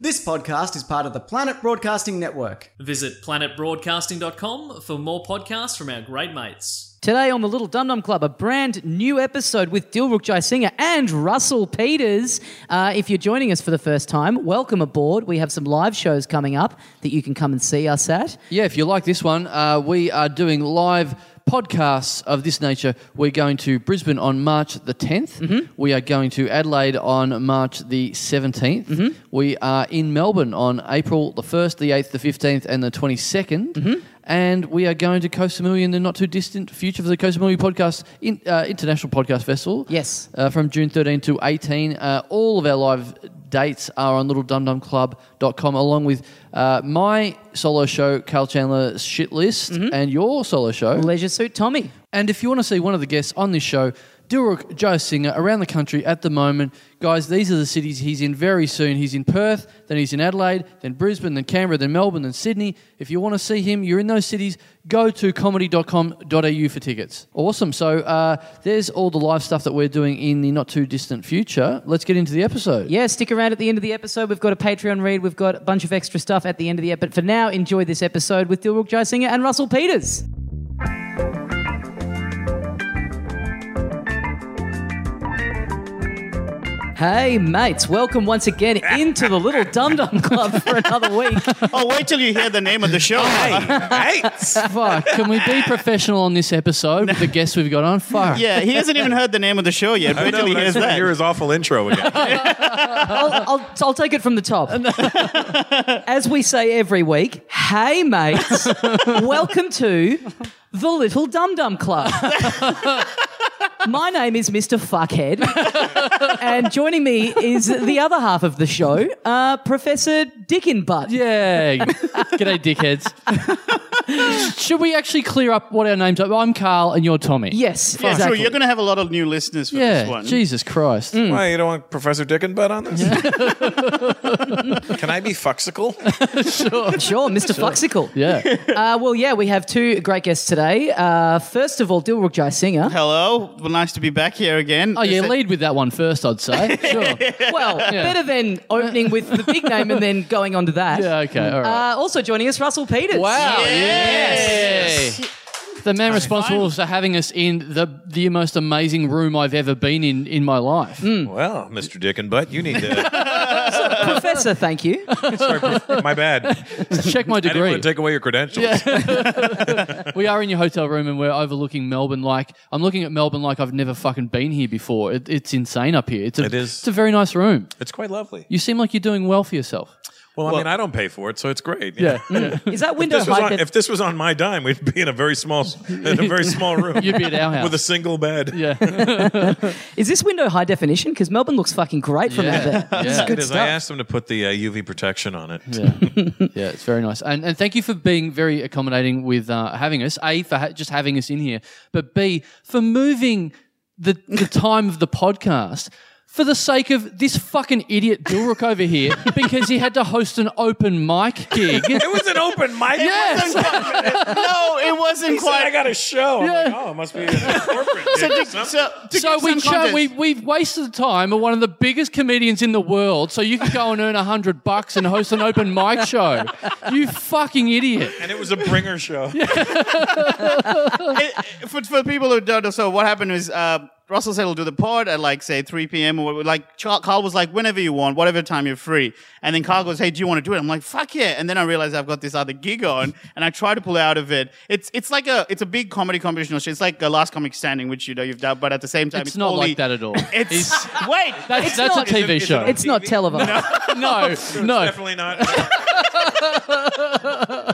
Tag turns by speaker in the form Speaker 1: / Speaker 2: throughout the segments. Speaker 1: This podcast is part of the Planet Broadcasting Network.
Speaker 2: Visit planetbroadcasting.com for more podcasts from our great mates.
Speaker 3: Today on the Little Dum Dum Club, a brand new episode with Dilruk Jai Singer and Russell Peters. Uh, if you're joining us for the first time, welcome aboard. We have some live shows coming up that you can come and see us at.
Speaker 4: Yeah, if you like this one, uh, we are doing live podcasts of this nature. We're going to Brisbane on March the 10th. We are going to Adelaide on March the 17th. We are in Melbourne on April the 1st, the 8th, the 15th, and the 22nd. And we are going to Koh Samui in the not too distant future for the Koh Samui Podcast in, uh, International Podcast Festival.
Speaker 3: Yes.
Speaker 4: Uh, from June 13 to 18. Uh, all of our live dates are on littledumdumclub.com along with uh, my solo show, Carl Chandler's Shit List, and your solo show.
Speaker 3: Leisure Suit Tommy.
Speaker 4: And if you want to see one of the guests on this show, Dilruk Joe Singer around the country at the moment. Guys, these are the cities he's in very soon. He's in Perth, then he's in Adelaide, then Brisbane, then Canberra, then Melbourne, then Sydney. If you want to see him, you're in those cities, go to comedy.com.au for tickets. Awesome. So uh, there's all the live stuff that we're doing in the not too distant future. Let's get into the episode.
Speaker 3: Yeah, stick around at the end of the episode. We've got a Patreon read. We've got a bunch of extra stuff at the end of the episode. But for now, enjoy this episode with Dilruk Jai Singer and Russell Peters. Hey mates, welcome once again into the Little Dum Dum Club for another week.
Speaker 5: Oh, wait till you hear the name of the show.
Speaker 6: Hey,
Speaker 4: Fuck, can we be professional on this episode with the guests we've got on? Fuck.
Speaker 5: Yeah, he hasn't even heard the name of the show yet. Wait till he hears that.
Speaker 6: Hear his awful intro again.
Speaker 3: I'll, I'll, I'll take it from the top. As we say every week, hey mates, welcome to the Little Dum Dum Club. My name is Mr. Fuckhead, and joining me is the other half of the show, uh, Professor Dickinbutt.
Speaker 4: Yeah. G'day, dickheads. Should we actually clear up what our names are? I'm Carl and you're Tommy.
Speaker 3: Yes,
Speaker 5: Yeah,
Speaker 3: exactly.
Speaker 5: True, you're going to have a lot of new listeners for
Speaker 4: Yeah,
Speaker 5: this one.
Speaker 4: Jesus Christ.
Speaker 6: Why you don't want Professor Dickenbutt on this? Can I be fuxical?
Speaker 3: sure, Mr. Fuxical.
Speaker 4: Yeah.
Speaker 3: Uh, well, yeah, we have two great guests today. Uh, first of all, Dilruk Jai Singer.
Speaker 5: Hello, well, nice to be back here again.
Speaker 4: Oh, yeah,
Speaker 5: Is it-
Speaker 4: lead with that one first, I'd say. Sure.
Speaker 3: Well, better than opening with the big name and then going on to that.
Speaker 4: Yeah, okay, all right.
Speaker 3: Uh, also joining us, Russell Peters.
Speaker 4: wow. Yes. The man responsible for having us in the the most amazing room I've ever been in in my life.
Speaker 6: well, Mr. Dickenbutt, you need to.
Speaker 3: Professor, thank you.
Speaker 6: Sorry, my bad.
Speaker 4: Check my
Speaker 6: I didn't
Speaker 4: degree.
Speaker 6: want to take away your credentials.
Speaker 4: we are in your hotel room and we're overlooking Melbourne. Like I'm looking at Melbourne like I've never fucking been here before. It, it's insane up here. It's a,
Speaker 6: It is.
Speaker 4: It's a very nice room.
Speaker 6: It's quite lovely.
Speaker 4: You seem like you're doing well for yourself.
Speaker 6: Well, I mean, I don't pay for it, so it's great.
Speaker 3: Is that window
Speaker 6: This was
Speaker 3: height?
Speaker 6: on,
Speaker 3: that-
Speaker 6: if this was on my dime, we'd be in a very small, in a very small room.
Speaker 4: You'd be at our house.
Speaker 6: with a single bed.
Speaker 4: yeah.
Speaker 3: is this window high definition? Because Melbourne looks fucking great from
Speaker 4: Yeah.
Speaker 3: out there. It's
Speaker 4: Yeah.
Speaker 3: good
Speaker 6: It is. I
Speaker 3: stuff.
Speaker 6: asked them to put the uh, UV protection on it.
Speaker 4: Yeah, it's very nice, and and thank you for being very accommodating with uh, having us. A for ha- just having us in here, but B for moving the the time of the podcast for the sake of this fucking idiot Dilruk over here because he had to host an open mic gig.
Speaker 6: It was an open mic.
Speaker 4: yes,
Speaker 5: no, it wasn't
Speaker 6: He said, I
Speaker 5: quite.
Speaker 6: got a show. I'm like,
Speaker 4: Yeah.
Speaker 6: oh, it must be a corporate. gig or
Speaker 5: So,
Speaker 6: something.
Speaker 5: to
Speaker 4: so
Speaker 5: give
Speaker 4: we
Speaker 5: some
Speaker 4: cho-
Speaker 5: context-
Speaker 4: we we've wasted the time of one of the biggest comedians in the world. So you could go and earn a hundred bucks and host an open mic show. You fucking idiot.
Speaker 6: and it was a bringer show.
Speaker 5: it- for, for people who don't know, so what happened is uh, Russell said he'll do the pod at like say 3 p.m. or whatever. like Char- Carl was like whenever you want, whatever time you're free. And then Carl goes, "Hey, do you want to do it?" I'm like, "Fuck yeah!" And then I realized I've got this other gig on, and I try to pull out of it. It's it's like a it's a big comedy competition. or shit. It's like a Last Comic Standing, which you know you've done, but at the same time,
Speaker 4: It's
Speaker 5: it's,
Speaker 4: not
Speaker 5: only-
Speaker 4: like that at all.
Speaker 5: It's
Speaker 4: He's-
Speaker 5: wait.
Speaker 4: That's, that's
Speaker 3: not-
Speaker 4: a TV show.
Speaker 3: It's not televised.
Speaker 4: no, no.
Speaker 6: Definitely not.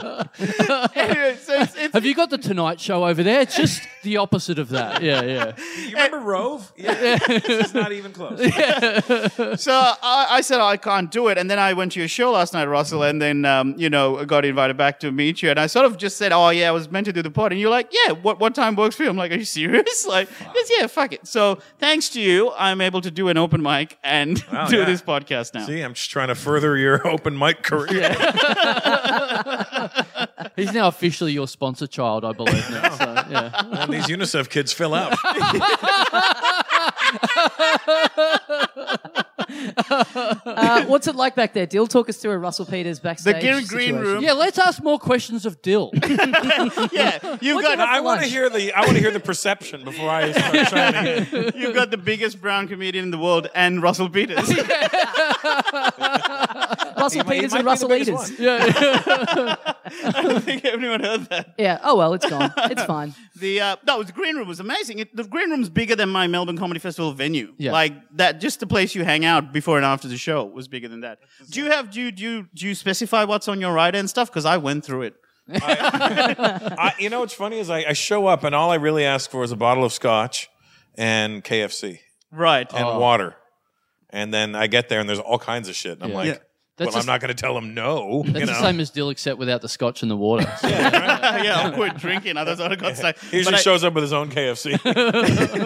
Speaker 5: anyway, so it's, it's,
Speaker 4: Have you got the Tonight Show over there? It's just the opposite of that. Yeah, yeah.
Speaker 6: You remember Rove? Yeah. it's not even close.
Speaker 5: So uh, I, I said I can't do it, and then I went to your show last night, Russell, and then um, you know got invited back to meet you, and I sort of just said, "Oh yeah, I was meant to do the pod," and you're like, "Yeah, what what time works for you?" I'm like, "Are you serious?" Like, yes, yeah, fuck it. So thanks to you, I'm able to do an open mic and
Speaker 6: Wow,
Speaker 5: do
Speaker 6: yeah.
Speaker 5: this podcast now.
Speaker 6: See, I'm just trying to further your open mic career.
Speaker 4: He's now officially your sponsor child, I believe. Now, so, yeah.
Speaker 6: And these UNICEF kids fill out.
Speaker 3: Uh, what's it like back there, Dill? Talk us through a Russell Peters
Speaker 5: The
Speaker 3: backstage.
Speaker 5: Gil Green
Speaker 3: situation.
Speaker 5: Room.
Speaker 4: Yeah, let's ask more questions of Dill.
Speaker 5: yeah. You've
Speaker 3: do you
Speaker 5: got,
Speaker 6: I want to
Speaker 3: lunch.
Speaker 6: hear the I want to hear the perception before I start trying to.
Speaker 5: you've got the biggest brown comedian in the world and Russell Peters.
Speaker 3: Russell
Speaker 6: He might-
Speaker 3: Peters
Speaker 6: he might be
Speaker 3: and
Speaker 6: the
Speaker 3: Russell
Speaker 6: biggest
Speaker 3: Eaters.
Speaker 6: one.
Speaker 5: I don't think anyone heard that.
Speaker 3: Yeah. Oh well, it's gone. It's fine.
Speaker 5: The uh, no, the green room was amazing. It, the green room's bigger than my Melbourne Comedy Festival venue.
Speaker 4: Yeah.
Speaker 5: Like that, just the place you hang out before and after the show was bigger than that. Do you have do you do you, do you specify what's on your rider and stuff? Because I went through it.
Speaker 6: I, you know what's funny is I, I show up and all I really ask for is a bottle of scotch and KFC
Speaker 5: Right.
Speaker 6: and
Speaker 4: Oh.
Speaker 6: water, and then I get there and there's all kinds of shit. And I'm
Speaker 4: Yeah.
Speaker 6: like,
Speaker 4: Yeah. That's
Speaker 6: well,
Speaker 4: just-
Speaker 6: I'm not going to tell them no. You
Speaker 4: That's the
Speaker 6: know,
Speaker 4: same as Dill, except without the scotch and the water.
Speaker 5: yeah, I quit drinking. Others I got stuck.
Speaker 6: he usually
Speaker 5: But I-
Speaker 6: shows up with his own KFC,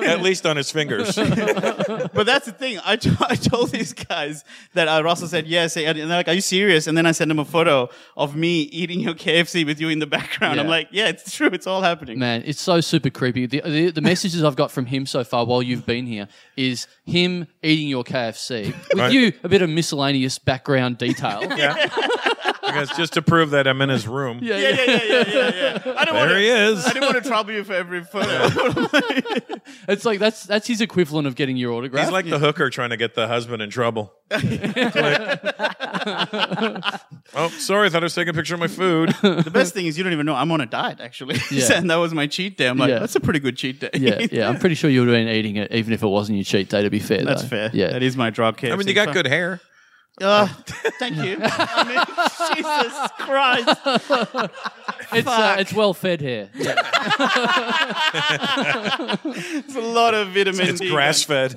Speaker 6: at least on his fingers.
Speaker 5: But that's the thing. I to- I told these guys that uh, Russell said yes, and they're like, "Are you serious?" And then I sent them a photo of me eating your KFC with you in the background. I'm
Speaker 4: Yeah.
Speaker 5: like, "Yeah, it's true. It's all happening."
Speaker 4: Man, it's so super creepy. The, the, the messages I've got from him so far while you've been here is him eating your KFC with
Speaker 6: Right.
Speaker 4: you a bit of miscellaneous background detail.
Speaker 6: Yeah. Because just to prove that I'm in his room.
Speaker 5: Yeah, yeah, yeah, yeah, yeah. yeah. I don't want
Speaker 6: There he
Speaker 5: to.
Speaker 6: is.
Speaker 5: I didn't want to trouble you for every photo.
Speaker 4: It's like that's that's his equivalent of getting your autograph.
Speaker 6: He's like the hooker trying to get the husband in trouble. It's like, oh, sorry, I thought I was taking a picture of my food.
Speaker 5: The best thing is you don't even know I'm on a diet actually,
Speaker 4: Yeah.
Speaker 5: and that was my cheat day. I'm like,
Speaker 4: Yeah.
Speaker 5: that's a pretty good cheat day.
Speaker 4: yeah, yeah. I'm pretty sure you would have been eating it, even if it wasn't your cheat day. To be fair,
Speaker 5: that's
Speaker 4: though.
Speaker 5: fair.
Speaker 4: Yeah,
Speaker 5: that is my drop KFC.
Speaker 6: I mean, you got good hair.
Speaker 5: Uh, thank you. I mean, Jesus Christ!
Speaker 4: it's uh, it's well fed here.
Speaker 5: It's a lot of vitamin.
Speaker 6: It's
Speaker 5: D, man.
Speaker 6: grass fed.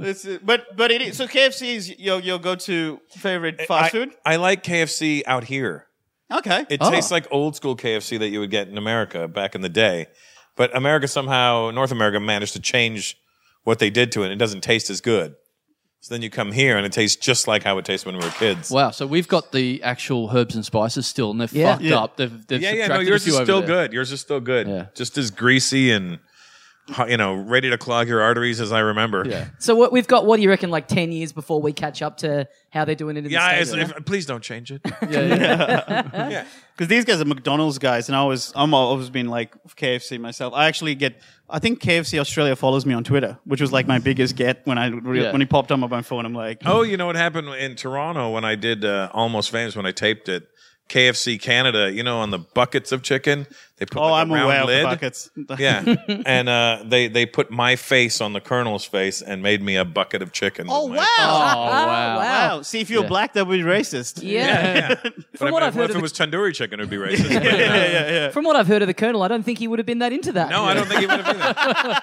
Speaker 5: This is- but but it is so KFC is your your go to favorite fast
Speaker 6: I,
Speaker 5: food.
Speaker 6: I like KFC out here.
Speaker 5: Okay,
Speaker 6: It tastes like old school KFC that you would get in America back in the day. But America somehow, North America managed to change what they did to it. It doesn't taste as good. So then you come here and it tastes just like how it tastes when we were kids.
Speaker 4: Wow. So we've got the actual herbs and spices still, and they're
Speaker 3: Yeah.
Speaker 4: fucked
Speaker 5: Yeah.
Speaker 4: up. They've, they've
Speaker 6: Yeah, yeah, no,
Speaker 4: subtracted a
Speaker 6: yours
Speaker 4: few
Speaker 6: is
Speaker 4: over
Speaker 6: still
Speaker 4: there.
Speaker 6: good. Yours is still good.
Speaker 4: Yeah.
Speaker 6: Just as greasy and ho- you know, ready to clog your arteries as I remember.
Speaker 4: Yeah.
Speaker 3: So what we've got? What do you reckon? Like ten years before we catch up to how they're doing it in
Speaker 6: Yeah,
Speaker 3: the
Speaker 6: it's,
Speaker 3: States, right?
Speaker 6: if, please don't change it.
Speaker 4: Yeah, yeah.
Speaker 6: yeah.
Speaker 5: because these guys are McDonald's guys, and I always I'm always been like KFC myself. I actually get I think KFC Australia follows me on Twitter, which was like my biggest get when I re-
Speaker 4: Yeah.
Speaker 5: when it popped up on my phone. I'm like,
Speaker 6: Oh, you know what happened in Toronto when I did uh, Almost Famous when I taped it? KFC Canada, you know, on the buckets of chicken, they put
Speaker 5: oh,
Speaker 6: like,
Speaker 5: I'm
Speaker 6: a round
Speaker 5: aware of
Speaker 6: lid.
Speaker 5: the buckets.
Speaker 6: Yeah, and uh, they they put my face on the colonel's face and made me a bucket of chicken.
Speaker 5: Oh
Speaker 6: with
Speaker 5: wow.
Speaker 6: my-
Speaker 4: Oh, wow.
Speaker 5: Wow. See, if you're
Speaker 4: Yeah.
Speaker 5: black, that would be racist.
Speaker 3: Yeah.
Speaker 6: But I
Speaker 3: what
Speaker 6: mean,
Speaker 3: I've heard
Speaker 6: if
Speaker 3: of
Speaker 6: it
Speaker 3: the-
Speaker 6: was tandoori chicken, it would be racist. But, uh,
Speaker 3: From what I've heard of the Colonel, I don't think he would have been that into that.
Speaker 6: No, I don't think he would have been there.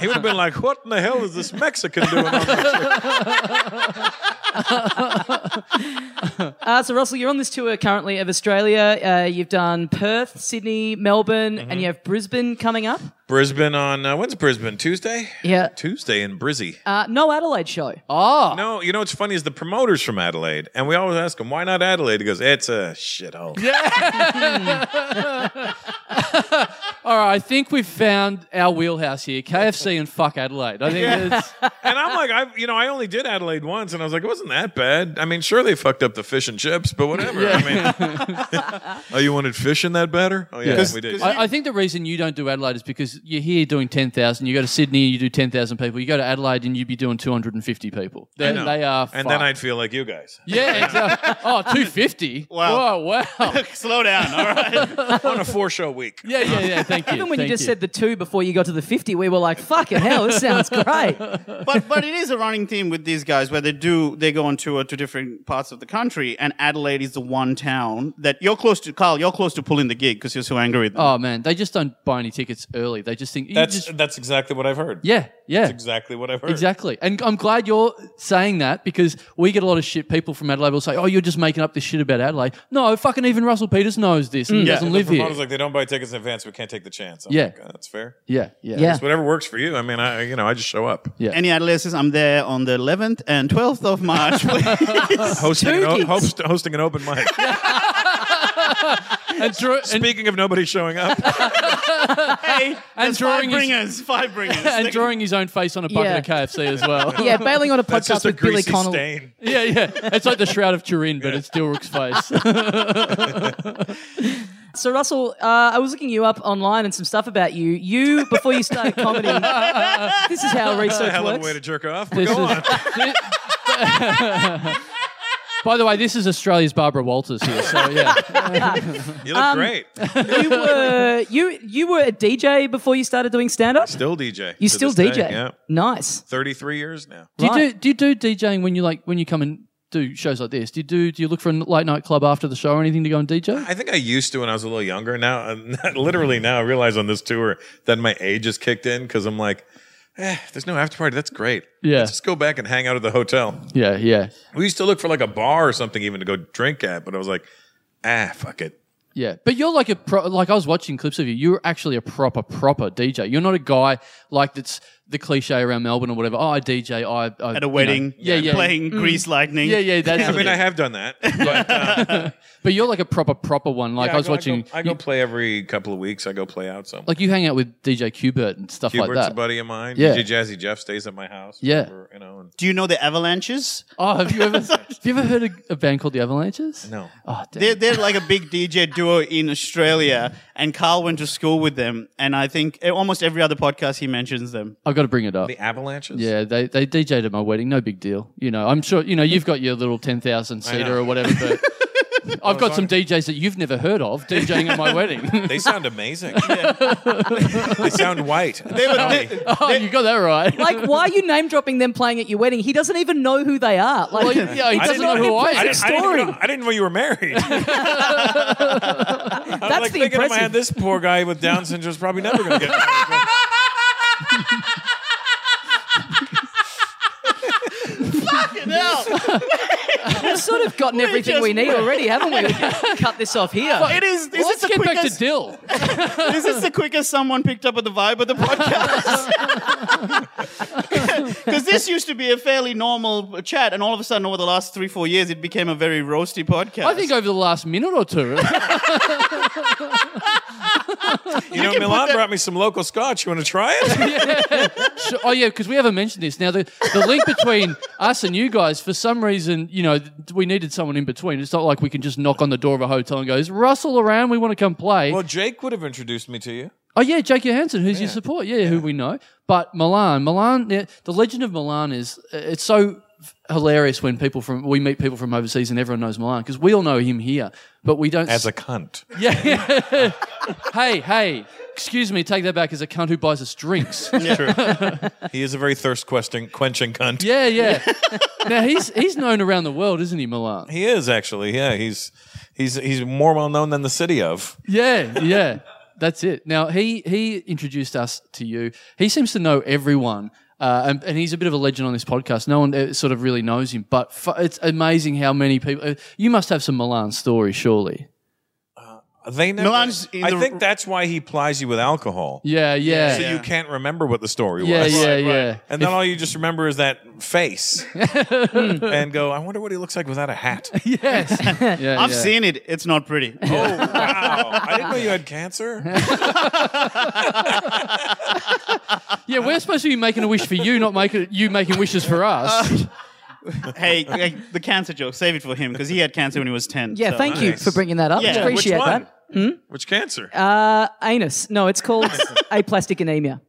Speaker 6: He would have been like, "What in the hell is this Mexican doing?" on my chicken?"
Speaker 3: Uh, so, Russell, you're on this tour currently of Australia. Uh, you've done Perth, Sydney, Melbourne, and you have Brisbane coming up.
Speaker 6: Brisbane on uh, when's Brisbane Tuesday?
Speaker 3: Yeah.
Speaker 6: Tuesday in Brizzy.
Speaker 3: Uh, no Adelaide show.
Speaker 4: Oh,
Speaker 6: No, you know what's funny is the promoter's from Adelaide, and we always ask him, why not Adelaide? He goes, it's a shithole. Yeah.
Speaker 4: all right. I think we've found our wheelhouse here: KFC and fuck Adelaide. I think it's
Speaker 6: And I'm like, I, you know, I only did Adelaide once, and I was like, it wasn't that bad. I mean, sure, they fucked up the fish and chips, but whatever. I mean, oh, you wanted fish in that batter? Oh, yeah, we did.
Speaker 4: I, I think the reason you don't do Adelaide is because you're here doing 10,000. You go to Sydney, you do 10,000 people. You go to Adelaide and you'd be doing 250 people. They,
Speaker 6: I know.
Speaker 4: they are
Speaker 6: and then
Speaker 4: fucked.
Speaker 6: I'd feel like you guys.
Speaker 4: Yeah, exactly. oh, 250?
Speaker 5: Wow.
Speaker 4: Whoa, wow. Yeah,
Speaker 5: Slow down. All right.
Speaker 6: on a four show week.
Speaker 4: yeah, yeah. Thank you.
Speaker 3: Even when
Speaker 4: thank
Speaker 3: you just said the two before you got to the 50, we were like, fucking hell, this sounds great.
Speaker 5: but but it is a running theme with these guys where they do they go on tour to different parts of the country, and Adelaide is the one town that you're close to. Carl, you're close to pulling the gig because you're so angry with them.
Speaker 4: Oh, man. They just don't buy any tickets early. They just think. you
Speaker 6: That's
Speaker 4: just-
Speaker 6: that's exactly what I've heard.
Speaker 4: yeah, yeah.
Speaker 6: That's exactly what I've heard.
Speaker 4: Exactly. And I'm glad you're saying that because we get a lot of shit. People from Adelaide will say, oh, you're just making up this shit about Adelaide. No, fucking even Russell Peters knows this and he
Speaker 5: Yeah.
Speaker 4: doesn't
Speaker 5: The
Speaker 4: live
Speaker 6: Mm. The
Speaker 4: here.
Speaker 6: promoter's like, they don't buy tickets in advance. We can't take the chance. I'm
Speaker 4: Yeah.
Speaker 6: like, "Oh, that's fair.
Speaker 4: yeah, yeah.
Speaker 3: Yeah.
Speaker 6: It's whatever works for you. I mean, I you know, I just show up.
Speaker 4: Yeah.
Speaker 5: Any Adelaide says I'm there on the 11th and 12th of March. please."
Speaker 6: Hosting an,
Speaker 3: Two
Speaker 6: o-
Speaker 3: gigs.
Speaker 6: host, hosting an open mic.
Speaker 4: and, draw, and,
Speaker 6: Speaking of nobody showing up,
Speaker 5: Hey, and
Speaker 4: drawing
Speaker 5: five
Speaker 4: his-
Speaker 5: bringers, five bringers.
Speaker 4: and drawing his own face on a bucket
Speaker 3: Yeah.
Speaker 4: of KFC as well.
Speaker 3: yeah, bailing on a
Speaker 6: that's
Speaker 3: podcast
Speaker 6: just a
Speaker 3: with Billy
Speaker 6: greasy
Speaker 3: Connolly.
Speaker 6: stain.
Speaker 4: yeah, yeah. It's like the Shroud of Turin, but it's Dilrook's face.
Speaker 3: So Russell, uh, I was looking you up online and some stuff about you. You before you started comedy, this is how research
Speaker 6: Hell of a
Speaker 3: works.
Speaker 6: way to jerk off.
Speaker 4: This
Speaker 6: Go
Speaker 4: is-
Speaker 6: on.
Speaker 4: By the way, this is Australia's Barbara Walters here. So yeah,
Speaker 6: You
Speaker 4: um,
Speaker 6: look great.
Speaker 3: you were you you were a DJ before you started doing stand up.
Speaker 6: Still DJ.
Speaker 3: You
Speaker 6: to
Speaker 3: still
Speaker 6: this
Speaker 3: DJ.
Speaker 6: day, yeah.
Speaker 3: Nice.
Speaker 6: 33 years now.
Speaker 4: do you do
Speaker 3: Right.
Speaker 4: do you do DJing when you like when you come and do shows like this? Do you do do you look for a late night club after the show or anything to go and DJ?
Speaker 6: I think I used to when I was a little younger. Now, i literally now, I realize on this tour that my age has kicked in because I'm like, eh, there's no after party. That's great.
Speaker 4: Yeah.
Speaker 6: Let's just go back and hang out at the hotel.
Speaker 4: Yeah, yeah,
Speaker 6: We used to look for like a bar or something even to go drink at, but I was like, ah, fuck it.
Speaker 4: yeah. But you're like a pro, like I was watching clips of you. You're actually a proper proper DJ. You're not a guy like that's the cliche around Melbourne or whatever. Oh, I DJ. I, I
Speaker 5: at a wedding,
Speaker 4: yeah, yeah, Mm.
Speaker 5: playing Grease Lightning.
Speaker 4: Yeah, yeah. That's
Speaker 6: I mean,
Speaker 4: it.
Speaker 6: I have done that. But, uh,
Speaker 4: but you're like a proper proper one. Like
Speaker 6: yeah,
Speaker 4: I was
Speaker 6: go-
Speaker 4: watching.
Speaker 6: go- I go, play every couple of weeks. I go play out somewhere.
Speaker 4: like you hang out with DJ Qbert and stuff
Speaker 6: Hubert's
Speaker 4: like
Speaker 6: a
Speaker 4: that.
Speaker 6: buddy of mine.
Speaker 4: Yeah.
Speaker 6: DJ Jazzy Jeff stays at my house.
Speaker 4: Yeah.
Speaker 6: whenever, you know, and-
Speaker 5: Do you know the Avalanches?
Speaker 4: Oh, have you ever have you ever heard of a band called the Avalanches?
Speaker 6: no.
Speaker 4: Oh, damn.
Speaker 5: They're, they're like a big DJ duo in Australia, and Carl went to school with them. And I think eh, almost every other podcast he mentions them.
Speaker 4: I've got to bring it up.
Speaker 6: The Avalanches?
Speaker 4: Yeah, they they DJ'd at my wedding. No big deal. You know, I'm sure. You know, you've got your little ten thousand
Speaker 6: know.
Speaker 4: seater or whatever. But I've got some DJs that you've never heard of DJing at my wedding.
Speaker 6: They sound amazing. they sound white.
Speaker 5: They were, they,
Speaker 4: oh, you got that right.
Speaker 3: Like, why are you name dropping them playing at your wedding? He doesn't even know who they are. Like,
Speaker 4: Well, yeah, he
Speaker 6: I
Speaker 4: doesn't
Speaker 6: didn't
Speaker 4: know who I
Speaker 6: I
Speaker 4: am.
Speaker 6: didn't, I didn't know, I didn't know you were married. That's
Speaker 3: that's the
Speaker 6: thinking in my
Speaker 3: impressive.
Speaker 6: head, this poor guy with Down syndrome is probably never going to get married.
Speaker 3: We've sort of gotten everything we
Speaker 5: just-
Speaker 3: need already, haven't we? We can cut this off here.
Speaker 5: it is. Is
Speaker 4: Let's
Speaker 5: this the
Speaker 4: get back to
Speaker 5: quickest?
Speaker 4: Dill.
Speaker 5: Is this the quickest someone picked up at the vibe of the podcast? Because this used to be a fairly normal chat, and all of a sudden, over the last three, four years, it became a very roasty podcast.
Speaker 4: I think over the last minute or two,
Speaker 6: You know, Milan brought me some local scotch. You want to try it?
Speaker 4: Sure. Oh yeah, because we haven't mentioned this. Now the, the link between us and you guys, for some reason, you know, th- we needed someone in between. It's not like we can just knock on the door of a hotel and go, "Is Russell around? We want to come play."
Speaker 6: well, Jake would have introduced me to you.
Speaker 4: oh yeah, Jake Johansson, who's your support? Yeah, who we know. But Milan, Milan, yeah, the legend of Milan is uh, it's so f- hilarious when people from we meet people from overseas and everyone knows Milan because we all know him here, but we don't.
Speaker 6: As a cunt.
Speaker 4: yeah. hey, hey. Excuse me, take that back as a cunt who buys us drinks.
Speaker 6: He is a very thirst questing, quenching cunt.
Speaker 4: Yeah, yeah. now he's he's known around the world, isn't he, Milan?
Speaker 6: He is, actually. Yeah, he's he's he's more well known than the city of.
Speaker 4: Yeah, yeah. That's it. Now he he introduced us to you. He seems to know everyone. Uh, and, and he's a bit of a legend on this podcast. No one uh, sort of really knows him, but f- it's amazing how many people. Uh, you must have some Milan stories, surely.
Speaker 6: They never,
Speaker 5: Milan's in
Speaker 6: I
Speaker 5: the-
Speaker 6: think that's why he plies you with alcohol.
Speaker 4: Yeah, yeah,
Speaker 6: So you can't remember what the story
Speaker 4: yeah,
Speaker 6: was.
Speaker 4: yeah, yeah.
Speaker 6: And then all you just remember is that face and go, I wonder what he looks like without a hat.
Speaker 4: Yes, yeah, yeah.
Speaker 5: I've seen it. It's not pretty.
Speaker 6: Oh, wow. I didn't know you had cancer.
Speaker 4: Yeah, we're supposed to be making a wish for you, not making you making wishes for us.
Speaker 5: hey, hey, the cancer joke. Save it for him because he had cancer when he was ten.
Speaker 3: yeah,
Speaker 5: so-
Speaker 3: thank you
Speaker 6: nice.
Speaker 3: for bringing that up.
Speaker 5: Yeah, which
Speaker 6: Which
Speaker 3: Appreciate
Speaker 6: one?
Speaker 3: that. Uh,
Speaker 6: Which cancer?
Speaker 3: Anus. No, it's called aplastic anemia.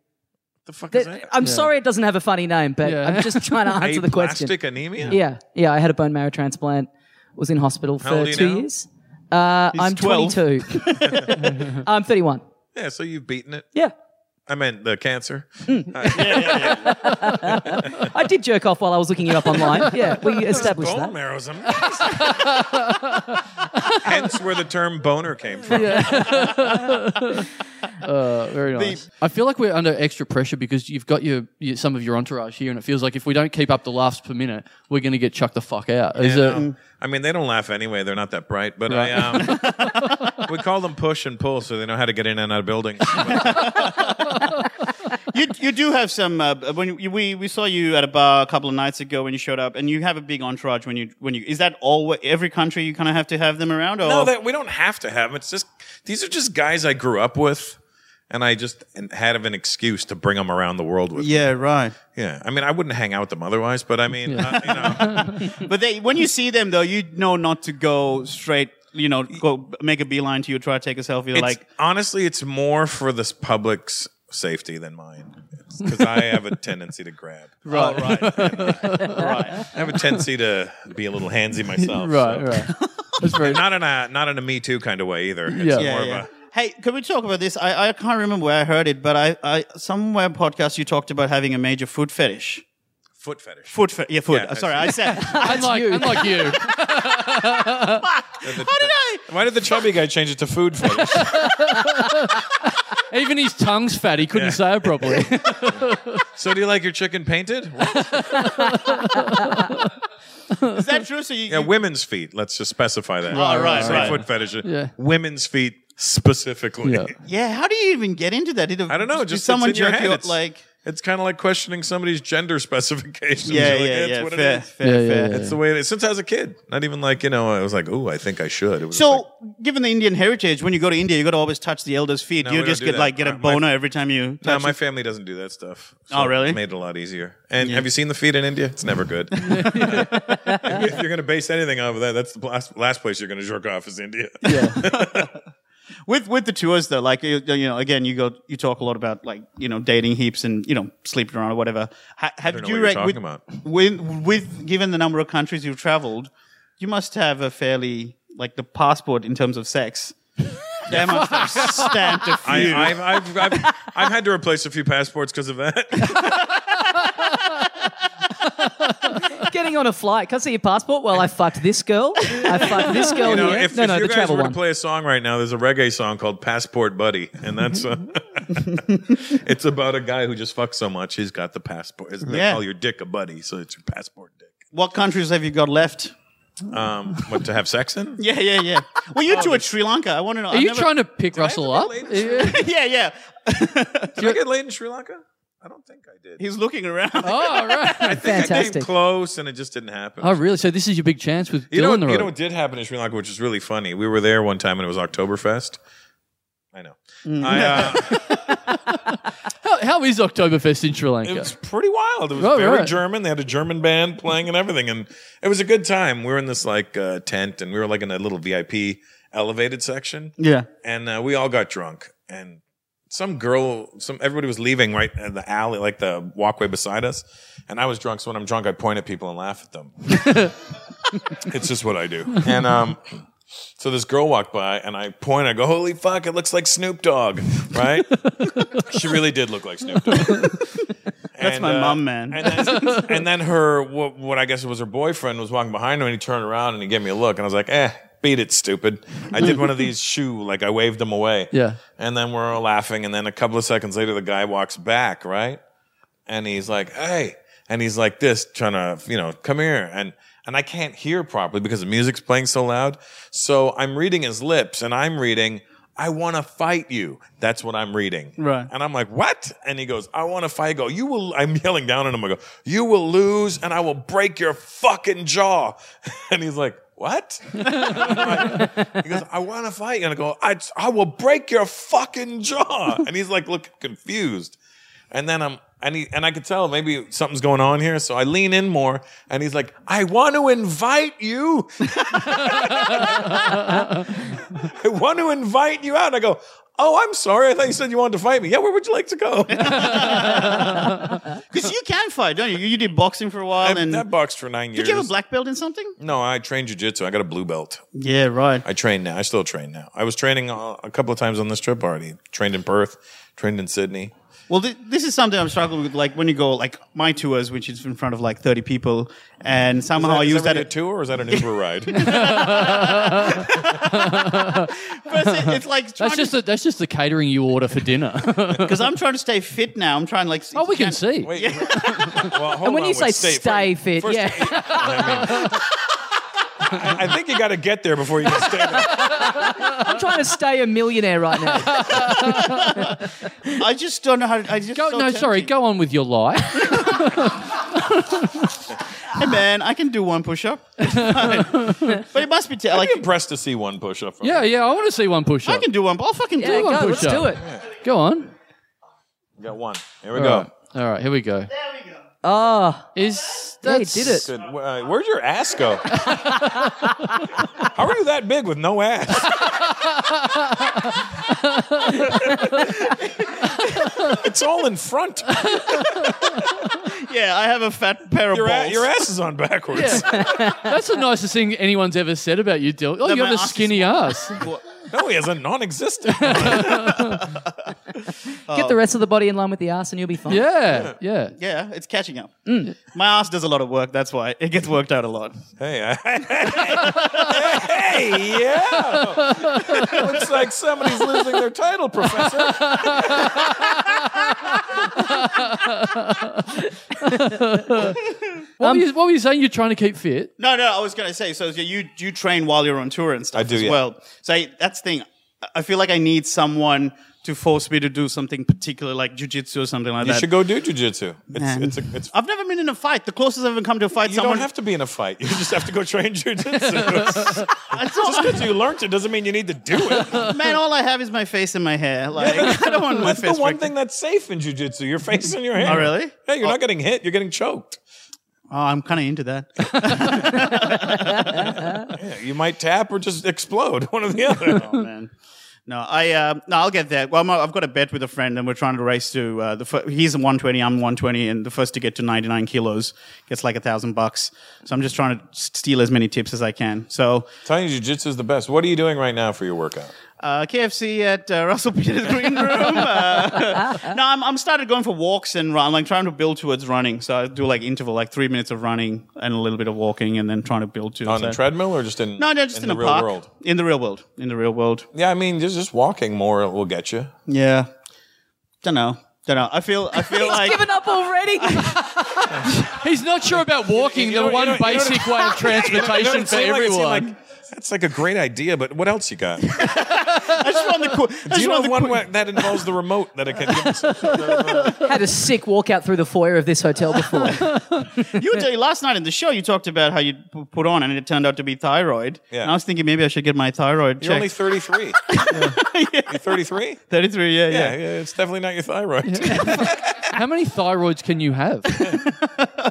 Speaker 6: the fuck is
Speaker 3: That-
Speaker 6: that?
Speaker 3: I'm sorry it doesn't have a funny name, but
Speaker 4: Yeah.
Speaker 3: I'm just trying to answer the question.
Speaker 6: Aplastic anemia?
Speaker 3: Yeah, yeah. I had a bone marrow transplant. Was in hospital
Speaker 6: How
Speaker 3: for
Speaker 6: old are you
Speaker 3: two
Speaker 6: now?
Speaker 3: years. Uh, I'm
Speaker 5: 12.
Speaker 3: 22. I'm 31.
Speaker 6: Yeah, so you've beaten it.
Speaker 3: Yeah,
Speaker 6: I meant the cancer.
Speaker 3: I did jerk off while I was looking you up online. Yeah, we established that.
Speaker 6: Bone marrow's amazing. Hence where the term boner came from.
Speaker 4: Very nice. I feel like we're under extra pressure because you've got your, your some of your entourage here, and it feels like if we don't keep up the laughs per minute, we're going to get chucked the fuck out. Is
Speaker 6: Yeah,
Speaker 4: it-
Speaker 6: no. Um, I mean, they don't laugh anyway. They're not that bright. But I, um, we call them push and pull, so they know how to get in and out of buildings. But,
Speaker 5: you you do have some. Uh, when you, we we saw you at a bar a couple of nights ago when you showed up, and you have a big entourage when you when you is that all every country you kind of have to have them around? Or
Speaker 6: No, that we don't have to have them. It's just these are just guys I grew up with, and I just had of an excuse to bring them around the world with. me.
Speaker 5: yeah, right.
Speaker 6: yeah. I mean, I wouldn't hang out with them otherwise, but I mean, uh, you know,
Speaker 5: But they when you see them though, you know not to go straight. You know, go make a beeline to you, try to take a selfie.
Speaker 6: it's,
Speaker 5: like
Speaker 6: honestly, it's more for this public's safety than mine because I have a tendency to grab.
Speaker 5: right, oh, right, right.
Speaker 6: I have a tendency to be a little handsy myself.
Speaker 4: right,
Speaker 6: so.
Speaker 4: right. That's very.
Speaker 6: Not in a not in a Me Too kind of way either. It's
Speaker 4: Yeah.
Speaker 6: more
Speaker 4: Yeah,
Speaker 6: of a
Speaker 5: Hey, can we talk about this? I, I can't remember where I heard it, but I, I somewhere podcast you talked about having a major food fetish.
Speaker 6: foot fetish.
Speaker 5: Foot fe- yeah, food.
Speaker 6: Yeah,
Speaker 5: Sorry, I said. How
Speaker 4: Unlike you. unlike you.
Speaker 5: did I?
Speaker 6: Why did the chubby guy change it to food fetish?
Speaker 4: Even his tongue's fat. He couldn't say it properly.
Speaker 6: so do you like your chicken painted?
Speaker 5: Is that true? So you,
Speaker 6: Yeah,
Speaker 5: you-
Speaker 6: women's feet. Let's just specify that.
Speaker 5: Right, right,
Speaker 6: Say
Speaker 5: right.
Speaker 6: Foot fetish. uh,
Speaker 4: Yeah.
Speaker 6: Women's feet specifically.
Speaker 4: Yeah.
Speaker 5: yeah. How do you even get into that? Did
Speaker 6: I don't know.
Speaker 5: did
Speaker 6: Just
Speaker 5: someone
Speaker 6: someone it's in your
Speaker 5: jerk
Speaker 6: head.
Speaker 5: you
Speaker 6: It's,
Speaker 5: like?
Speaker 6: it's kind of like questioning somebody's gender specifications.
Speaker 5: Yeah,
Speaker 6: You're like,
Speaker 5: yeah,
Speaker 6: it's
Speaker 5: yeah.
Speaker 6: what it
Speaker 5: Fair,
Speaker 6: is."
Speaker 5: fair,
Speaker 4: Yeah, yeah,
Speaker 5: fair.
Speaker 4: yeah.
Speaker 6: It's the way it is. Since I was a kid, not even like you know, I was like, "Ooh, I think I should." It was
Speaker 5: So,
Speaker 6: like-
Speaker 5: given the Indian heritage, when you go to India, you got to always touch the elders' feet.
Speaker 6: No, we
Speaker 5: you
Speaker 6: don't
Speaker 5: just
Speaker 6: do
Speaker 5: get
Speaker 6: that.
Speaker 5: like get a
Speaker 6: My- my-
Speaker 5: boner every time you.
Speaker 6: no,
Speaker 5: touch
Speaker 6: my
Speaker 5: it.
Speaker 6: family doesn't do that stuff. So
Speaker 5: Oh, really?
Speaker 6: It made it a lot easier. And have you seen the feet in India? It's never good. if you're going to base anything off of that, that's the last, last place you're going to jerk off is India.
Speaker 5: with with the tours though. Like you, you know, again, you go you talk a lot about like you know dating heaps and you know sleeping around or whatever. Ha- have
Speaker 6: don't know
Speaker 5: you
Speaker 6: what you're
Speaker 5: rec-
Speaker 6: talking
Speaker 5: with,
Speaker 6: about.
Speaker 5: with with given the number of countries you've traveled, you must have a fairly like the passport in terms of sex. That must have stamped a few.
Speaker 6: I, I've, I've, I've, I've had to replace a few passports because of that.
Speaker 3: Getting on a flight, can I see your passport? Well, I fucked this girl. I fucked this girl
Speaker 6: you know,
Speaker 3: here.
Speaker 6: if,
Speaker 3: Oh, no,
Speaker 6: if
Speaker 3: no,
Speaker 6: you
Speaker 3: the
Speaker 6: guys
Speaker 3: travel
Speaker 6: were
Speaker 3: one.
Speaker 6: to play a song right now, there's a reggae song called Passport Buddy, and that's uh, it's about a guy who just fucks so much he's got the passport. It's- They
Speaker 5: Yeah.
Speaker 6: call your dick a buddy, so it's your passport dick.
Speaker 5: what countries have you got left?
Speaker 6: Um, what to have sex in?
Speaker 5: Yeah, yeah, yeah. Well,
Speaker 6: Oh,
Speaker 5: you toured Sri Lanka. I want to know.
Speaker 4: Are you trying to pick Russell up?
Speaker 6: relate
Speaker 4: Yeah.
Speaker 5: Yeah, yeah.
Speaker 6: Did I get laid in Sri Lanka? I don't think I did.
Speaker 5: He's looking around.
Speaker 4: Oh, right.
Speaker 6: I came
Speaker 3: Fantastic.
Speaker 6: close, and it just didn't happen.
Speaker 4: Oh, really? So this is your big chance with Dylan
Speaker 6: You know,
Speaker 4: the
Speaker 6: what, you
Speaker 4: road.
Speaker 6: know what did happen in Sri Lanka, which is really funny. We were there one time, and it was Oktoberfest. I know.
Speaker 3: Mm.
Speaker 6: I, uh,
Speaker 4: how, how is Oktoberfest in Sri
Speaker 6: It
Speaker 4: Lanka?
Speaker 6: was pretty wild. It was
Speaker 4: Oh,
Speaker 6: very
Speaker 4: right.
Speaker 6: German. They had a German band playing and everything, and it was a good time. We were in this like uh, tent, and we were like in a little VIP elevated section,
Speaker 5: yeah.
Speaker 6: and uh, we all got drunk. And some girl, some everybody was leaving right in the alley, like the walkway beside us. And I was drunk, so when I'm drunk, I point at people and laugh at them. it's just what I do. And um, so this girl walked by, and I point. I go, "Holy fuck! It looks like Snoop Dogg, right?" she really did look like Snoop Dogg. uh, That's
Speaker 5: my mom, man.
Speaker 6: And then, and then her, what, what I guess was her boyfriend, was walking behind her, and he turned around and he gave me a look, and I was like, "Eh, beat it, stupid." I did one of these shoe, like I waved him away.
Speaker 4: Yeah.
Speaker 6: And then we're all laughing, and then a couple of seconds later, the guy walks back, right? and he's like, "Hey," and he's like this, trying to, you know, come here, and and I can't hear properly because the music's playing so loud. So I'm reading his lips, and I'm reading, "I want to fight you." That's what I'm reading,
Speaker 5: Right.
Speaker 6: And I'm like, "What?" And he goes, "I want to fight." I go, "You will." I'm yelling down at him. I go, "You will lose, and I will break your fucking jaw." And he's like. What? And I'm like- he goes, I want to fight. you." And I go, I, I will break your fucking jaw. And he's like, look confused. And then I'm and he and I could tell maybe something's going on here, so I lean in more, and he's like, "I want to invite you. I want to invite you out." And I go, "Oh, I'm sorry. I thought you said you wanted to fight me. Yeah, where would you like to go?"
Speaker 5: Because you can fight, don't you? You did boxing for a while,
Speaker 6: I,
Speaker 5: and
Speaker 6: that boxed for nine years.
Speaker 5: did you have a black belt in something?
Speaker 6: no, I trained jujitsu. I got a blue belt.
Speaker 5: Yeah, right.
Speaker 6: I train now. I still train now. I was training uh, a couple of times on this trip already. Trained in Perth. Trained in Sydney.
Speaker 5: Well, th- this is something I'm struggling with. Like when you go like my tours, which is in front of like 30 people, and somehow I
Speaker 6: is
Speaker 5: use that.
Speaker 6: really a tour or is that an Uber ride?
Speaker 5: But it's, it's like
Speaker 4: That's just the, that's just the catering you order for dinner.
Speaker 5: because I'm trying to stay fit now. I'm trying like.
Speaker 4: oh, we can see.
Speaker 6: Wait. well, hold
Speaker 3: and when
Speaker 6: on
Speaker 3: you
Speaker 6: with
Speaker 3: say
Speaker 6: state-
Speaker 3: stay fit,
Speaker 6: first-
Speaker 3: yeah.
Speaker 6: I, I think you got to get there before you can stand up.
Speaker 3: I'm trying to stay a millionaire right now.
Speaker 5: I just don't know how. To, I just
Speaker 4: Go,
Speaker 5: so
Speaker 4: no, sorry.
Speaker 5: tempting.
Speaker 4: Go on with your lie.
Speaker 5: Hey man, I can do one push up. but it must be t-
Speaker 6: I'd
Speaker 5: like
Speaker 6: be impressed to see one push up.
Speaker 4: yeah, yeah. I want to see one push
Speaker 5: I
Speaker 4: up.
Speaker 5: can do one. I'll fucking
Speaker 3: Yeah,
Speaker 5: do one.
Speaker 3: go,
Speaker 4: push
Speaker 3: let's
Speaker 4: up.
Speaker 3: do it.
Speaker 4: Go on.
Speaker 6: Got one. Here we
Speaker 4: All
Speaker 6: go.
Speaker 4: right. All right, here we go.
Speaker 3: Oh,
Speaker 4: Is
Speaker 3: yeah, he
Speaker 4: that
Speaker 3: did it.
Speaker 6: Good. Where- uh, Where'd your ass go? How are you that big with no ass? it's all in front.
Speaker 5: Yeah, I have a fat pair of
Speaker 6: Your, a-
Speaker 5: balls.
Speaker 6: your ass is on backwards.
Speaker 4: That's the nicest thing anyone's ever said about you, Dill. Oh, you
Speaker 5: my
Speaker 4: got a
Speaker 5: ass is-
Speaker 4: skinny ass.
Speaker 6: No, he has a non-existent.
Speaker 3: Get the rest of the body in line with the ass and you'll be fine.
Speaker 4: yeah, yeah.
Speaker 5: Yeah, it's catching up. My ass does a lot of work. That's why it gets worked out a lot.
Speaker 6: hey, I- hey, yeah. Looks like somebody's losing their title, Professor.
Speaker 4: What,
Speaker 6: Um,
Speaker 4: were you, what were you saying? You're trying to keep fit?
Speaker 5: No, no, I was gonna say. So you you train while you're on tour and stuff
Speaker 6: I do,
Speaker 5: as
Speaker 6: yeah.
Speaker 5: well. So I, that's the thing. I feel like I need someone to force me to do something particular, like jujitsu or something like
Speaker 6: You
Speaker 5: that.
Speaker 6: should go do jujitsu. It's,
Speaker 5: Man.
Speaker 6: it's, a, it's
Speaker 5: I've never been in a fight. The closest I've ever come to a fight,
Speaker 6: you
Speaker 5: someone
Speaker 6: don't have to be in a fight. You just have to go train jujitsu.
Speaker 5: I don't-
Speaker 6: Just because you learned it doesn't mean you need to do it.
Speaker 5: man, all I have is my face and my hair. Like I don't want my
Speaker 6: That's
Speaker 5: face.
Speaker 6: the one
Speaker 5: pricked.
Speaker 6: thing that's safe in jujitsu. Your face and your hair.
Speaker 5: Oh, really?
Speaker 6: Yeah, you're not getting hit. You're getting choked.
Speaker 5: Oh, I'm kind of into that.
Speaker 6: Yeah, you might tap or just explode. One or the other.
Speaker 5: Oh, man. No, I uh, no, I'll get there. Well, I'm, I've got a bet with a friend, and we're trying to race to uh, the. Fir- he's 120, I'm 120, and the first to get to 99 kilos gets like a thousand bucks. So I'm just trying to s- steal as many tips as I can. So
Speaker 6: Telling you jujitsu is the best. What are you doing right now for your workout?
Speaker 5: uh, KFC at uh, Russell Peters Green Room. Uh, no, I'm, I'm started going for walks and run. I'm like trying to build towards running. So I do like interval, like three minutes of running and a little bit of walking, and then trying to build to
Speaker 6: On
Speaker 5: so-
Speaker 6: the treadmill or just in?
Speaker 5: No, no, just in,
Speaker 6: the
Speaker 5: a
Speaker 6: real
Speaker 5: park.
Speaker 6: world.
Speaker 5: In the real world. In the real world.
Speaker 6: Yeah, I mean, just just walking more will get you.
Speaker 5: Yeah. Don't know. Don't know. I feel. I feel
Speaker 3: He's
Speaker 5: like.
Speaker 3: given up already.
Speaker 4: He's not sure about walking
Speaker 6: You know-
Speaker 4: the
Speaker 6: you
Speaker 4: one
Speaker 6: know- you know-
Speaker 4: basic way of
Speaker 6: You know,
Speaker 4: transportation
Speaker 6: it
Speaker 4: for
Speaker 6: seemed like- it seemed
Speaker 4: everyone.
Speaker 6: like- that's like a great idea, but what else you got? Do
Speaker 5: I just want the. Qu- I just
Speaker 6: you
Speaker 5: want
Speaker 6: know
Speaker 5: the
Speaker 6: one
Speaker 5: quick-
Speaker 6: way that involves the remote that it can give us?
Speaker 3: Had a sick walk out through the foyer of this hotel before.
Speaker 5: you were- last night in the show. You talked about how you p- put on, and it turned out to be thyroid.
Speaker 6: Yeah.
Speaker 5: And I was thinking maybe I should get my thyroid
Speaker 6: You're only
Speaker 5: checked.
Speaker 6: 33. You're 33?
Speaker 5: Thirty-three. Yeah, yeah.
Speaker 6: Yeah, yeah, it's definitely not your thyroid.
Speaker 4: How many thyroids can you have?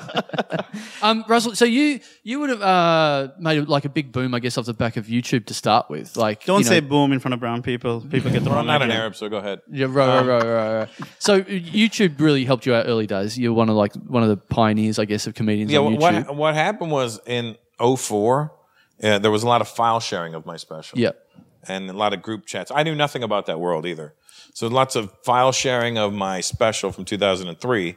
Speaker 4: um, Russell, so you you would have uh, made like a big boom, I guess, off the back of YouTube to start with. Like,
Speaker 5: Don't
Speaker 4: you know-
Speaker 5: say boom in front of brown people. People get the
Speaker 6: Well,
Speaker 5: wrong
Speaker 6: I'm not an
Speaker 5: idea.
Speaker 6: Arab, so go ahead.
Speaker 4: Yeah, right, right, right, right, right. So uh, YouTube really helped you out early days. You're one of like one of the pioneers, I guess, of comedians
Speaker 6: Yeah,
Speaker 4: on
Speaker 6: wh-
Speaker 4: YouTube.
Speaker 6: what, what happened was in 04, uh, there was a lot of file sharing of my special.
Speaker 4: yeah,
Speaker 6: and a lot of group chats. I knew nothing about that world either. So lots of file sharing of my special from 2003.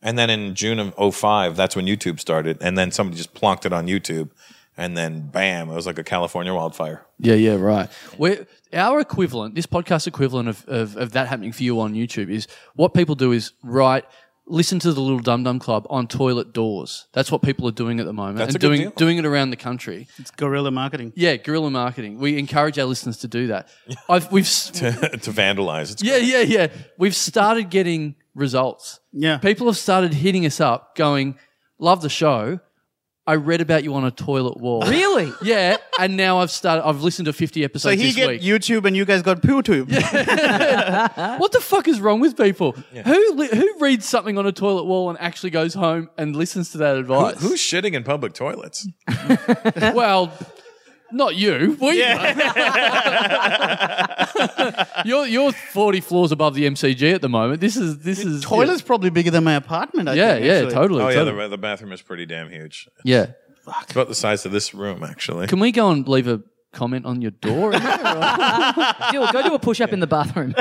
Speaker 6: And then in June of 05, that's when YouTube started. And then somebody just plonked it on YouTube. And then bam, it was like a California wildfire.
Speaker 4: yeah, yeah, right. We're, our equivalent, this podcast equivalent of, of of that happening for you on YouTube is what people do is write. Listen to the Little Dum Dum Club on toilet doors. That's what people are doing at the moment,
Speaker 6: That's
Speaker 4: and
Speaker 6: a good
Speaker 4: doing
Speaker 6: deal.
Speaker 4: doing it around the country.
Speaker 5: It's guerrilla marketing.
Speaker 4: Yeah, guerrilla marketing. We encourage our listeners to do that. I've, we've s-
Speaker 6: to vandalize. It's
Speaker 4: Yeah, yeah, yeah. We've started getting results.
Speaker 5: Yeah.
Speaker 4: People have started hitting us up going, Love the show. I read about you on a toilet wall.
Speaker 3: really?
Speaker 4: Yeah, and now I've started. I've listened to fifty
Speaker 5: So
Speaker 4: episodes
Speaker 5: he
Speaker 4: this
Speaker 5: get
Speaker 4: week.
Speaker 5: YouTube, and you guys got PooTube.
Speaker 4: what the fuck is wrong with people? Who li- who reads something on a toilet wall and actually goes home and listens to that
Speaker 6: Who,
Speaker 4: advice?
Speaker 6: who's shitting in public toilets?
Speaker 4: well, not you. We. you're you're forty floors above the MCG at the moment. This is this is
Speaker 5: Toilet's probably bigger than my apartment. I
Speaker 4: Yeah,
Speaker 5: think,
Speaker 4: yeah,
Speaker 5: actually.
Speaker 4: totally.
Speaker 6: Oh yeah,
Speaker 4: totally.
Speaker 6: the, the bathroom is pretty damn huge.
Speaker 4: yeah.
Speaker 6: It's about the size of this room, actually.
Speaker 4: Can we go and leave a comment on your door?
Speaker 3: Jill, go do a push up in the bathroom.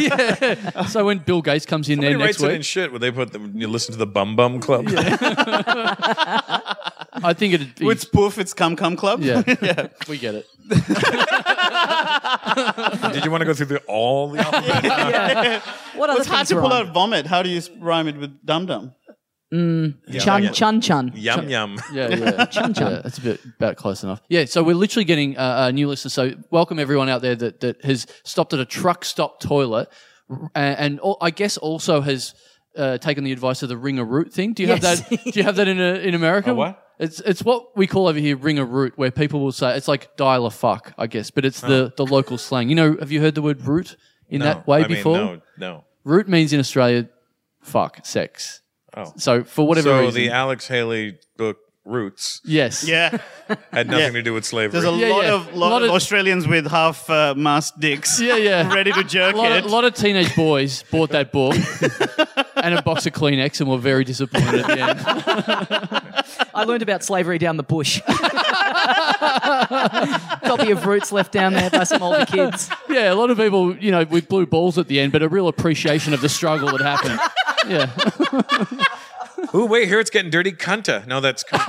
Speaker 4: yeah. So when Bill Gates comes in
Speaker 6: Somebody
Speaker 4: there next
Speaker 6: writes it in
Speaker 4: week,
Speaker 6: shit. Would they put them? You listen to the Bum Bum Club.
Speaker 4: I think it'd be.
Speaker 5: It's poof. It's cum cum club.
Speaker 4: yeah. We get it.
Speaker 6: Did you want to go through the, all the alphabet?
Speaker 3: What other
Speaker 5: It's hard
Speaker 3: things
Speaker 5: to
Speaker 3: are
Speaker 5: pull
Speaker 3: on?
Speaker 5: out vomit. How do you s- rhyme it with dum dum?
Speaker 6: Yeah, I
Speaker 3: Chun
Speaker 6: get-
Speaker 3: chun chun.
Speaker 6: Yum yum.
Speaker 4: Yeah, yeah. yeah, that's a bit about close enough. Yeah, so we're literally getting uh, uh, new listeners. So welcome everyone out there that, that has stopped at a truck stop toilet, and, and al- I guess also has uh, taken the advice of the ring a root thing. Do you
Speaker 3: Yes.
Speaker 4: have that? Do you have that in uh in America?
Speaker 6: A what?
Speaker 4: It's it's what we call over here ring a root, where people will say it's like dial a fuck, I guess, but it's the the local slang. You know, have you heard the word root in
Speaker 6: Oh. No,
Speaker 4: that way
Speaker 6: I mean,
Speaker 4: before?
Speaker 6: no, no.
Speaker 4: Root means in Australia, fuck sex.
Speaker 6: Oh.
Speaker 4: So for whatever
Speaker 6: So
Speaker 4: reason,
Speaker 6: the Alex Haley book Roots
Speaker 4: yes,
Speaker 5: Yeah.
Speaker 6: had nothing
Speaker 5: Yeah.
Speaker 6: to do with slavery.
Speaker 5: There's a
Speaker 4: Yeah,
Speaker 5: lot,
Speaker 4: yeah.
Speaker 5: Of, lot,
Speaker 4: Lot
Speaker 5: of
Speaker 4: of-
Speaker 5: Australians with half uh, masked dicks
Speaker 4: yeah, yeah.
Speaker 5: ready to jerk
Speaker 4: A lot,
Speaker 5: it.
Speaker 4: of, lot of teenage boys bought that book and a box of Kleenex and were very disappointed at the end.
Speaker 3: I learned about slavery down the bush. Copy of Roots left down there by some older kids.
Speaker 4: Yeah, a lot of people, you know, with blue balls at the end, but a real appreciation of the struggle that happened. Yeah.
Speaker 6: Ooh, wait, here it's getting dirty. Cunta. No, that's Cunta.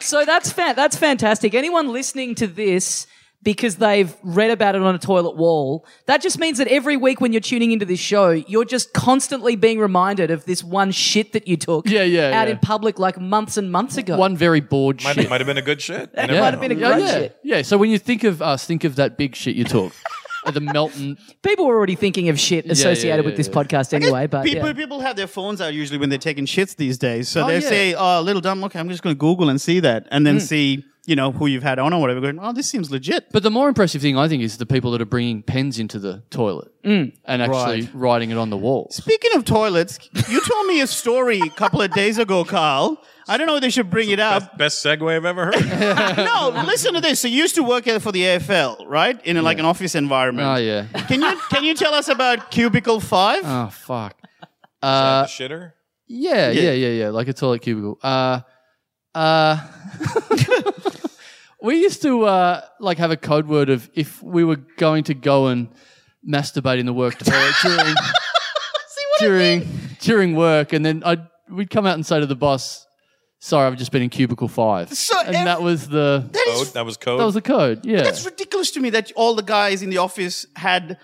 Speaker 3: So that's fa- that's fantastic. Anyone listening to this because they've read about it on a toilet wall, that just means that every week when you're tuning into this show, you're just constantly being reminded of this one shit that you took
Speaker 4: Yeah, yeah,
Speaker 3: out
Speaker 4: yeah.
Speaker 3: in public like months and months ago.
Speaker 4: One very bored
Speaker 6: might,
Speaker 4: shit.
Speaker 6: might have been a good shit.
Speaker 3: That might have been a
Speaker 4: yeah,
Speaker 3: great
Speaker 4: yeah.
Speaker 3: shit.
Speaker 4: yeah, so when you think of us, think of that big shit you took. At the Melton.
Speaker 3: People were already thinking of shit associated
Speaker 4: yeah,
Speaker 3: with
Speaker 4: yeah,
Speaker 3: this
Speaker 4: yeah.
Speaker 3: podcast anyway, but
Speaker 5: people,
Speaker 3: yeah.
Speaker 5: people have their phones out usually when they're taking shits these days. So
Speaker 4: Oh,
Speaker 5: they
Speaker 4: yeah. Mm.
Speaker 5: say, "Oh, little dumb. Okay, I'm just going to Google and see that, and then see, you know, who you've had on or whatever." Going, "Oh, this seems legit."
Speaker 4: But the more impressive thing, I think, is the people that are bringing pens into the toilet
Speaker 3: Mm.
Speaker 4: and actually writing it on the wall.
Speaker 5: Speaking of toilets, you told me a story a couple of days ago, Carl. I don't know if they should bring it up,
Speaker 6: Best segue I've ever heard.
Speaker 5: no, listen to this. So you used to work for the AFL, right? In a, like an office environment.
Speaker 4: Oh, yeah.
Speaker 5: Can you can you tell us about Cubicle Five?
Speaker 4: Oh, fuck.
Speaker 6: The shitter.
Speaker 4: Yeah,
Speaker 5: Yeah.
Speaker 4: yeah, yeah, yeah. Like a toilet cubicle. Uh, uh, we used to uh, like have a code word of if we were going to go and masturbate in the work toilet during during during work, and then I would we'd come out and say to the boss, "Sorry, I've just been in cubicle five.
Speaker 5: So
Speaker 4: and
Speaker 5: ev-
Speaker 4: that was the that,
Speaker 6: Code. That was code.
Speaker 4: was the code. Yeah,
Speaker 5: It's ridiculous to me that all the guys in the office had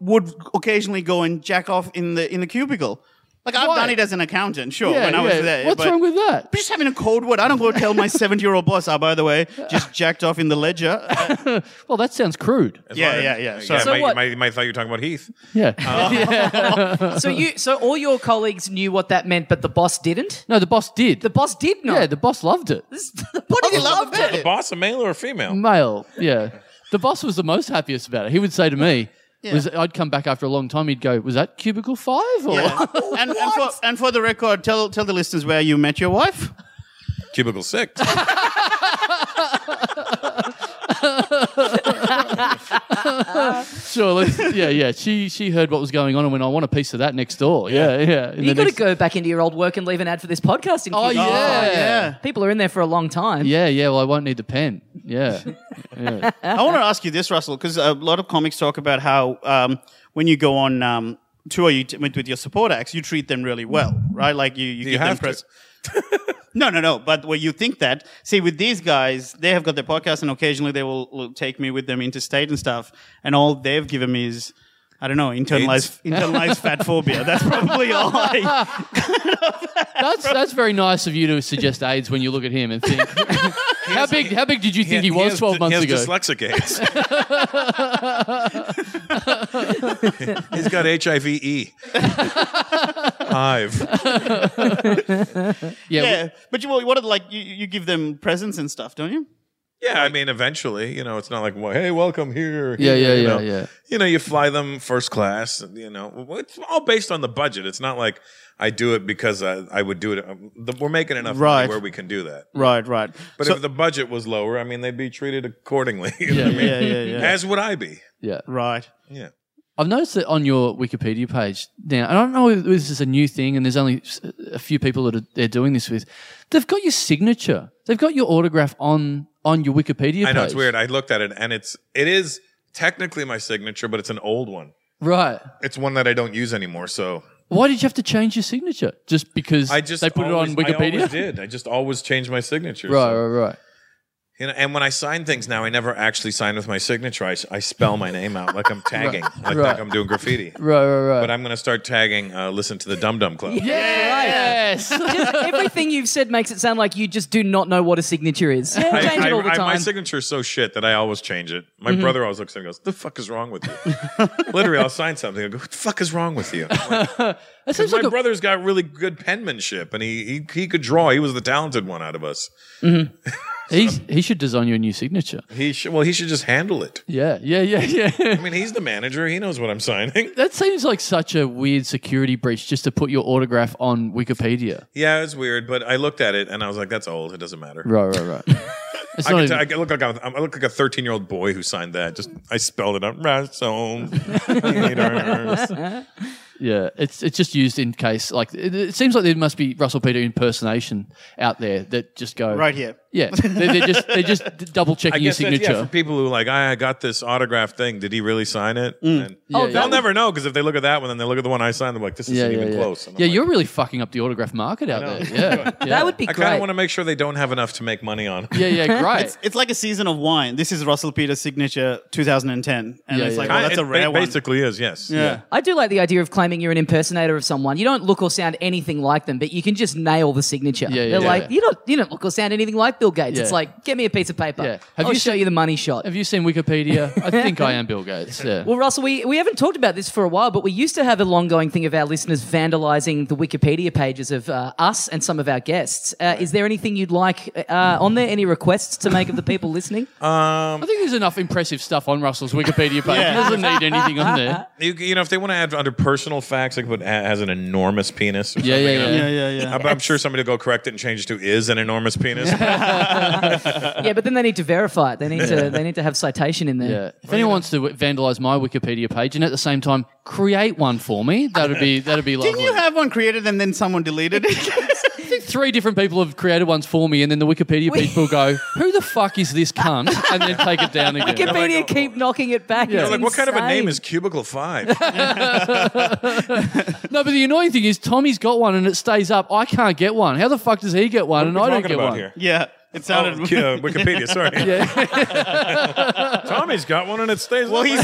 Speaker 5: would occasionally go and jack off in the in the cubicle. Like I've
Speaker 4: Why?
Speaker 5: done it as an accountant, sure,
Speaker 4: yeah,
Speaker 5: when I was
Speaker 4: yeah.
Speaker 5: there.
Speaker 4: What's
Speaker 5: but
Speaker 4: wrong with that?
Speaker 5: just having a cold word. I don't go tell my 70 year old boss, oh, by the way, just jacked off in the ledger. Uh,
Speaker 4: Well, that sounds crude.
Speaker 6: As
Speaker 5: Yeah,
Speaker 6: long as-
Speaker 5: yeah, yeah. So-
Speaker 6: yeah
Speaker 3: So
Speaker 6: might,
Speaker 3: what-
Speaker 6: might, might thought you were talking about Heath.
Speaker 4: Yeah.
Speaker 5: Uh.
Speaker 4: yeah.
Speaker 3: so you so all your colleagues knew what that meant, but the boss didn't?
Speaker 4: No, the boss did.
Speaker 3: The boss did know.
Speaker 4: yeah, the boss loved it.
Speaker 3: what did he
Speaker 5: love about it?
Speaker 6: Boss, a male or a female?
Speaker 4: male. Yeah. The boss was the most happiest about it. He would say to me, was, I'd come back after a long time. He'd go, Was that cubicle five? Or
Speaker 5: Yeah. and, and, for, and for the record, tell tell the listeners where you met your wife.
Speaker 6: Cubicle six.
Speaker 4: sure. Let's, yeah, yeah. She she heard what was going on and went, I want a piece of that next door. Yeah, yeah. In
Speaker 3: You got
Speaker 4: the
Speaker 3: to
Speaker 4: next-
Speaker 3: go back into your old work and leave an ad for this podcast. In
Speaker 4: Oh,
Speaker 3: Q-
Speaker 4: yeah.
Speaker 5: yeah.
Speaker 3: People are in there for a long time.
Speaker 4: Yeah, yeah. Well, I won't need the pen. Yeah.
Speaker 5: I want to ask you this, Russell, because a lot of comics talk about how um, when you go on um, tour you t- with with your support acts, you treat them really well, right? Like you, you, give
Speaker 6: have to.
Speaker 5: them press. no, no, no. But where you think that, see, with these guys, they have got their podcast, and occasionally they will, will take me with them interstate and stuff, and all they've given me is. I don't know, internalized, internalized fat phobia. That's probably all I.
Speaker 4: That's that's very nice of you to suggest AIDS when you look at him and think, How big how big did you think he, was
Speaker 6: has
Speaker 4: 12
Speaker 6: d-
Speaker 4: months
Speaker 6: he
Speaker 4: ago?
Speaker 6: has dyslexic AIDS. He's got HIV E. Hive.
Speaker 4: yeah. we-
Speaker 5: Yeah, but you, what, like, you, you give them presents and stuff, don't you?
Speaker 6: Yeah, I mean, eventually, you know, it's not like, well, hey, welcome here.
Speaker 4: Yeah,
Speaker 6: here,
Speaker 4: yeah,
Speaker 6: you
Speaker 4: yeah,
Speaker 6: know.
Speaker 4: yeah.
Speaker 6: You know, you fly them first class. You know, Well, it's all based on the budget. It's not like I do it because I, I would do it. um, the- We're making enough money
Speaker 5: Right.
Speaker 6: where we can do that.
Speaker 5: Right, right.
Speaker 6: But
Speaker 5: So-
Speaker 6: if the budget was lower, I mean, they'd be treated accordingly. You know what I mean?
Speaker 5: yeah, yeah, yeah.
Speaker 6: As would I be.
Speaker 4: yeah.
Speaker 5: Right.
Speaker 6: Yeah.
Speaker 4: I've noticed that on your Wikipedia page now, and I don't know if this is a new thing, and there's only s- a few people that are, they're doing this with. They've got your signature, they've got your autograph on on your Wikipedia.
Speaker 6: I know
Speaker 4: page.
Speaker 6: it's weird. I looked at it and it's it is technically my signature, but it's an old one.
Speaker 4: right?
Speaker 6: It's one that I don't use anymore. So
Speaker 4: Why did you have to change your signature just because
Speaker 6: I just
Speaker 4: they put
Speaker 6: always,
Speaker 4: it on
Speaker 6: I always
Speaker 4: Wikipedia?
Speaker 6: did. I just always change my signature.
Speaker 4: Right,
Speaker 6: so-
Speaker 4: right, right.
Speaker 6: You know, and when I sign things now, I never actually sign with my signature. I, s- I spell my name out like I'm tagging, like, like I'm doing graffiti.
Speaker 4: Right, right, right.
Speaker 6: But I'm going to start tagging. Uh, listen to the Dum Dum Club.
Speaker 4: yes.
Speaker 3: Just everything you've said makes it sound like you just do not know what a signature is. Change
Speaker 6: I,
Speaker 3: it
Speaker 6: I-
Speaker 3: all the
Speaker 6: I-
Speaker 3: time. Mm-hmm.
Speaker 6: my signature's so shit that I always change it. My brother always looks at me and goes, "The fuck is wrong with you?" Literally, I'll sign something. I go, "What the fuck is wrong with you?" I'm like,
Speaker 4: that seems
Speaker 6: my
Speaker 4: like a-
Speaker 6: brother's got really good penmanship, and he, he he could draw. He was the talented one out of us.
Speaker 4: he's, he should design you a new signature.
Speaker 6: He should, well, he should just handle it.
Speaker 4: Yeah, yeah, yeah, yeah.
Speaker 6: I mean, he's the manager. He knows what I'm signing.
Speaker 4: that seems like such a weird security breach just to put your autograph on Wikipedia.
Speaker 6: Yeah, it's weird, but I looked at it and I was like, "That's old. It doesn't matter."
Speaker 4: Right, right, right. It's
Speaker 6: I,
Speaker 4: not
Speaker 6: can
Speaker 4: even-
Speaker 6: tell- I can look like I'm, I look like a 13 year old boy who signed that. Just I spelled it out. Rhizome. Leaders.
Speaker 4: yeah, it's it's just used in case like it, it seems like there must be Russell Peter impersonation out there that just go
Speaker 5: Right here.
Speaker 4: Yeah, they're, they're just they're just d- double
Speaker 6: I
Speaker 4: checking your
Speaker 6: guess that's, yeah,
Speaker 4: signature.
Speaker 6: for people who like "Ah, I got this autograph thing. Did he really sign it? And
Speaker 4: Oh,
Speaker 6: they'll
Speaker 4: that would-
Speaker 6: never know because if they look at that one, then they look at the one I signed. They're like, "This isn't even close." And I'm
Speaker 4: Yeah,
Speaker 6: like,
Speaker 4: you're really fucking up the autograph market out there. Yeah, yeah.
Speaker 3: that would be
Speaker 6: I kind
Speaker 3: great.
Speaker 6: of want to make sure they don't have enough to make money on.
Speaker 4: Yeah, yeah, great.
Speaker 5: It's like a season of wine. This is Russell Peters' signature 2010. And
Speaker 4: Yeah,
Speaker 5: it's
Speaker 4: yeah.
Speaker 5: like,
Speaker 6: I-
Speaker 5: oh, that's
Speaker 6: it
Speaker 5: a rare
Speaker 6: ba-
Speaker 5: one.
Speaker 6: Basically, is yes.
Speaker 5: Yeah.
Speaker 3: I do like the idea of claiming you're an impersonator of someone. You don't look or sound anything like them, but you can just nail the signature.
Speaker 4: Yeah, yeah,
Speaker 3: They're
Speaker 4: yeah.
Speaker 3: like, you don't, you don't look or sound anything like Bill Gates.
Speaker 4: Yeah.
Speaker 3: It's like, get me a piece of paper.
Speaker 4: Yeah. Have
Speaker 3: I'll
Speaker 4: you
Speaker 3: show
Speaker 4: seen-
Speaker 3: you the money shot.
Speaker 4: Have you seen Wikipedia? I think I am Bill Gates. Yeah.
Speaker 3: Well, Russell, we, we haven't talked about this for a while, but we used to have a long going thing of our listeners vandalizing the Wikipedia pages of uh, us and some of our guests. Uh, is there anything you'd like uh, on there? Any requests to make of the people listening?
Speaker 4: I
Speaker 6: Um,
Speaker 4: think there's enough impressive stuff on Russell's Wikipedia page. He doesn't need anything on there.
Speaker 6: You, you know, if they want to add under personal facts, like what has an enormous penis. Or
Speaker 4: Yeah,
Speaker 6: something,
Speaker 4: yeah,
Speaker 6: you know?
Speaker 4: yeah.
Speaker 5: Yeah, yeah, yeah.
Speaker 6: I'm, I'm sure somebody will go correct it and change it to is an enormous penis.
Speaker 3: yeah, but then they need to verify it. They need to they need to have citation in there.
Speaker 4: Yeah. If anyone wants to vandalize my Wikipedia page and at the same time create one for me, that'd be that'd be lovely.
Speaker 5: Didn't you have one created and then someone deleted it?
Speaker 4: Three different people have created ones for me, and then the Wikipedia people go, "Who the fuck is this cunt?" and then take it down again.
Speaker 3: Wikipedia keep knocking it back.
Speaker 4: Yeah.
Speaker 3: It's
Speaker 6: like, what kind of a name
Speaker 3: insane.
Speaker 6: is Cubicle Five?
Speaker 4: No, but the annoying thing is Tommy's got one and it stays up. I can't get one. How the fuck does he get one and I don't
Speaker 6: talking
Speaker 4: get
Speaker 6: about
Speaker 4: one?
Speaker 6: here?
Speaker 5: yeah. It
Speaker 6: Oh,
Speaker 5: sounded.
Speaker 6: yeah, Wikipedia. Sorry. Tommy's got one and it stays.
Speaker 5: Well,
Speaker 6: up.
Speaker 5: he's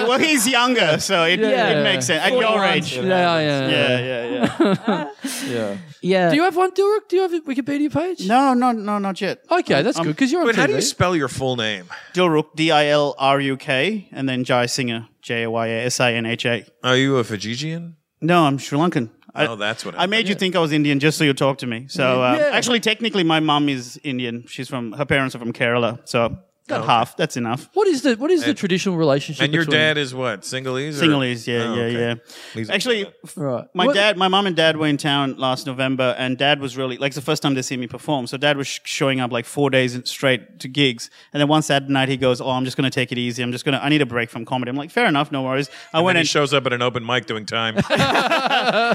Speaker 5: well, he's younger, so it,
Speaker 3: Yeah.
Speaker 5: it makes sense. At your
Speaker 3: 41.
Speaker 5: age.
Speaker 4: Yeah, yeah,
Speaker 5: Yeah,
Speaker 4: yeah,
Speaker 5: yeah, yeah.
Speaker 4: yeah.
Speaker 3: Yeah.
Speaker 4: Do you have one, Duruk? Do you have a Wikipedia page?
Speaker 5: No, no, no, not yet.
Speaker 4: Okay, that's good because you're on
Speaker 6: Um, Wait,
Speaker 4: TV.
Speaker 6: how do you spell your full name?
Speaker 5: Dilruk, D I L R U K, and then Jai Singer, J A Y A S I N H A.
Speaker 6: Are you a Fijian?
Speaker 5: No, I'm Sri Lankan. I,
Speaker 6: Oh, that's what
Speaker 5: I made you think I was Indian just so you talk to me. So uh, actually, technically, my mum is Indian. She's from her parents are from Kerala, so
Speaker 6: Oh,
Speaker 5: got half. That's enough.
Speaker 4: what is the what is the traditional relationship?
Speaker 6: And your
Speaker 4: between-
Speaker 6: dad is what? Singalese? or-
Speaker 5: Sinhalese, yeah,
Speaker 6: Oh,
Speaker 5: yeah,
Speaker 6: okay.
Speaker 5: yeah.
Speaker 6: Please don't
Speaker 5: Actually,
Speaker 6: say that.
Speaker 4: Right.
Speaker 5: My
Speaker 4: What-
Speaker 5: dad, my mom and dad were in town last November, and dad was really like it's the first time they see me perform. So dad was sh- showing up like four days straight to gigs, and then one Saturday night he goes, "Oh, I'm just going to take it easy. I'm just going to. I need a break from comedy." I'm like, "Fair enough, no worries." I
Speaker 6: when
Speaker 5: went
Speaker 6: he
Speaker 5: and
Speaker 6: shows up at an open mic doing time.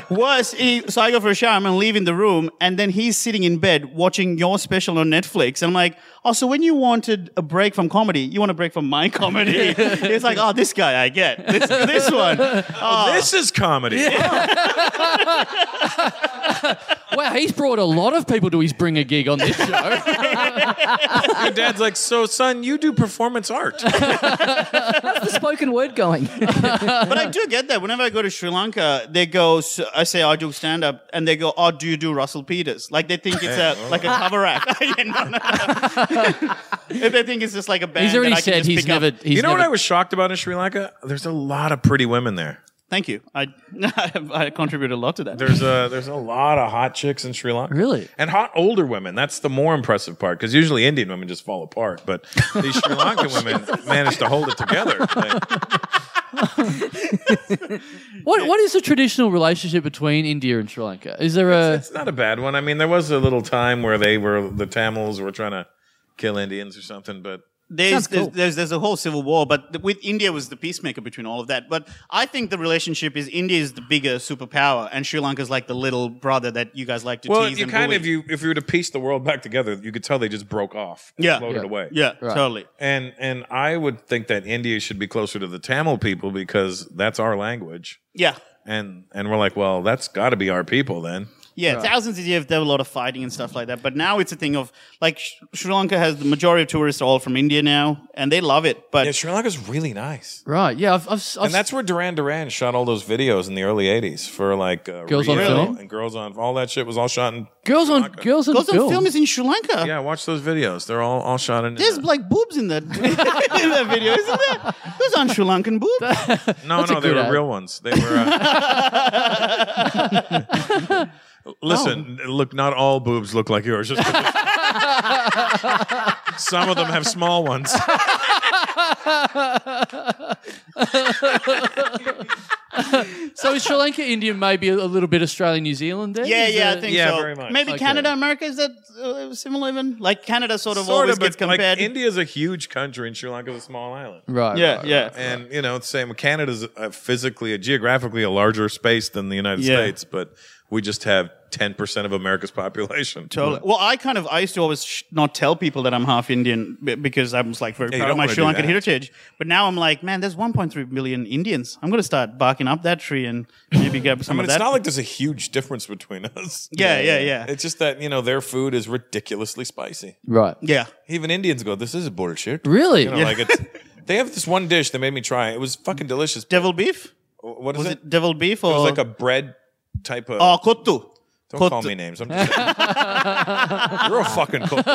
Speaker 5: was he, so I go for a shower. I'm gonna leave in the room, and then he's sitting in bed watching your special on Netflix. And I'm like, "Oh, so when you wanted a break from comedy, you want a break from my comedy?" it's like, "Oh, this guy I get this, this one." Oh,
Speaker 6: this is comedy.
Speaker 4: Wow, he's brought a lot of people to his bring a gig on this show.
Speaker 6: Your dad's like, so son, you do performance art.
Speaker 3: How's the spoken word going?
Speaker 5: but I do get that. Whenever I go to Sri Lanka, they go, so I say, oh, I do stand up, and they go, Oh, do you do Russell Peters? Like they think it's a
Speaker 4: oh.
Speaker 5: like a cover act. Yeah, no, no, no. if they think it's just like a band.
Speaker 4: he's
Speaker 5: that
Speaker 4: already
Speaker 5: I can
Speaker 4: said
Speaker 5: just
Speaker 4: he's
Speaker 5: pick up-
Speaker 4: never. He's
Speaker 6: you know what
Speaker 4: never-
Speaker 6: I was shocked about in Sri Lanka? There's a lot of pretty women there.
Speaker 5: Thank you. I, I contribute a lot to that.
Speaker 6: There's a there's a lot of hot chicks in Sri Lanka.
Speaker 4: Really?
Speaker 6: And hot older women. That's the more impressive part because usually Indian women just fall apart, but these Sri Lankan women manage to hold it together. Like,
Speaker 4: What what is the traditional relationship between India and Sri Lanka? Is there a
Speaker 6: it's not a bad one. I mean, there was a little time where they were the Tamils were trying to kill Indians or something, but
Speaker 5: There's,
Speaker 3: Sounds cool.
Speaker 5: there's, there's there's a whole civil war, but the, with India was the peacemaker between all of that. But I think the relationship is India is the bigger superpower, and Sri Lanka's like the little brother that you guys like to
Speaker 6: well,
Speaker 5: tease
Speaker 6: you
Speaker 5: and
Speaker 6: kind
Speaker 5: bully.
Speaker 6: of you if you were to piece the world back together, you could tell they just broke off, and
Speaker 5: Yeah.
Speaker 6: floated
Speaker 5: Yeah.
Speaker 6: away,
Speaker 5: yeah, totally.
Speaker 6: And and I would think that India should be closer to the Tamil people because that's our language.
Speaker 5: Yeah,
Speaker 6: And and we're like, well, that's got to be our people then.
Speaker 5: Yeah, thousands of years, there was a lot of fighting and stuff like that. But now it's a thing of like Sh- Sri Lanka has the majority of tourists are all from India now, and they love it. But
Speaker 6: Yeah, Sri Lanka's really nice.
Speaker 4: Right. Yeah. I've, I've, I've
Speaker 6: And that's where Duran Duran shot all those videos in the early 80s for like uh,
Speaker 4: Girls on
Speaker 6: Rio
Speaker 4: Film?
Speaker 6: and Girls on All that shit was all shot in.
Speaker 4: girls on girls on
Speaker 5: goes on
Speaker 4: film.
Speaker 5: film is in Sri Lanka.
Speaker 6: Yeah, watch those videos. They're all, all shot in.
Speaker 5: There's like boobs in that in that video, isn't there? Those aren't Sri Lankan boobs.
Speaker 6: No, no, they
Speaker 4: good
Speaker 6: were
Speaker 4: ad.
Speaker 6: real ones. They were. Uh...
Speaker 4: Oh.
Speaker 6: Listen, look, not all boobs look like yours. Just Some of them have small ones.
Speaker 4: so is Sri Lanka Indian, maybe a, a little bit Australia, New Zealand. There.
Speaker 5: Yeah,
Speaker 4: Is
Speaker 5: yeah,
Speaker 4: it-
Speaker 5: I think
Speaker 6: yeah,
Speaker 5: so.
Speaker 6: very much.
Speaker 5: Maybe
Speaker 4: Okay.
Speaker 5: Canada, America is that uh, similar? Even like Canada, sort of
Speaker 6: Sort
Speaker 5: always
Speaker 6: of,
Speaker 5: gets
Speaker 6: but like
Speaker 5: compared.
Speaker 6: India's a huge country and Sri Lanka's a small island.
Speaker 4: Right.
Speaker 5: yeah,
Speaker 4: right.
Speaker 5: yeah.
Speaker 6: And you know, it's the same. Canada's uh physically, a geographically, a larger space than the United
Speaker 5: Yeah.
Speaker 6: States, but we just have ten percent of America's population.
Speaker 5: Totally. Well, I kind of I used to always sh- not tell people that I'm half Indian b- because I was like very
Speaker 6: Yeah, you
Speaker 5: proud
Speaker 6: don't
Speaker 5: of my
Speaker 6: wanna
Speaker 5: Sri
Speaker 6: do
Speaker 5: Lankan
Speaker 6: that.
Speaker 5: heritage. But now I'm like, man, there's 1.3 million Indians. I'm gonna start barking up that tree and maybe get
Speaker 6: I
Speaker 5: some
Speaker 6: mean,
Speaker 5: of
Speaker 6: it's
Speaker 5: that.
Speaker 6: not like there's a huge difference between us.
Speaker 5: Yeah, yeah, yeah.
Speaker 6: It's just that you know their food is ridiculously spicy.
Speaker 4: Right.
Speaker 5: yeah,
Speaker 6: Even Indians go, "This is a bullshit."
Speaker 4: Really?
Speaker 6: You know, like it's. They have this one dish they made me try. It was fucking delicious.
Speaker 5: devil beef.
Speaker 6: What is
Speaker 5: Was
Speaker 6: it?
Speaker 5: it devil beef or
Speaker 6: It was like a bread type of.
Speaker 5: oh kottu?
Speaker 6: don't
Speaker 5: kot-
Speaker 6: call me names. I'm just saying. You're a fucking cook.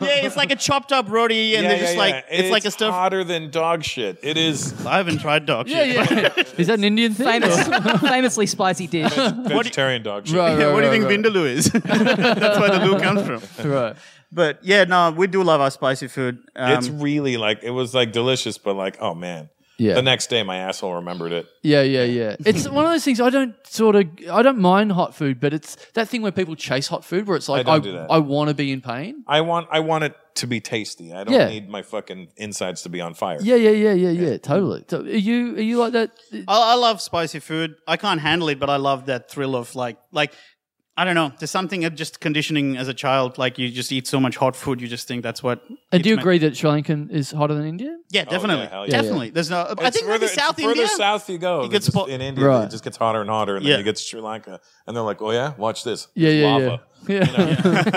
Speaker 5: Yeah, it's like a chopped up roti, and
Speaker 6: Yeah,
Speaker 5: they're
Speaker 6: yeah,
Speaker 5: just
Speaker 6: yeah.
Speaker 5: like it's,
Speaker 6: it's
Speaker 5: like a stuff.
Speaker 6: hotter than dog shit. It is
Speaker 5: I haven't tried dog
Speaker 4: Yeah,
Speaker 5: shit.
Speaker 4: yeah. Is that an Indian thing?
Speaker 3: Famous,
Speaker 4: or-
Speaker 3: famously spicy dish.
Speaker 6: vegetarian dog shit.
Speaker 4: Right,
Speaker 5: Yeah, what do you think
Speaker 4: right,
Speaker 5: Vindaloo is? That's where the loo comes from.
Speaker 4: right.
Speaker 5: But yeah, no, we do love our spicy food. Um,
Speaker 6: It's really like it was like delicious, but like oh man.
Speaker 4: Yeah.
Speaker 6: The next day, my asshole remembered it.
Speaker 4: Yeah, yeah, yeah. It's one of those things I don't sort of I don't mind hot food, but it's that thing where people chase hot food where it's like
Speaker 6: don't
Speaker 4: I,
Speaker 6: do that.
Speaker 4: I want to be in pain.
Speaker 6: I want I want it to be tasty. I don't
Speaker 4: Yeah.
Speaker 6: need my fucking insides to be on fire.
Speaker 4: Yeah, yeah, yeah, yeah, yeah, totally. So are you are you like that?
Speaker 5: I, I love spicy food. I can't handle it, but I love that thrill of like, like, I don't know. There's something of just conditioning as a child. Like you just eat so much hot food, you just think that's what.
Speaker 4: And do you
Speaker 5: it's meant-
Speaker 4: agree that Sri Lankan is hotter than India?
Speaker 5: Yeah, definitely,
Speaker 6: hell Oh, yeah.
Speaker 5: definitely. There's no. I
Speaker 6: It's
Speaker 5: think
Speaker 6: further,
Speaker 5: maybe South
Speaker 6: it's further
Speaker 5: India.
Speaker 6: south you go, it
Speaker 5: gets
Speaker 6: just,
Speaker 5: po-
Speaker 6: in India,
Speaker 4: Right.
Speaker 6: it just gets hotter and hotter, and
Speaker 5: Yeah.
Speaker 6: then you get to Sri Lanka, and they're like, "Oh yeah, watch this,
Speaker 4: Yeah,
Speaker 6: It's
Speaker 4: yeah,
Speaker 6: lava."
Speaker 4: yeah. yeah.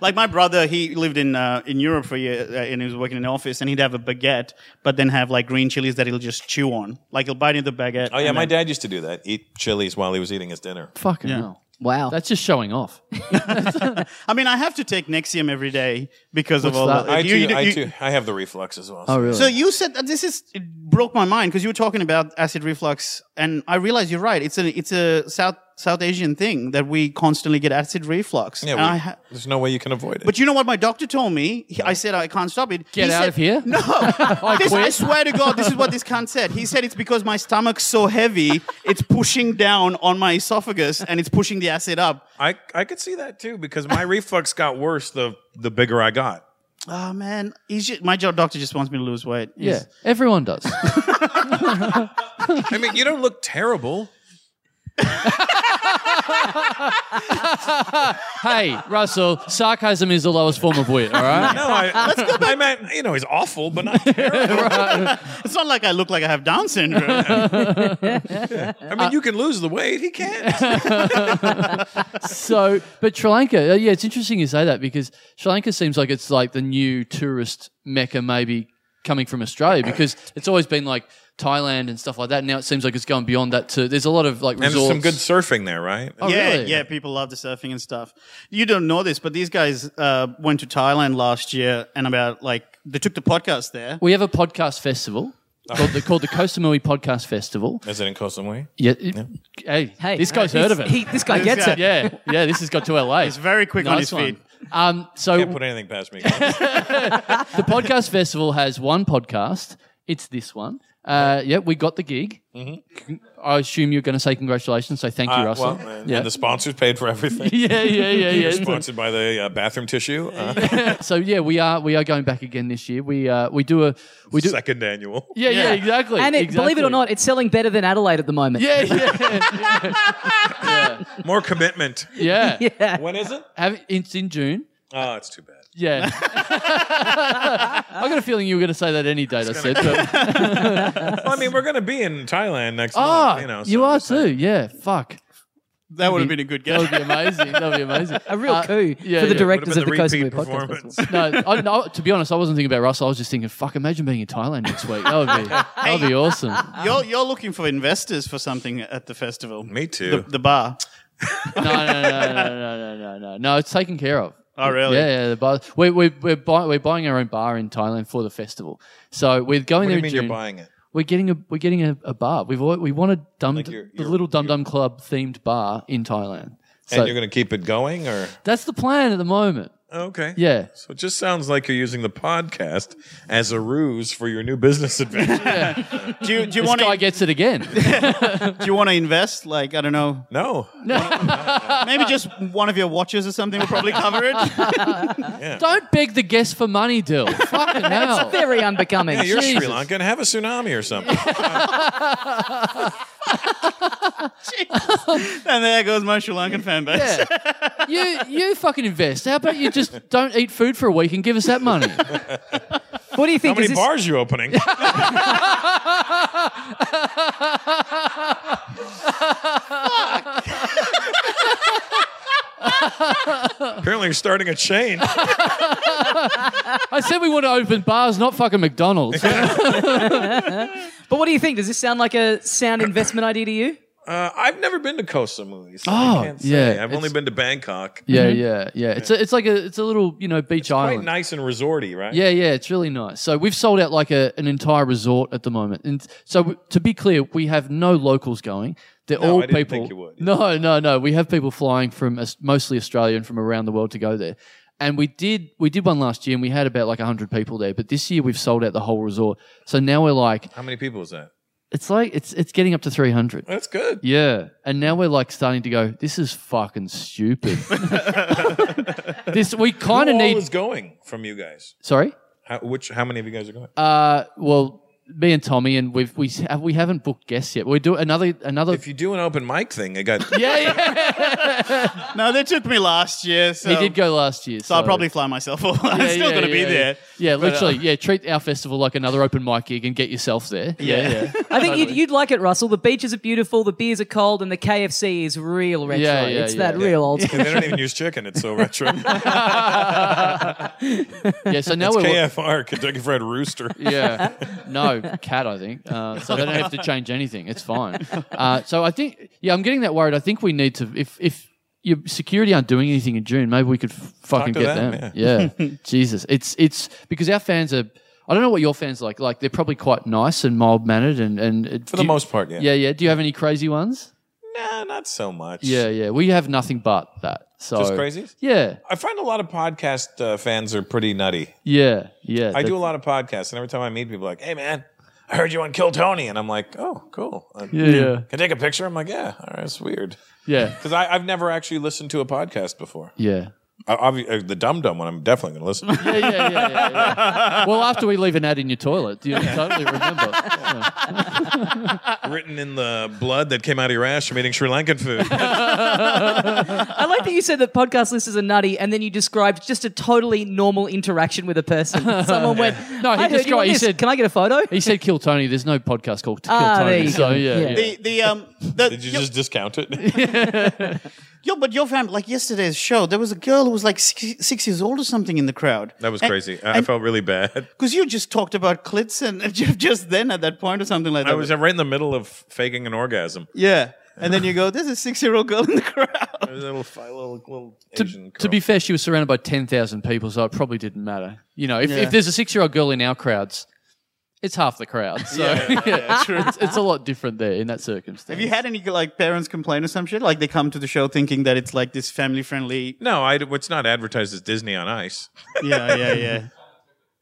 Speaker 5: Like my brother, he lived in uh, in Europe for a year, uh, and he was working in an office, and he'd have a baguette, but then have like green chilies that he'll just chew on. Like he'll bite into the baguette.
Speaker 6: Oh yeah,
Speaker 5: and
Speaker 6: my
Speaker 5: then-
Speaker 6: dad used to do that. Eat chilies while he was eating his dinner.
Speaker 4: Fucking hell.
Speaker 3: Wow.
Speaker 4: That's just showing off.
Speaker 5: I mean, I have to take Nexium every day because of
Speaker 4: What's
Speaker 5: all.
Speaker 4: that?
Speaker 5: The,
Speaker 6: I
Speaker 5: you-
Speaker 6: too,
Speaker 5: you-
Speaker 6: I
Speaker 5: you-
Speaker 6: too, I have the reflux as well.
Speaker 4: Oh, really?
Speaker 5: So you said that this is it broke my mind because you were talking about acid reflux, and I realize you're right. It's a it's a South South Asian thing that we constantly get acid reflux.
Speaker 6: Yeah,
Speaker 5: And
Speaker 6: we-
Speaker 5: I ha-
Speaker 6: there's no way you can avoid it.
Speaker 5: but you know what my doctor told me? He- I said I can't stop it.
Speaker 4: Get
Speaker 5: He
Speaker 4: out
Speaker 5: said-
Speaker 4: of here?
Speaker 5: No, I, this, I
Speaker 4: quit.
Speaker 5: swear to God, this is what this cunt said. He said it's because my stomach's so heavy, it's pushing down on my esophagus and it's pushing the acid up.
Speaker 6: I I could see that too because my reflux got worse the the bigger I got.
Speaker 5: Oh man, He's ju- my jo- doctor just wants me to lose weight. He's-
Speaker 4: yeah, everyone does.
Speaker 6: I mean, you don't look terrible.
Speaker 4: hey, Russell, sarcasm is the lowest form of wit. All right.
Speaker 6: No, I, I meant you know he's awful, but not terrible.
Speaker 5: it's not like I look like I have Down syndrome.
Speaker 6: I mean, you can lose the weight. He can't.
Speaker 4: So, but Sri Lanka, uh, yeah, it's interesting you say that because Sri Lanka seems like it's like the new tourist mecca, maybe coming from Australia, because it's always been like Thailand and stuff like that. Now it seems like it's going beyond that too. There's a lot of like
Speaker 6: And
Speaker 4: resorts.
Speaker 6: there's some good surfing there, right?
Speaker 4: Oh,
Speaker 5: yeah,
Speaker 4: really?
Speaker 5: yeah, people love the surfing and stuff. You don't know this, but these guys uh, went to Thailand last year and about like they took the podcast there.
Speaker 4: We have a podcast festival. Called the, called the Koh Samui Podcast Festival.
Speaker 6: Is it in Koh Samui?
Speaker 4: Yeah, it- Hey,
Speaker 3: Hey,
Speaker 4: this guy's
Speaker 3: he's-
Speaker 4: heard of it.
Speaker 3: He, this guy
Speaker 5: This
Speaker 3: gets
Speaker 5: guy-
Speaker 3: it.
Speaker 4: yeah, yeah, this has got to LA. It's
Speaker 5: very quick on his feet.
Speaker 4: Um, so
Speaker 6: Can't put anything past me. It's
Speaker 4: the podcast festival has one podcast. It's this one. Uh, yeah, we got the gig. Con- I assume you're going to say congratulations. So thank you, Russell.
Speaker 6: Mm-hmm. Uh, well, and,
Speaker 4: yeah.
Speaker 6: and the sponsors paid for everything.
Speaker 4: yeah, yeah, yeah, yeah.
Speaker 6: Sponsored by the uh, bathroom tissue. Uh,
Speaker 4: so yeah, we are we are going back again this year. We uh, we do a we do
Speaker 6: Second annual.
Speaker 4: yeah yeah,
Speaker 5: Yeah.
Speaker 4: exactly.
Speaker 3: And it, believe it
Speaker 4: exactly.
Speaker 3: or not, it's selling better than Adelaide at the moment.
Speaker 4: Yeah, yeah,
Speaker 6: More commitment.
Speaker 4: yeah.
Speaker 3: Yeah.
Speaker 6: When is it?
Speaker 4: Have, it's in June.
Speaker 6: Oh, it's too bad.
Speaker 4: Yeah. I got a feeling you were going to say that any date I said. But,
Speaker 6: Well, I mean, we're going to be in Thailand next
Speaker 4: oh,
Speaker 6: month.
Speaker 4: you,
Speaker 6: Ah, You know,
Speaker 4: are
Speaker 6: so-
Speaker 4: too. Yeah. Fuck.
Speaker 5: That would have been a good
Speaker 4: That
Speaker 5: guess.
Speaker 4: would be amazing. That would be amazing.
Speaker 3: A real
Speaker 4: Uh,
Speaker 3: coup
Speaker 4: yeah,
Speaker 3: for the
Speaker 4: yeah.
Speaker 6: Would've
Speaker 3: directors
Speaker 6: been
Speaker 3: of the Coast Mood
Speaker 6: repeat
Speaker 3: podcast.
Speaker 6: performance.
Speaker 4: No, I, no, to be honest, I wasn't thinking about Russell. I was just thinking, fuck, imagine being in Thailand next week. That would be, that would be awesome.
Speaker 5: You're, you're looking for investors for something at the festival.
Speaker 6: Me too.
Speaker 5: The, the bar.
Speaker 4: No, no, no, no, no, no, no, no. No, it's taken care of.
Speaker 5: Oh, really?
Speaker 4: Yeah, yeah. The bar, we, we, we're, buy, we're buying our own bar in Thailand for the festival. So we're going there
Speaker 6: what do you
Speaker 4: in
Speaker 6: mean
Speaker 4: June.
Speaker 6: you're buying it?
Speaker 4: We're getting a we're getting a, a bar. We've al- we wanted Dum
Speaker 6: Like you're-
Speaker 4: the
Speaker 6: you're-
Speaker 4: little Dum Dum Club themed bar in Thailand. So
Speaker 6: and you're going to keep it going, or
Speaker 4: that's the plan at the moment.
Speaker 6: okay,
Speaker 4: Yeah.
Speaker 6: So it just sounds like you're using the podcast as a ruse for your new business adventure.
Speaker 5: Do you, do you
Speaker 4: This
Speaker 5: want
Speaker 4: guy
Speaker 5: to
Speaker 4: gets it again.
Speaker 5: do you want to invest? Like I don't know,
Speaker 6: no,
Speaker 5: maybe just one of your watches or something will probably cover it.
Speaker 4: Don't beg the guest for money, Dill. Fucking hell.
Speaker 3: Very unbecoming.
Speaker 6: Yeah, you're
Speaker 4: Jesus.
Speaker 6: Sri Lankan. Have a tsunami or something.
Speaker 5: and there goes my Sri Lankan fan base.
Speaker 4: Yeah. You you fucking invest. How about you just don't eat food for a week and give us that money?
Speaker 3: What do you
Speaker 6: How
Speaker 3: think?
Speaker 6: many
Speaker 3: Is this,
Speaker 6: bars you opening? Apparently, you're starting a chain.
Speaker 4: I said we want to open bars, not fucking McDonald's.
Speaker 3: but what do you think? Does this sound like a sound investment idea to you?
Speaker 6: Uh, I've never been to Koh Samui. So
Speaker 4: Oh,
Speaker 6: I can't say.
Speaker 4: yeah,
Speaker 6: I've only
Speaker 4: it's-
Speaker 6: been to Bangkok.
Speaker 4: Yeah, yeah, yeah. It's a, it's like a it's a little you know beach
Speaker 6: Quite
Speaker 4: island.
Speaker 6: nice and resorty, right?
Speaker 4: Yeah, yeah, it's really nice. So we've sold out like a, an entire resort at the moment. And so w- to be clear, we have no locals going. They're all
Speaker 6: I didn't
Speaker 4: people.
Speaker 6: think you would.
Speaker 4: No, no, no. We have people flying from us- mostly Australia and from around the world to go there. And we did we did one last year, and we had about like hundred people there. But this year we've sold out the whole resort. So now we're like,
Speaker 6: How many people is that?
Speaker 4: it's like it's it's getting up to three hundred.
Speaker 6: That's good.
Speaker 4: Yeah. And now we're like starting to go, this is fucking stupid. this we kind
Speaker 6: Who
Speaker 4: of
Speaker 6: all
Speaker 4: need
Speaker 6: is going from you guys?
Speaker 4: sorry?
Speaker 6: How, which? How many of you guys are going?
Speaker 4: Uh well, me and Tommy and we've we have we haven't booked guests yet. We do another another
Speaker 6: if you do an open mic thing, I got.
Speaker 4: Yeah, yeah.
Speaker 5: No, they took me last year, so,
Speaker 4: he did go last year. So,
Speaker 5: so I'll probably fly myself. over. I'm
Speaker 4: Yeah,
Speaker 5: still
Speaker 4: yeah,
Speaker 5: going to be
Speaker 4: yeah,
Speaker 5: there.
Speaker 4: Yeah, literally. yeah, treat our festival like another open mic gig and get yourself there. Yeah, yeah.
Speaker 3: I think you'd, you'd like it, Russell. The beaches are beautiful, the beers are cold, and the KFC is real retro.
Speaker 4: Yeah, yeah,
Speaker 3: it's
Speaker 4: yeah.
Speaker 3: that real old
Speaker 6: they don't even use chicken. It's so retro.
Speaker 4: Yeah, so now
Speaker 6: It's
Speaker 4: we're
Speaker 6: KFR, Kentucky Fried Rooster.
Speaker 4: yeah. No, cat, I think. Uh, so they don't have to change anything. It's fine. Uh, so I think, yeah, I'm getting that worried. I think we need to, if, if your security aren't doing anything in June, maybe we could f- fucking
Speaker 6: to
Speaker 4: get them.
Speaker 6: them,
Speaker 4: Yeah. Jesus. It's, it's because our fans are, I don't know what your fans are like. Like they're probably quite nice and mild mannered and, and
Speaker 6: For the most part, yeah.
Speaker 4: Yeah. Yeah. Do you have any crazy ones?
Speaker 6: Nah, not so much.
Speaker 4: Yeah. Yeah. We have nothing but that. So
Speaker 6: Just crazies?
Speaker 4: Yeah.
Speaker 6: I find a lot of podcast uh, fans are pretty nutty.
Speaker 4: Yeah. Yeah.
Speaker 6: I do a lot of podcasts, and every time I meet people, like, "Hey, man, I heard you on Kill Tony," and I'm like, "Oh, cool. Uh,
Speaker 4: Yeah. Yeah.
Speaker 6: Can I take a picture?" I'm like, "Yeah, all right, it's weird."
Speaker 4: Yeah.
Speaker 6: Because I've never actually listened to a podcast before.
Speaker 4: yeah.
Speaker 6: I, obvi- uh, the Dum Dum one, I'm definitely going to listen.
Speaker 4: yeah, yeah, yeah, yeah, yeah. Well, after we leave an ad in your toilet, do you totally remember? Yeah.
Speaker 6: Written in the blood that came out of your ass from eating Sri Lankan food.
Speaker 3: I like that you said that podcast listeners are nutty, and then you described just a totally normal interaction with a person. Someone went,
Speaker 4: No,
Speaker 3: I
Speaker 4: he
Speaker 3: heard you
Speaker 4: described-
Speaker 3: on
Speaker 4: he
Speaker 3: this.
Speaker 4: said-
Speaker 3: Can I get a photo?
Speaker 4: He said kill Tony. There's no podcast called Kill
Speaker 3: Ah, there
Speaker 4: Tony.
Speaker 3: you
Speaker 4: So
Speaker 3: go.
Speaker 4: yeah,
Speaker 3: Yeah.
Speaker 4: yeah.
Speaker 5: The the um the
Speaker 6: Did you
Speaker 5: your,
Speaker 6: just discount it?
Speaker 5: your- but your fan like yesterday's show, there was a girl who was like six, six years old or something in the crowd.
Speaker 6: That was crazy. I, I felt really bad.
Speaker 5: because you just talked about clits and just then at that point or something like that.
Speaker 6: I was right in the middle of faking an orgasm.
Speaker 5: yeah. And then you go, there's a six year old girl in the crowd.
Speaker 6: A little, fi- little, little Asian
Speaker 4: To, to
Speaker 6: girl.
Speaker 4: be fair, she was surrounded by ten thousand people, so it probably didn't matter. You know, if,
Speaker 5: Yeah.
Speaker 4: if there's a six-year-old girl in our crowds, it's half the crowd. So yeah, it's, it's a lot different there in that circumstance.
Speaker 5: Have you had any like parents complain or some shit? Like they come to the show thinking that it's like this family friendly.
Speaker 6: No, I, it's not advertised as Disney on Ice.
Speaker 5: Yeah, yeah, yeah,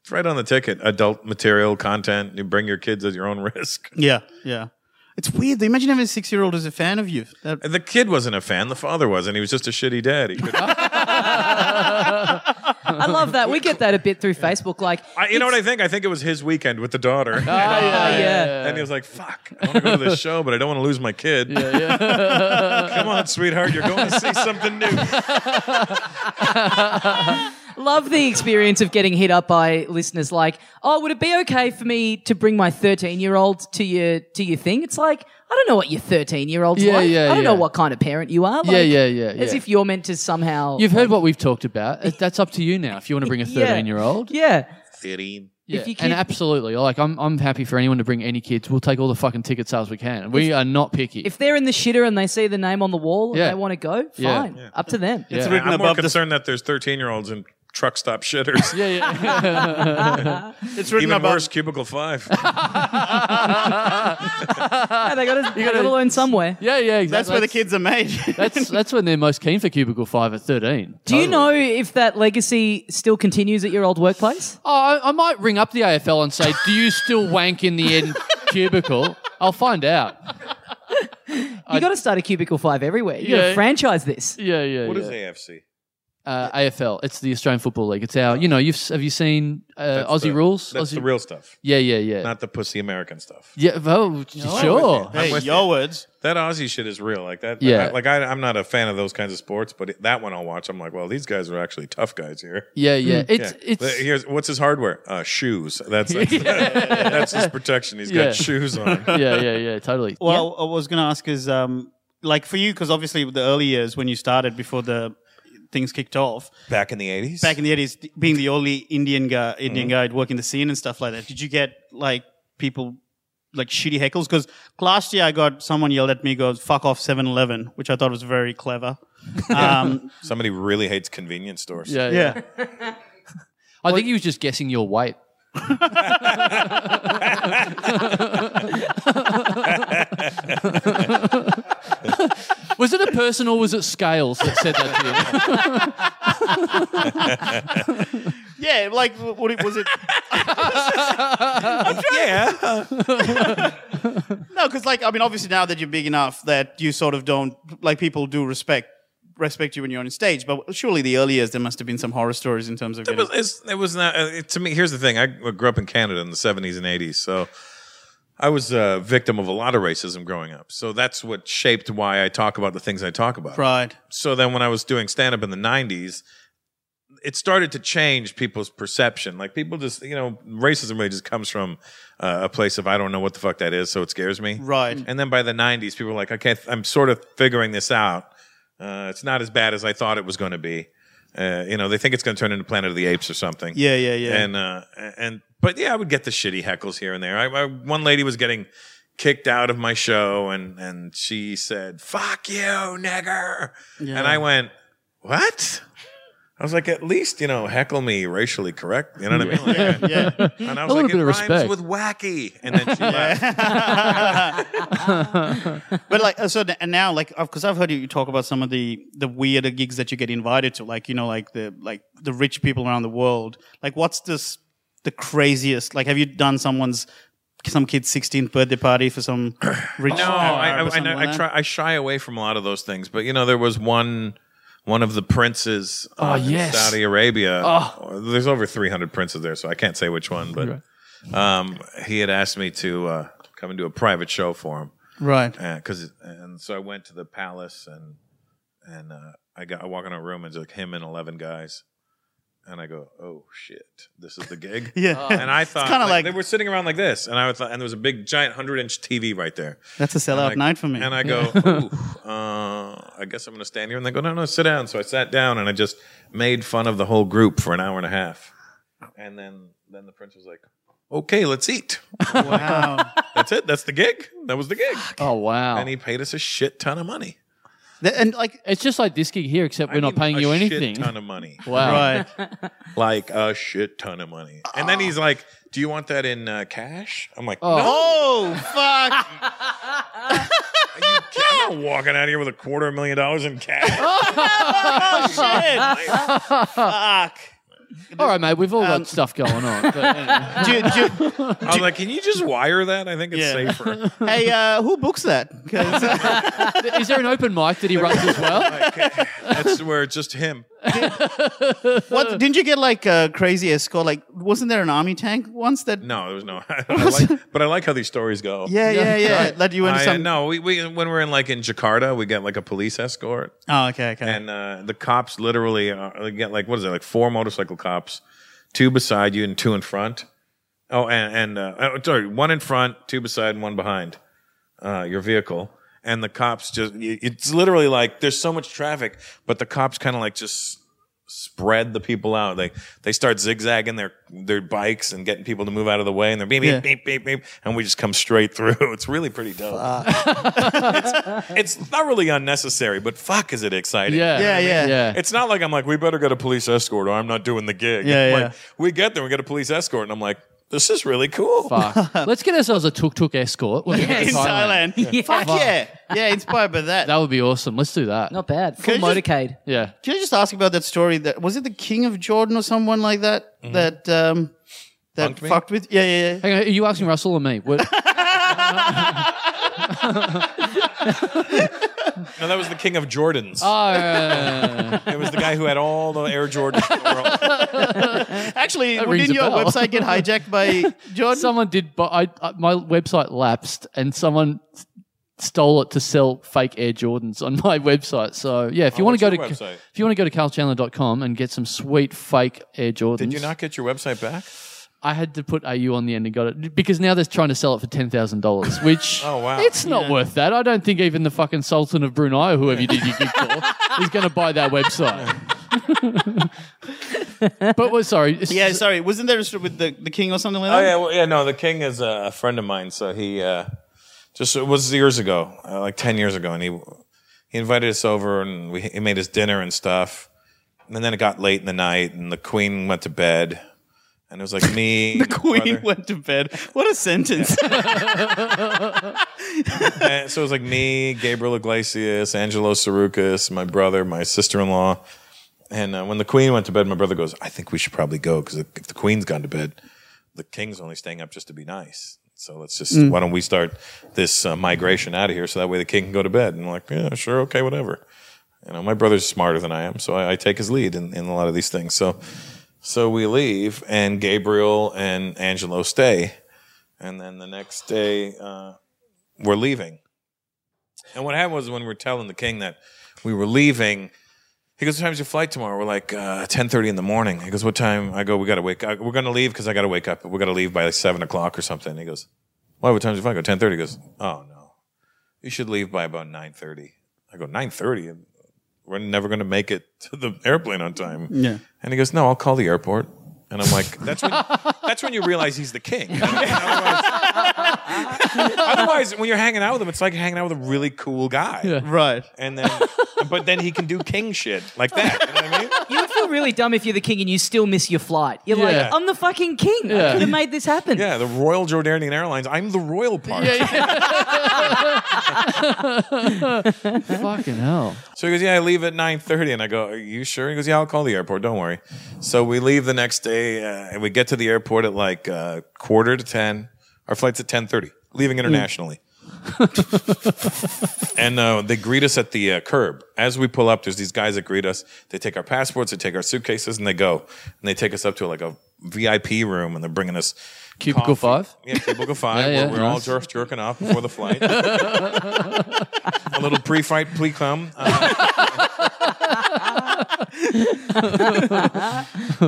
Speaker 6: It's right on the ticket. Adult material content. You bring your kids at your own risk.
Speaker 5: yeah, yeah. It's weird. Imagine having a six year old as a fan of you. That,
Speaker 6: The kid wasn't a fan. The father wasn't. He was just a shitty daddy.
Speaker 3: I love that. We get that a bit through Facebook. Like,
Speaker 6: I, you know what I think? I think it was his weekend with the daughter.
Speaker 4: Ah, yeah,
Speaker 3: oh, yeah.
Speaker 6: and he was like, fuck, I want to go to this show, but I don't want to lose my kid. Come on, sweetheart. You're going to see something new.
Speaker 3: Love the experience of getting hit up by listeners like, "Oh, would it be okay for me to bring my 13-year-old to your to your thing?" It's like, I don't know what your 13-year-old's
Speaker 4: Yeah,
Speaker 3: like.
Speaker 4: yeah,
Speaker 3: I don't
Speaker 4: yeah.
Speaker 3: know what kind of parent you are. Like,
Speaker 4: Yeah, yeah, yeah,
Speaker 3: As
Speaker 4: yeah.
Speaker 3: if you're meant to somehow
Speaker 4: You've heard what we've talked about. It- That's up to you now. If you want to bring a
Speaker 3: Yeah.
Speaker 4: thirteen-year-old,
Speaker 3: Yeah.
Speaker 6: Fitting.
Speaker 4: yeah,
Speaker 3: If you
Speaker 4: and
Speaker 3: keep-
Speaker 4: absolutely, like I'm, I'm happy for anyone to bring any kids. We'll take all the fucking ticket sales we can. We are not picky.
Speaker 3: If they're in the shitter and they see the name on the wall
Speaker 4: Yeah.
Speaker 3: and they want to go,
Speaker 4: Yeah.
Speaker 3: fine. Up to them.
Speaker 4: yeah.
Speaker 5: written
Speaker 6: I'm more
Speaker 5: above the-
Speaker 6: concerned that there's 13 year olds in truck stop shitters.
Speaker 4: yeah, yeah.
Speaker 5: It's written
Speaker 6: Even
Speaker 5: above.
Speaker 6: worse, cubicle five.
Speaker 3: Yeah, they got to learn somewhere.
Speaker 4: yeah, yeah, exactly.
Speaker 5: That's where the kids are made.
Speaker 4: That's that's when they're most keen for cubicle five at thirteen.
Speaker 3: Do you know if that legacy still continues at your old workplace?
Speaker 4: Oh, I, I might ring up the AFL and say, "Do you still wank in the end cubicle?" I'll find out.
Speaker 3: You got to start a cubicle five everywhere. You got
Speaker 4: Yeah.
Speaker 3: to franchise this.
Speaker 4: Yeah, yeah.
Speaker 6: What
Speaker 4: yeah.
Speaker 6: is AFC?
Speaker 4: Uh, AFL. It's the Australian Football League. It's our. You know, you've have you seen uh,
Speaker 6: That's
Speaker 4: Aussie
Speaker 6: the-
Speaker 4: rules?
Speaker 6: That's
Speaker 4: Aussie,
Speaker 6: the real stuff,
Speaker 4: Yeah, yeah, yeah.
Speaker 6: not the pussy American stuff.
Speaker 4: yeah. Well, sure.
Speaker 6: I'm
Speaker 5: hey,
Speaker 6: with
Speaker 5: your
Speaker 6: you.
Speaker 5: words.
Speaker 6: That Aussie shit is real. Like that.
Speaker 4: Yeah.
Speaker 6: like I, I'm not a fan of those kinds of sports, but it, that one I'll watch. I'm like, well, these guys are actually tough guys here.
Speaker 4: Yeah, yeah. It's
Speaker 6: Yeah.
Speaker 4: it's.
Speaker 6: Here's what's his hardware? Uh, shoes. That's that's, that's his protection. He's
Speaker 4: Yeah.
Speaker 6: got shoes on.
Speaker 4: Yeah, yeah, yeah. Totally.
Speaker 5: Well, I was going to ask is um, like for you because obviously the early years when you started before the things kicked off
Speaker 6: Back in the 80s.
Speaker 5: back in the eighties, being the only Indian guy, Indian
Speaker 4: Mm.
Speaker 5: guy working the scene and stuff like that. Did you get like people like shitty heckles? Because last year I got someone yelled at me, goes "fuck off 7-Eleven, which I thought was very clever. Um,
Speaker 6: Somebody really hates convenience stores.
Speaker 4: yeah, yeah.
Speaker 5: yeah,
Speaker 4: I think he was just guessing your weight. was it a person or was it scales that said that to you?
Speaker 5: yeah, like w- what it- was it?
Speaker 6: Yeah.
Speaker 5: No, because like I mean, obviously now that you're big enough, that you sort of don't like people do respect respect you when you're on stage. But surely the early years there must have been some horror stories in terms of
Speaker 6: It
Speaker 5: getting,
Speaker 6: was, it's, it was not, uh, it, to me, here's the thing. I grew up in Canada in the 70s and 80s. So I was a victim of a lot of racism growing up. So that's what shaped why I talk about the things I talk about.
Speaker 5: pride.
Speaker 6: so then when I was doing stand up in the 90s, it started to change people's perception. Like people just, you know, racism really just comes from uh, a place of I don't know what the fuck that is, so it scares me.
Speaker 4: Mm.
Speaker 5: Right.
Speaker 6: And then by the 90s, people were like, okay, I'm sort of figuring this out. Uh, it's not as bad as I thought it was going to be. Uh, you know, they think it's going to turn into Planet of the Apes or something.
Speaker 5: Yeah, yeah, yeah.
Speaker 6: And uh, and but yeah, I would get the shitty heckles here and there. I, I, one lady was getting kicked out of my show, and and she said, "Fuck you, nigger," and I went, "What?" I was like, "At least you know, heckle me racially correct." You know what I mean? Like,
Speaker 5: yeah.
Speaker 6: and I
Speaker 4: A
Speaker 6: was
Speaker 4: little
Speaker 6: like,
Speaker 4: bit
Speaker 6: "It
Speaker 4: of
Speaker 6: rhymes
Speaker 4: respect.
Speaker 6: with wacky," and then she left.
Speaker 5: But like, uh, so th- and now, like, because I've heard you talk about some of the the weirder gigs that you get invited to, like you know, like the like the rich people around the world. Like, what's this the craziest? Like, have you done someone's some kid's 16th birthday party for some rich?
Speaker 6: No, I, I, I, know- I try. I shy away from a lot of those things, but you know, there was one. One of the princes uh,
Speaker 4: Oh,
Speaker 6: in
Speaker 4: yes.
Speaker 6: Saudi Arabia.
Speaker 5: Oh.
Speaker 6: There's over 300 princes there, so I can't say which one, but um, he had asked me to uh, come and do a private show for him
Speaker 5: Right.
Speaker 6: because and so I went to the palace and and uh, I got I walk in a room and it's like him and 11 guys and I go oh shit this is the gig
Speaker 5: Yeah.
Speaker 6: and I thought
Speaker 5: kinda
Speaker 6: like,
Speaker 5: like-
Speaker 6: they were sitting around like this and I thought and there was a big giant 100 inch TV right there
Speaker 5: That's a sellout
Speaker 6: I-
Speaker 5: night for me.
Speaker 6: and I go, "Ooh, uh, I guess I'm going to stand here. And they go, no, no, sit down. So I sat down and I just made fun of the whole group for an hour and a half. And then, then the prince was like, okay, let's eat.
Speaker 5: wow.
Speaker 6: That's it. That's the gig. That was the gig.
Speaker 4: Oh wow!
Speaker 6: And he paid us a shit ton of money.
Speaker 5: Th- and like,
Speaker 4: it's just like this gig here, except
Speaker 6: I
Speaker 4: we're not
Speaker 6: mean,
Speaker 4: paying
Speaker 6: a
Speaker 4: you
Speaker 6: shit
Speaker 4: anything.
Speaker 6: ton of money.
Speaker 4: Wow!
Speaker 5: right.
Speaker 6: Like a shit ton of money. And then he's like, do you want that in uh, cash? I'm like, no.
Speaker 5: Oh fuck!
Speaker 6: I'm not walking out of here with a quarter million dollars in cash.
Speaker 5: fuck.
Speaker 4: All right, mate. We've all
Speaker 5: Um,
Speaker 4: got stuff going on. But,
Speaker 5: Do you- do you-
Speaker 6: I was like, can you just wire that? I think it's
Speaker 5: Yeah.
Speaker 6: safer.
Speaker 5: hey, uh, who books that? 'Cause, uh,
Speaker 4: is there an open mic that he runs as well?
Speaker 6: Like, that's where it's just him.
Speaker 5: What didn't you get like a crazy escort? Like, wasn't there an army tank once that?
Speaker 6: No, there was no. I like, but I like how these stories go.
Speaker 5: Yeah, yeah, yeah. Led you into
Speaker 6: I, uh,
Speaker 5: some.
Speaker 6: no, we, we when we're in like in Jakarta, we get like a police escort,
Speaker 5: Oh, okay, okay.
Speaker 6: and uh, the cops literally are, they get like what is it like four motorcycle cops, two beside you and two in front. Oh, and and uh, oh, sorry, one in front, two beside, and one behind uh, your vehicle. And the cops just, y- it's literally like there's so much traffic, but the cops kind of like just spread the people out. They they start zigzagging their their bikes and getting people to move out of the way, and they're beep beep
Speaker 5: Yeah.
Speaker 6: beep beep beep, and we just come straight through. It's really pretty dope. it's, it's thoroughly unnecessary, but fuck, is it exciting?
Speaker 4: Yeah.
Speaker 5: Yeah, yeah.
Speaker 4: Yeah.
Speaker 6: It's not like I'm like, we better get a police escort or I'm not doing the gig.
Speaker 5: Yeah,
Speaker 6: like,
Speaker 5: yeah.
Speaker 6: We get there, we get a police escort, and I'm like, this is really cool.
Speaker 4: Fuck. Let's get ourselves a tuk tuk escort. when we get to
Speaker 5: in Thailand. Fuck yeah, yeah. Inspired by that.
Speaker 4: That would be awesome. Let's do that.
Speaker 3: Not bad. Full
Speaker 5: Could you just-
Speaker 3: motorcade.
Speaker 4: Yeah.
Speaker 5: Can I just ask about that story? That was it. The King of Jordan or someone like that. That um, that
Speaker 6: Punked me?
Speaker 5: fucked with. Yeah, yeah, yeah.
Speaker 4: Hang on, are you asking Russell or me? What-
Speaker 6: No, that was the King of Jordans.
Speaker 4: Oh, yeah, yeah, yeah, yeah.
Speaker 6: it was the guy who had all the Air Jordans in the world.
Speaker 5: Actually,
Speaker 4: That rings
Speaker 5: didn't
Speaker 4: a
Speaker 5: your
Speaker 4: bell.
Speaker 5: website get hijacked by Jordan?
Speaker 4: someone did, but I, I my website lapsed and someone s- stole it to sell fake Air Jordans on my website. So yeah, if you
Speaker 6: Oh,
Speaker 4: want
Speaker 6: what's
Speaker 4: to go
Speaker 6: your
Speaker 4: to
Speaker 6: website?
Speaker 4: if you want to go to carlchandler.com and get some sweet fake Air Jordans,
Speaker 6: Did you not get your website back?
Speaker 4: I had to put AU on the end and got it because now they're trying to sell it for ten thousand dollars, which
Speaker 6: Oh, wow.
Speaker 4: it's not worth that. I don't think even the fucking Sultan of Brunei or whoever you did your gig for is going to buy that website. but well, sorry, it's-
Speaker 5: yeah, sorry. Wasn't there a story with the, the king or something like
Speaker 6: Oh
Speaker 5: that?
Speaker 6: yeah, well, yeah. No, the King is a a friend of mine, so he uh, just it was years ago, uh, like ten years ago, and he he invited us over, and we he made us dinner and stuff, and then it got late in the night, and the Queen went to bed, and it was like me, the
Speaker 5: Queen went to bed. What a sentence.
Speaker 6: And so it was like me, Gabriel Iglesias, Angelo Sarukas, my brother, my sister in law. And uh, when the queen went to bed, my brother goes, I think we should probably go because if the queen's gone to bed, the king's only staying up just to be nice. So let's just, why don't we start this uh, migration out of here so that way the king can go to bed? And I'm like, yeah, sure, okay, whatever. You know, my brother's smarter than I am, so I, I take his lead in, in a lot of these things. So, so we leave, and Gabriel and Angelo stay. And then the next day, uh, we're leaving. And what happened was when we were telling the king that we were leaving, he goes, "What time's your flight tomorrow?" We're like, uh, ten thirty in the morning." He goes, "What time?" I go, "We gotta wake. up. We're gonna leave because I gotta wake up. We're gonna leave by like seven o'clock or something." He goes, "Why? What time's your flight?" I go, 10.30. He goes, "Oh no, you should leave by about 9.30. I go, 9.30? We're never gonna make it to the airplane on time." Yeah. And he goes, "No, I'll call the airport." And I'm like, "That's when. that's when you realize he's the king." Otherwise, when you're hanging out with him, it's like hanging out with a really cool guy.
Speaker 5: right.
Speaker 6: And then, but then he can do king shit like that. You know what I mean?
Speaker 3: You would feel really dumb if you're the king and you still miss your flight. You're
Speaker 4: Yeah.
Speaker 3: like, I'm the fucking king. I could have made this happen.
Speaker 6: Yeah, the Royal Jordanian Airlines. I'm the royal part.
Speaker 4: fucking hell.
Speaker 6: So he goes, yeah, I leave at 9.30. And I go, are you sure? He goes, yeah, I'll call the airport. Don't worry. So we leave the next day uh, and we get to the airport at like uh, quarter to 10. Our flight's at 10.30, leaving internationally. and uh, they greet us at the uh, curb. As we pull up, there's these guys that greet us. They take our passports, they take our suitcases, and they go. And they take us up to like a VIP room and they're bringing us
Speaker 4: Cubicle five.
Speaker 6: Yeah, cubicle five.
Speaker 4: Yeah, yeah,
Speaker 6: where we're all
Speaker 4: nice.
Speaker 6: jerk, jerking off before the flight. a little pre-fight plea cum. Uh,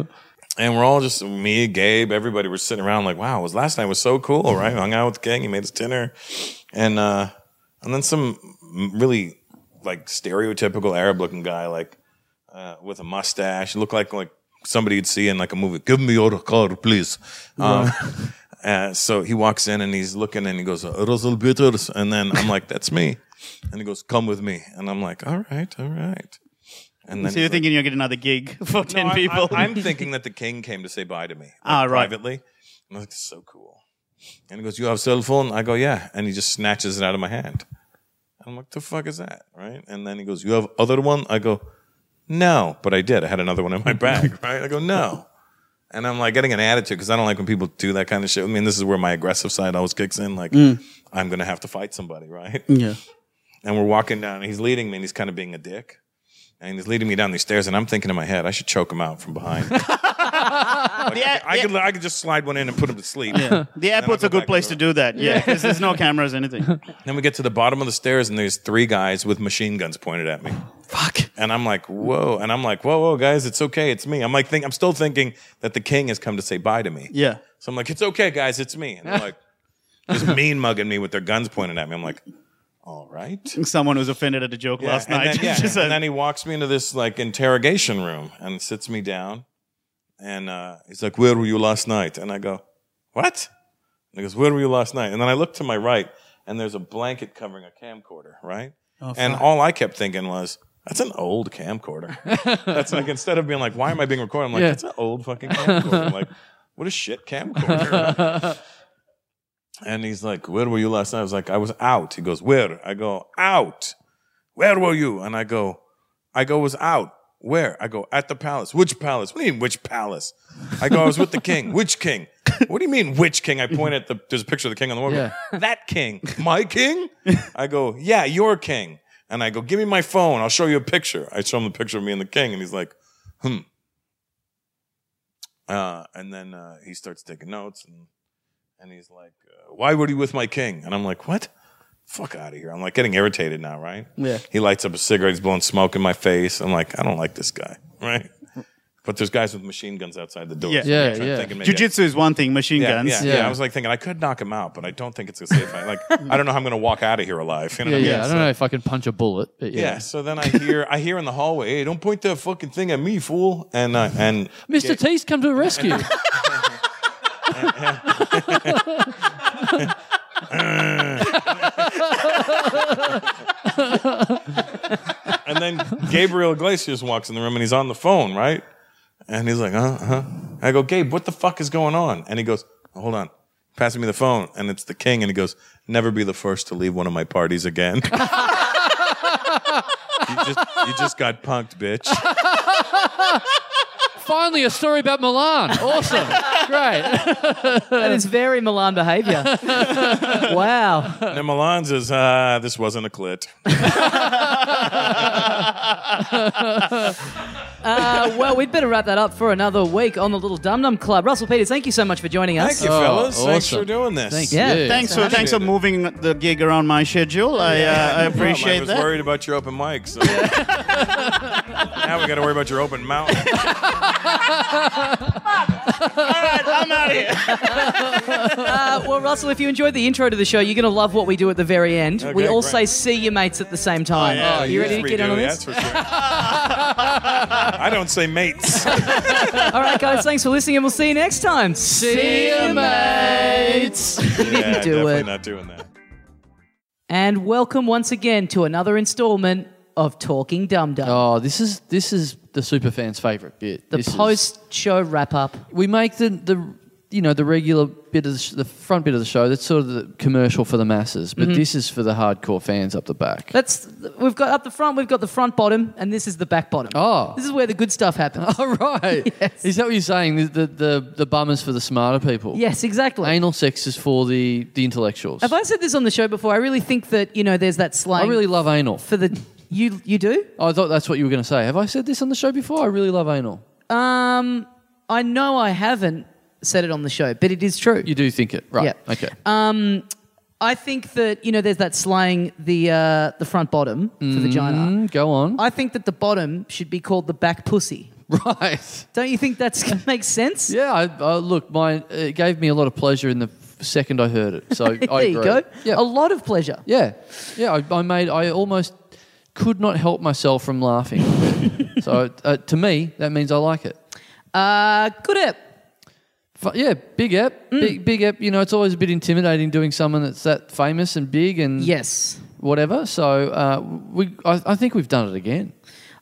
Speaker 6: and we're all just me, Gabe, everybody. We're sitting around like, wow, was last night was so cool, right? Hung out with the gang. He made us dinner, and uh, and then some really like stereotypical Arab-looking guy, like uh, with a mustache, looked like like somebody you'd see in like a movie. Give me your card, please. Um, uh, so he walks in and he's looking and he goes, Russell Peters. And then I'm like, that's me. And he goes, come with me. And I'm like, all right, all right. And then
Speaker 5: So you're
Speaker 6: he's like-
Speaker 5: thinking you'll get another gig for ten
Speaker 6: No, I-
Speaker 5: people?
Speaker 6: I, am thinking that the king came to say bye to me like,
Speaker 5: Ah, right.
Speaker 6: privately. And I'm like, so cool. And he goes, you have cell phone? I go, yeah. And he just snatches it out of my hand. And I'm like, the fuck is that? Right. And then he goes, you have other one? I go, no. But I did. I had another one in my bag. Right. I go, no. And I'm like getting an attitude because I don't like when people do that kind of shit. I mean, this is where my aggressive side always kicks in. Like,
Speaker 5: Mm.
Speaker 6: I'm going to have to fight somebody. Right.
Speaker 5: yeah.
Speaker 6: And we're walking down and he's leading me and he's kind of being a dick. And he's leading me down these stairs, and I'm thinking in my head, I should choke him out from behind. Like,
Speaker 5: Yeah,
Speaker 6: I, could, I could just slide one in and put him to sleep.
Speaker 5: The airport's
Speaker 6: I'll
Speaker 5: a
Speaker 6: go
Speaker 5: good
Speaker 6: back
Speaker 5: place
Speaker 6: to
Speaker 5: to do that. Yeah, 'cause there's no cameras, anything.
Speaker 6: Then we get to the bottom of the stairs, and there's three guys with machine guns pointed at me.
Speaker 3: Fuck.
Speaker 6: And I'm like, whoa. And I'm like, whoa, whoa, guys, it's okay. It's me. I'm like, think, I'm still thinking that the king has come to say bye to me.
Speaker 5: Yeah.
Speaker 6: So I'm like, it's okay, guys, it's me. And they're like, just mean mugging me with their guns pointed at me. I'm like, all right.
Speaker 5: Someone was offended at a joke last
Speaker 6: and
Speaker 5: night.
Speaker 6: Then, yeah,
Speaker 5: Just
Speaker 6: and
Speaker 5: a-
Speaker 6: then he walks me into this like interrogation room and sits me down. And uh, he's like, Where were you last night? And I go, What? And he goes, Where were you last night? And then I look to my right and there's a blanket covering a camcorder, right?
Speaker 5: Oh,
Speaker 6: and all I kept thinking was, that's an old camcorder. That's like instead of being like, why am I being recorded? I'm like,
Speaker 4: Yeah.
Speaker 6: that's an old fucking camcorder. I'm like, what a shit camcorder. And he's like, Where were you last night? I was like, I was out. He goes, Where? I go, Out. Where were you? And I go, I go, was out. Where? I go, At the palace. Which palace? What do you mean, which palace? I go, I was with the king. Which king? What do you mean, which king? I point at the, there's a picture of the king on the wall. That king. My king? I go, Yeah, your king. And I go, Give me my phone. I'll show you a picture. I show him the picture of me and the king. And he's like, Hmm. Uh, and then uh, he starts taking notes and and he's like, uh, "Why were you with my king?" And I'm like, "What? Fuck out of here!" I'm like getting irritated now, right?
Speaker 4: Yeah.
Speaker 6: He lights up a cigarette. He's blowing smoke in my face. I'm like, I don't like this guy, right? But there's guys with machine guns outside the door.
Speaker 5: Yeah.
Speaker 6: I'm
Speaker 4: Yeah,
Speaker 6: trying-
Speaker 4: yeah.
Speaker 6: thinking maybe I-
Speaker 5: Jiu-jitsu is one thing, machine
Speaker 6: yeah,
Speaker 5: guns.
Speaker 6: yeah, yeah,
Speaker 4: Yeah.
Speaker 6: I was like thinking I could knock him out, but I don't think it's a safe. I, like I don't know how I'm going to walk out of here alive. You know
Speaker 4: Yeah,
Speaker 6: what I mean?
Speaker 4: yeah. I
Speaker 6: So-
Speaker 4: don't know if I can punch a bullet, but yeah.
Speaker 6: yeah, so then I hear I hear in the hallway, "Hey, don't point that fucking thing at me, fool!" And uh, and
Speaker 4: Mr. T's come to the rescue.
Speaker 6: and then Gabriel Iglesias walks in the room and he's on the phone, right? And he's like, huh, huh. I go, Gabe, what the fuck is going on? And he goes, hold on. Passing me the phone, and it's the king, and he goes, "Never be the first to leave one of my parties again." you, just, you just got punked, bitch.
Speaker 4: Finally, a story about Milan. Awesome. Great.
Speaker 3: That is very Milan behaviour. wow.
Speaker 6: And then Milan says, "Ah, this wasn't a clit."
Speaker 3: Uh, well, we'd better wrap that up for another week on the Little Dum Dum Club. Russell Peters, thank you so much for joining us.
Speaker 6: Thank you, fellas. Thanks
Speaker 4: Oh, awesome.
Speaker 6: for doing this.
Speaker 4: Thank
Speaker 3: Yeah.
Speaker 4: you.
Speaker 5: Thanks for thanks for
Speaker 6: Appreciate it.
Speaker 5: moving the gig around my schedule. I uh, I
Speaker 6: I
Speaker 5: appreciate
Speaker 6: was
Speaker 5: that.
Speaker 6: worried about your open mic, so now we got to worry about your open mouth.
Speaker 5: I'm out of here.
Speaker 3: Uh, well, Russell, if you enjoyed the intro to the show, you're going to love what we do at the very end. we
Speaker 6: Okay,
Speaker 3: all
Speaker 6: great.
Speaker 3: say see your mates at the same time.
Speaker 5: yeah. Oh,
Speaker 3: you
Speaker 6: Yes,
Speaker 3: ready to
Speaker 6: we
Speaker 3: get
Speaker 6: do,
Speaker 3: on this?
Speaker 6: that's for sure. I don't say mates.
Speaker 3: All right, guys, thanks for listening, and we'll see you next time.
Speaker 4: See you, mates.
Speaker 6: yeah,
Speaker 3: do
Speaker 6: definitely
Speaker 3: it.
Speaker 6: not doing that.
Speaker 3: And welcome once again to another installment of Talking Dum Dum,
Speaker 4: Oh, this is this is the superfans' favorite bit.
Speaker 3: the
Speaker 4: This is-
Speaker 3: post-show wrap-up.
Speaker 4: we make the the you know the regular bit of the, sh- the front bit of the show. That's sort of the commercial for the masses, but this is for the hardcore fans up the back.
Speaker 3: That's we've got up the front, we've got the front bottom, and this is the back bottom.
Speaker 4: Oh.
Speaker 3: this is where the good stuff happens.
Speaker 4: All right.
Speaker 3: Yes.
Speaker 4: Is that what you're saying? The the the, the bummers for the smarter people.
Speaker 3: Yes, exactly.
Speaker 4: Anal sex is for the the intellectuals.
Speaker 3: Have I said this on the show before? I really think that you know, there's that slang
Speaker 4: I really love anal.
Speaker 3: for the you you do.
Speaker 4: I thought that's what you were going to say. Have I said this on the show before? I really love anal.
Speaker 3: Um, I know I haven't said it on the show, but it is true.
Speaker 4: You do think it, right?
Speaker 3: Yeah. Uh,
Speaker 4: Okay.
Speaker 3: I think that you know, there's that slang the uh, the front bottom for vagina.
Speaker 4: Mm, go on.
Speaker 3: I think that the bottom should be called the back pussy.
Speaker 4: right.
Speaker 3: Don't you think that makes sense?
Speaker 4: Yeah. I, I, look, mine. It gave me a lot of pleasure in the second I heard it. So
Speaker 3: there
Speaker 4: I agree.
Speaker 3: you go.
Speaker 4: Yeah.
Speaker 3: A lot of pleasure.
Speaker 4: Yeah, yeah. I, I made. I almost could not help myself from laughing. so uh, to me, that means I like it.
Speaker 3: Uh, good app.
Speaker 4: Fu- yeah, big app, big big app. You know, it's always a bit intimidating doing someone that's that famous and big and
Speaker 3: Yes.
Speaker 4: whatever. So uh, we, I, I think we've done it again.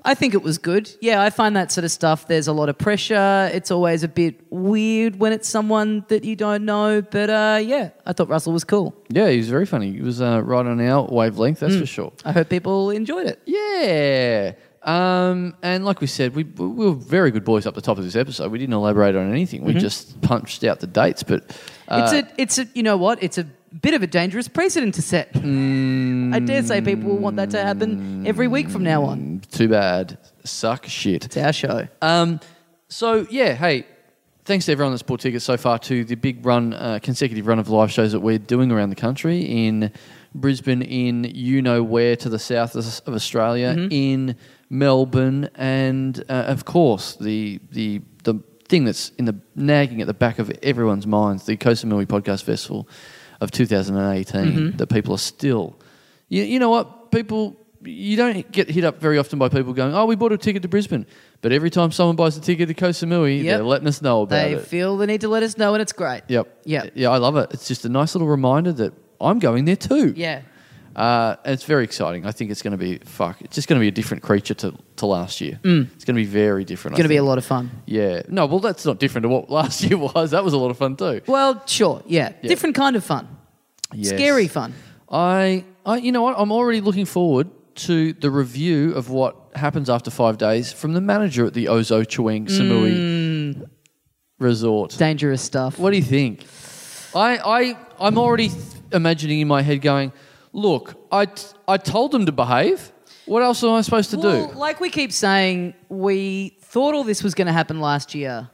Speaker 3: I think it was good. Yeah, I find that sort of stuff. There's a lot of pressure. It's always a bit weird when it's someone that you don't know. But uh, yeah, I thought Russell was cool.
Speaker 4: Yeah, he was very funny. He was uh, right on our wavelength, that's for sure.
Speaker 3: I hope people enjoyed it.
Speaker 4: Yeah. Um, and like we said, we, we were very good boys up the top of this episode. We didn't elaborate on anything. We just punched out the dates, but uh,
Speaker 3: It's a, it's a, you know what? It's a bit of a dangerous precedent to set. I dare say people will want that to happen every week from now on.
Speaker 4: um, too bad. suck shit.
Speaker 3: It's our show.
Speaker 4: Um, so yeah, hey, thanks to everyone that's bought tickets so far to the big run, uh, consecutive run of live shows that we're doing around the country in Brisbane, in you know where to the south of of Australia, in Melbourne, and uh, of course the the the thing that's in the nagging at the back of everyone's minds, the Kosamui Podcast Festival of 2018, that people are still. You, you know what? People, you don't get hit up very often by people going, oh, we bought a ticket to Brisbane. But every time someone buys a ticket to Kosamui,
Speaker 3: Yep.
Speaker 4: they're letting us know about
Speaker 3: They
Speaker 4: it.
Speaker 3: feel the need to let us know, and it's great.
Speaker 4: yep.
Speaker 3: Yep.
Speaker 4: Yeah, I love it. It's just a nice little reminder that I'm going there too.
Speaker 3: Yeah.
Speaker 4: Uh, and it's very exciting. I think it's going to be, fuck, it's just going to be a different creature to, to last year. It's going to be very different.
Speaker 3: Mm. It's going to be a lot of fun.
Speaker 4: Yeah. No, well, that's not different to what last year was. That was a lot of fun too.
Speaker 3: Well, sure. Yeah. Different kind of fun.
Speaker 4: Yes.
Speaker 3: Scary fun.
Speaker 4: I, I, you know what? I'm already looking forward to the review of what happens after five days from the manager at the Ozo Chewing Samui Resort.
Speaker 3: Dangerous stuff.
Speaker 4: What do you think? I, I, I'm already imagining in my head going, look, I, t- I told them to behave. What else am I supposed to
Speaker 3: well,
Speaker 4: do?
Speaker 3: like we keep saying, we thought all this was going to happen last year,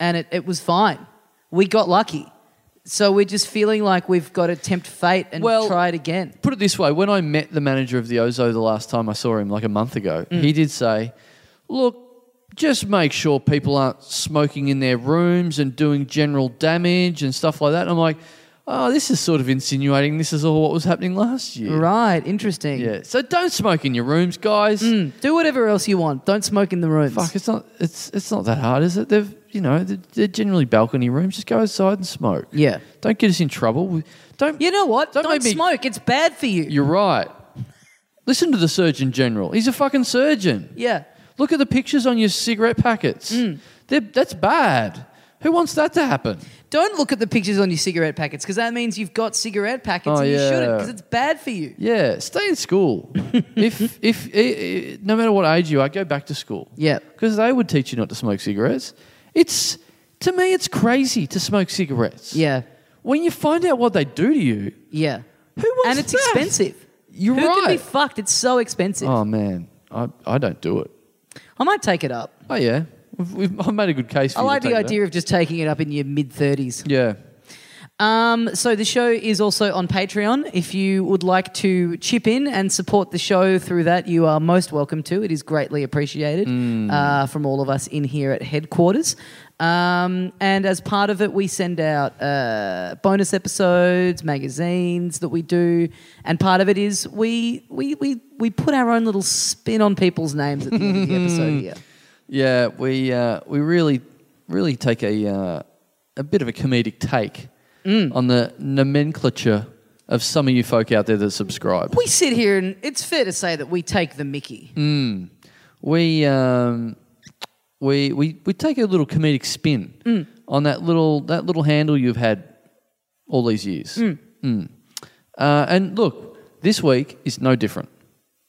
Speaker 3: and it, it was fine. We got lucky. So we're just feeling like we've got to tempt fate and
Speaker 4: Well-
Speaker 3: try it again.
Speaker 4: Put it this way: when I met the manager of the Ozo the last time I saw him, like a month ago,
Speaker 3: Mm.
Speaker 4: he did say, "Look, just make sure people aren't smoking in their rooms and doing general damage and stuff like that." And I'm like, "Oh, this is sort of insinuating this is all what was happening last year."
Speaker 3: Right, interesting.
Speaker 4: Yeah. So don't smoke in your rooms, guys.
Speaker 3: Hmm. Do whatever else you want. Don't smoke in the rooms.
Speaker 4: Fuck, it's not it's it's not that hard, is it? They've you know they're, they're generally balcony rooms. Just go outside and smoke.
Speaker 3: Yeah.
Speaker 4: Don't get us in trouble. We- Don't
Speaker 3: You know what?
Speaker 4: Don't
Speaker 3: Don't,
Speaker 4: make me-
Speaker 3: smoke. It's bad for you.
Speaker 4: You're right. Listen to the Surgeon General. He's a fucking surgeon.
Speaker 3: Yeah.
Speaker 4: Look at the pictures on your cigarette packets.
Speaker 3: Mm.
Speaker 4: They're, that's bad. Who wants that to happen?
Speaker 3: Don't look at the pictures on your cigarette packets because that means you've got cigarette packets
Speaker 4: Oh,
Speaker 3: and you
Speaker 4: yeah.
Speaker 3: shouldn't because it's bad for you.
Speaker 4: Yeah, stay in school. if if i i no matter what age you are, go back to school.
Speaker 3: Yeah.
Speaker 4: because they would teach you not to smoke cigarettes. It's to me, it's crazy to smoke cigarettes.
Speaker 3: Yeah.
Speaker 4: when you find out what they do to you,
Speaker 3: Yeah.
Speaker 4: who wants
Speaker 3: and it's
Speaker 4: that?
Speaker 3: expensive.
Speaker 4: You're
Speaker 3: Who
Speaker 4: right.
Speaker 3: can be fucked? It's so expensive.
Speaker 4: oh man, I I don't do it.
Speaker 3: I might take it up.
Speaker 4: Oh yeah, we've, we've, I made a good case. for
Speaker 3: I
Speaker 4: you to
Speaker 3: like the
Speaker 4: take it up.
Speaker 3: idea of just taking it up in your mid 30s.
Speaker 4: Yeah.
Speaker 3: Um, so the show is also on Patreon. If you would like to chip in and support the show through that, you are most welcome to. It is greatly appreciated uh, from all of us in here at headquarters. Um, and as part of it, we send out uh, bonus episodes, magazines that we do, and part of it is we we we we put our own little spin on people's names at the end of the episode here.
Speaker 4: Yeah, we uh, we really really take a uh, a bit of a comedic take
Speaker 3: Mm.
Speaker 4: on the nomenclature of some of you folk out there that subscribe.
Speaker 3: We sit here and it's fair to say that we take the Mickey.
Speaker 4: We um, we we we take a little comedic spin
Speaker 3: Mm.
Speaker 4: on that little that little handle you've had all these years. Mm. Uh, and look, this week is no different.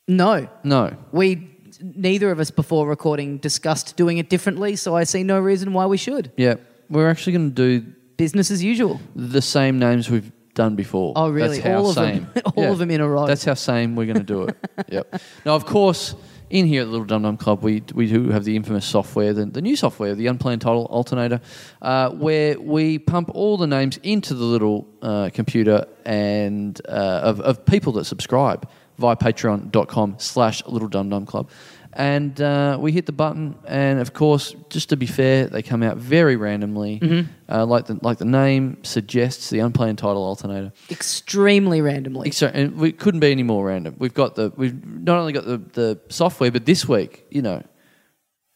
Speaker 3: No,
Speaker 4: No,
Speaker 3: we neither of us before recording discussed doing it differently, so I see no reason why we should.
Speaker 4: yeah, we're actually going to do
Speaker 3: Business as usual.
Speaker 4: the same names we've done before.
Speaker 3: Oh, really?
Speaker 4: That's how
Speaker 3: All of
Speaker 4: same.
Speaker 3: them? All of them in a row?
Speaker 4: That's how same we're going to do it. yep. Now, of course, in here at Little Dum Dum Club, we we do have the infamous software, the, the new software, the unplanned title alternator, uh, where we pump all the names into the little uh, computer and uh, of, of people that subscribe via patreon.com slash little dum dum club and uh, we hit the button and of course just to be fair they come out very randomly uh, like, the, like the name suggests the unplanned title alternator
Speaker 3: Extremely randomly.
Speaker 4: Exa- and we couldn't be any more random. We've got the we've not only got the, the software, but this week, you know,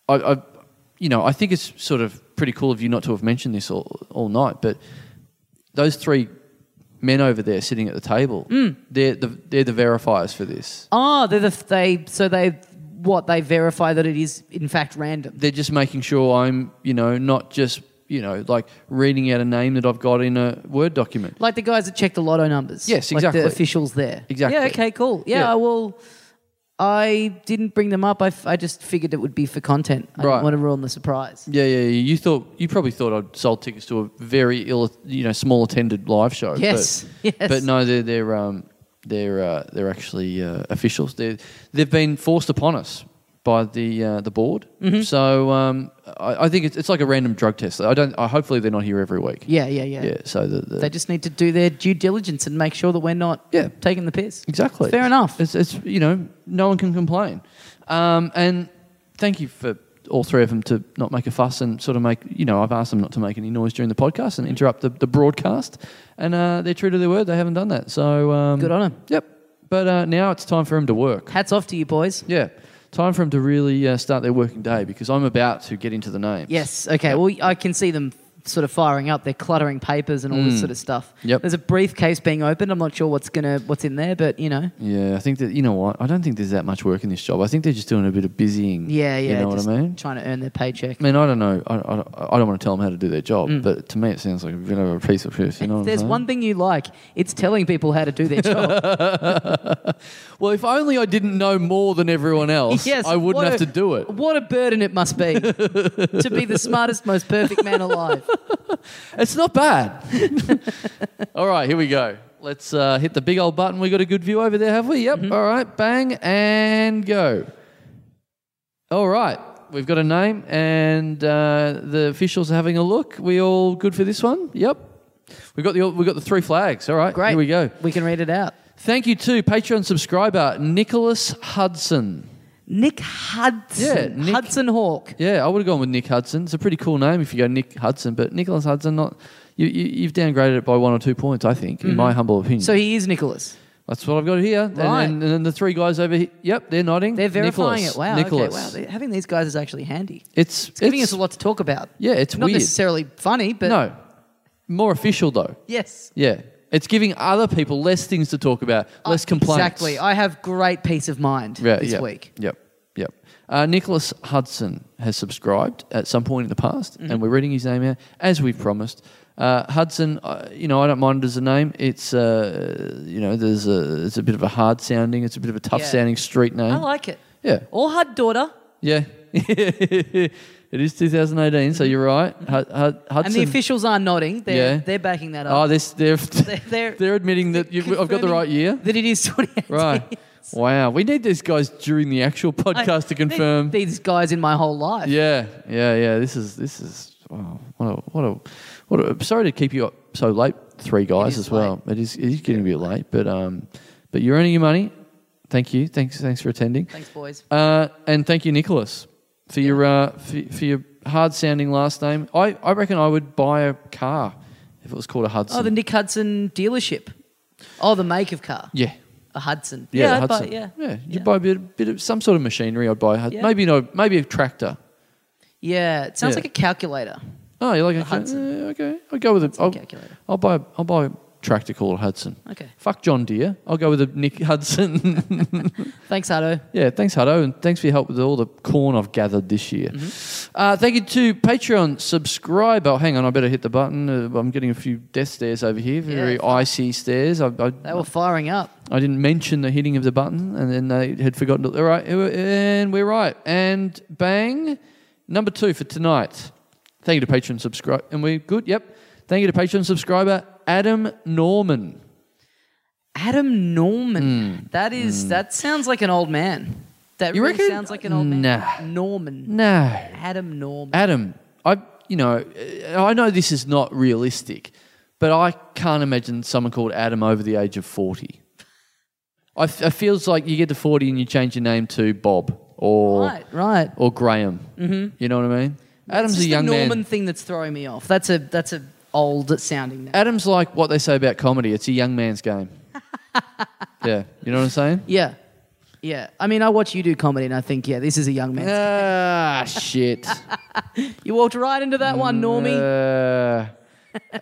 Speaker 4: I, I you know I think it's sort of pretty cool of you not to have mentioned this all, all night, but those three men over there sitting at the table, they're the they're the verifiers for this.
Speaker 3: Ah, they're the, they so they what they verify that it is in fact random.
Speaker 4: They're just making sure I'm you know not just you know like reading out a name that I've got in a word document.
Speaker 3: Like the guys that check the lotto numbers.
Speaker 4: Yes,
Speaker 3: Like
Speaker 4: exactly.
Speaker 3: the officials there.
Speaker 4: Exactly.
Speaker 3: Yeah. Okay. Cool. Yeah.
Speaker 4: Yeah.
Speaker 3: I will. I didn't bring them up. I, f- I just figured it would be for content. I
Speaker 4: Right.
Speaker 3: didn't want to ruin the surprise.
Speaker 4: Yeah, yeah, yeah. You thought you probably thought I'd sold tickets to a very ill, you know, small attended live show.
Speaker 3: Yes,
Speaker 4: but,
Speaker 3: yes.
Speaker 4: But no, they're they're um, they're uh, they're actually uh, officials. They they've been forced upon us by the uh, the board.
Speaker 3: Mm-hmm.
Speaker 4: So um, I, I think it's, it's like a random drug test. I don't. I, hopefully they're not here every week.
Speaker 3: Yeah, yeah, yeah.
Speaker 4: Yeah. So the, the
Speaker 3: They just need to do their due diligence and make sure that we're not
Speaker 4: Yeah.
Speaker 3: taking the piss.
Speaker 4: Exactly.
Speaker 3: Fair enough.
Speaker 4: It's, it's you know, no one can complain. Um, and thank you for all three of them to not make a fuss and sort of make you know I've asked them not to make any noise during the podcast and interrupt the, the broadcast. And uh, they're true to their word. They haven't done that. So um,
Speaker 3: Good on 'em.
Speaker 4: Yep. But uh, now it's time for them to work.
Speaker 3: Hats off to you boys.
Speaker 4: Yeah. Time for them to really uh, start their working day because I'm about to get into the names.
Speaker 3: Yes. Okay. Well, I can see them sort of firing up. They're cluttering papers and all this sort of stuff.
Speaker 4: Mm. Yep.
Speaker 3: There's a briefcase being opened. I'm not sure what's gonna what's in there, but you know.
Speaker 4: Yeah, I think that you know what. I don't think there's that much work in this job. I think they're just doing a bit of busying.
Speaker 3: Yeah, yeah.
Speaker 4: You know
Speaker 3: just
Speaker 4: what I mean?
Speaker 3: Trying to earn their paycheck.
Speaker 4: I mean, I don't know. I, I, I don't want to tell them how to do their job, but to me, it sounds like a bit of a piece of piss. You know what I'm
Speaker 3: Mm. There's
Speaker 4: saying?
Speaker 3: one thing you like. It's telling people how to do their job.
Speaker 4: Well, if only I didn't know more than everyone else,
Speaker 3: yes.
Speaker 4: I wouldn't
Speaker 3: what
Speaker 4: have
Speaker 3: a-
Speaker 4: to do it.
Speaker 3: What a burden it must be to be the smartest, most perfect man alive.
Speaker 4: It's not bad. All right, here we go. Let's uh, hit the big old button. We got a good view over there, have we? Yep.
Speaker 3: Mm-hmm.
Speaker 4: All right, bang and go. All right, we've got a name, and uh, the officials are having a look. We all good for this one? Yep. We got the we got the three flags. All right,
Speaker 3: Great.
Speaker 4: Here we go.
Speaker 3: We can read it out.
Speaker 4: Thank you to Patreon subscriber Nicholas Hudson.
Speaker 3: Nick Hudson.
Speaker 4: Yeah, Nick-
Speaker 3: Hudson Hawk.
Speaker 4: Yeah, I would have gone with Nick Hudson. It's a pretty cool name if you go Nick Hudson, but Nicholas Hudson, not you, you, you've downgraded it by one or two points, I think, in my humble opinion.
Speaker 3: Mm-hmm. So he is Nicholas.
Speaker 4: That's what I've got here. And-
Speaker 3: Right.
Speaker 4: And, and, then the three guys over here, yep, they're nodding.
Speaker 3: They're verifying
Speaker 4: Nicholas.
Speaker 3: it. Wow.
Speaker 4: Nicholas.
Speaker 3: Okay. Wow. they- Having these guys is actually handy.
Speaker 4: It's,
Speaker 3: It's giving
Speaker 4: it's-
Speaker 3: us a lot to talk about.
Speaker 4: Yeah, it's
Speaker 3: not
Speaker 4: weird.
Speaker 3: necessarily funny, but
Speaker 4: No, more official though.
Speaker 3: yes,
Speaker 4: Yeah, it's giving other people less things to talk about, less complaints.
Speaker 3: Uh, exactly. I have great peace of mind
Speaker 4: Yeah,
Speaker 3: this
Speaker 4: yep,
Speaker 3: week.
Speaker 4: Yep, yep. Uh, Nicholas Hudson has subscribed at some point in the past,
Speaker 3: Mm-hmm.
Speaker 4: and we're reading his name out as we've promised. Uh, Hudson, uh, you know, I don't mind it as a name. It's uh, you know, there's a it's a bit of a hard sounding, it's a bit of a tough
Speaker 3: Yeah.
Speaker 4: sounding street name.
Speaker 3: I like it.
Speaker 4: Yeah.
Speaker 3: Or HUD daughter,
Speaker 4: Yeah. it is 2018, so you're right. Hud- Hud- Hudson.
Speaker 3: Mm-hmm. and the officials are nodding. They're
Speaker 4: Yeah.
Speaker 3: they're backing that
Speaker 4: Oh,
Speaker 3: up.
Speaker 4: they're they're,
Speaker 3: they're-
Speaker 4: they're, admitting that you've, I've got the
Speaker 3: Confirming
Speaker 4: right year.
Speaker 3: That it is 2018.
Speaker 4: Right. Wow. We need these guys during the actual
Speaker 3: I-
Speaker 4: podcast to confirm.
Speaker 3: they- these guys in my whole life.
Speaker 4: Yeah, yeah, yeah. This is this is wow, what a what a what a. Sorry to keep you up so late, three guys
Speaker 3: is
Speaker 4: as well. It is it is getting a bit late, but um, but you're earning your money. Thank you. Thanks. Thanks for attending.
Speaker 3: Thanks, boys.
Speaker 4: Uh, and thank you, Nicholas, for your uh for, for your hard sounding last name. I I reckon I would buy a car if it was called a Hudson.
Speaker 3: Oh, the Nick Hudson dealership. Oh, the make of car.
Speaker 4: yeah.
Speaker 3: A Hudson.
Speaker 4: Yeah, the
Speaker 3: I'd buy-
Speaker 4: Hudson.
Speaker 3: yeah.
Speaker 4: yeah. You
Speaker 3: yeah.
Speaker 4: buy a bit, bit of some sort of machinery. I'd buy a, Hud-
Speaker 3: Yeah.
Speaker 4: maybe no, maybe a tractor.
Speaker 3: Yeah, it sounds
Speaker 4: Yeah.
Speaker 3: like a calculator.
Speaker 4: Oh, you like a
Speaker 3: Hudson.
Speaker 4: Hudson? okay, I'll go with a. I'll,
Speaker 3: calculator.
Speaker 4: I'll buy. a- I'll buy a tractor called Hudson.
Speaker 3: Okay.
Speaker 4: Fuck John Deere. I'll go with a Nick Hudson.
Speaker 3: Thanks, Hutto.
Speaker 4: yeah, thanks Hutto, and thanks for your help with all the corn I've gathered this year.
Speaker 3: Mm-hmm.
Speaker 4: Uh, thank you to Patreon subscriber. Oh, hang on, I better hit the button. Uh, I'm getting a few death stares over here. Very icy stairs. I, I,
Speaker 3: They were firing up.
Speaker 4: I didn't mention the hitting of the button, and then they had forgotten. To, all right, and we're right. And bang, number two for tonight. Thank you to Patreon subscriber, and we're good. Yep. Thank you to Patreon subscriber Adam Norman.
Speaker 3: Adam Norman. That is. That sounds like an old man. That
Speaker 4: Hmm. You
Speaker 3: really
Speaker 4: reckon?
Speaker 3: sounds like an old man.
Speaker 4: Nah.
Speaker 3: Norman.
Speaker 4: No,
Speaker 3: Adam Norman.
Speaker 4: Adam. I, you know, uh, I know this is not realistic, but I can't imagine someone called Adam over the age of forty. I, f- it feels like you get to forty and you change your name to Bob or
Speaker 3: right. Right.
Speaker 4: or Graham. Mm-hmm. You know what I mean? Adam's
Speaker 3: It's
Speaker 4: a
Speaker 3: just
Speaker 4: young
Speaker 3: the Norman
Speaker 4: man.
Speaker 3: thing that's throwing me off. That's a. That's a old sounding name.
Speaker 4: Adam's like what they say about comedy. It's a young man's game. yeah, you know what I'm saying?
Speaker 3: Yeah. Yeah. I mean, I watch you do comedy, and I think, yeah, this is a young man.
Speaker 4: Ah, shit.
Speaker 3: you walked right into that one, Normie.
Speaker 4: Uh,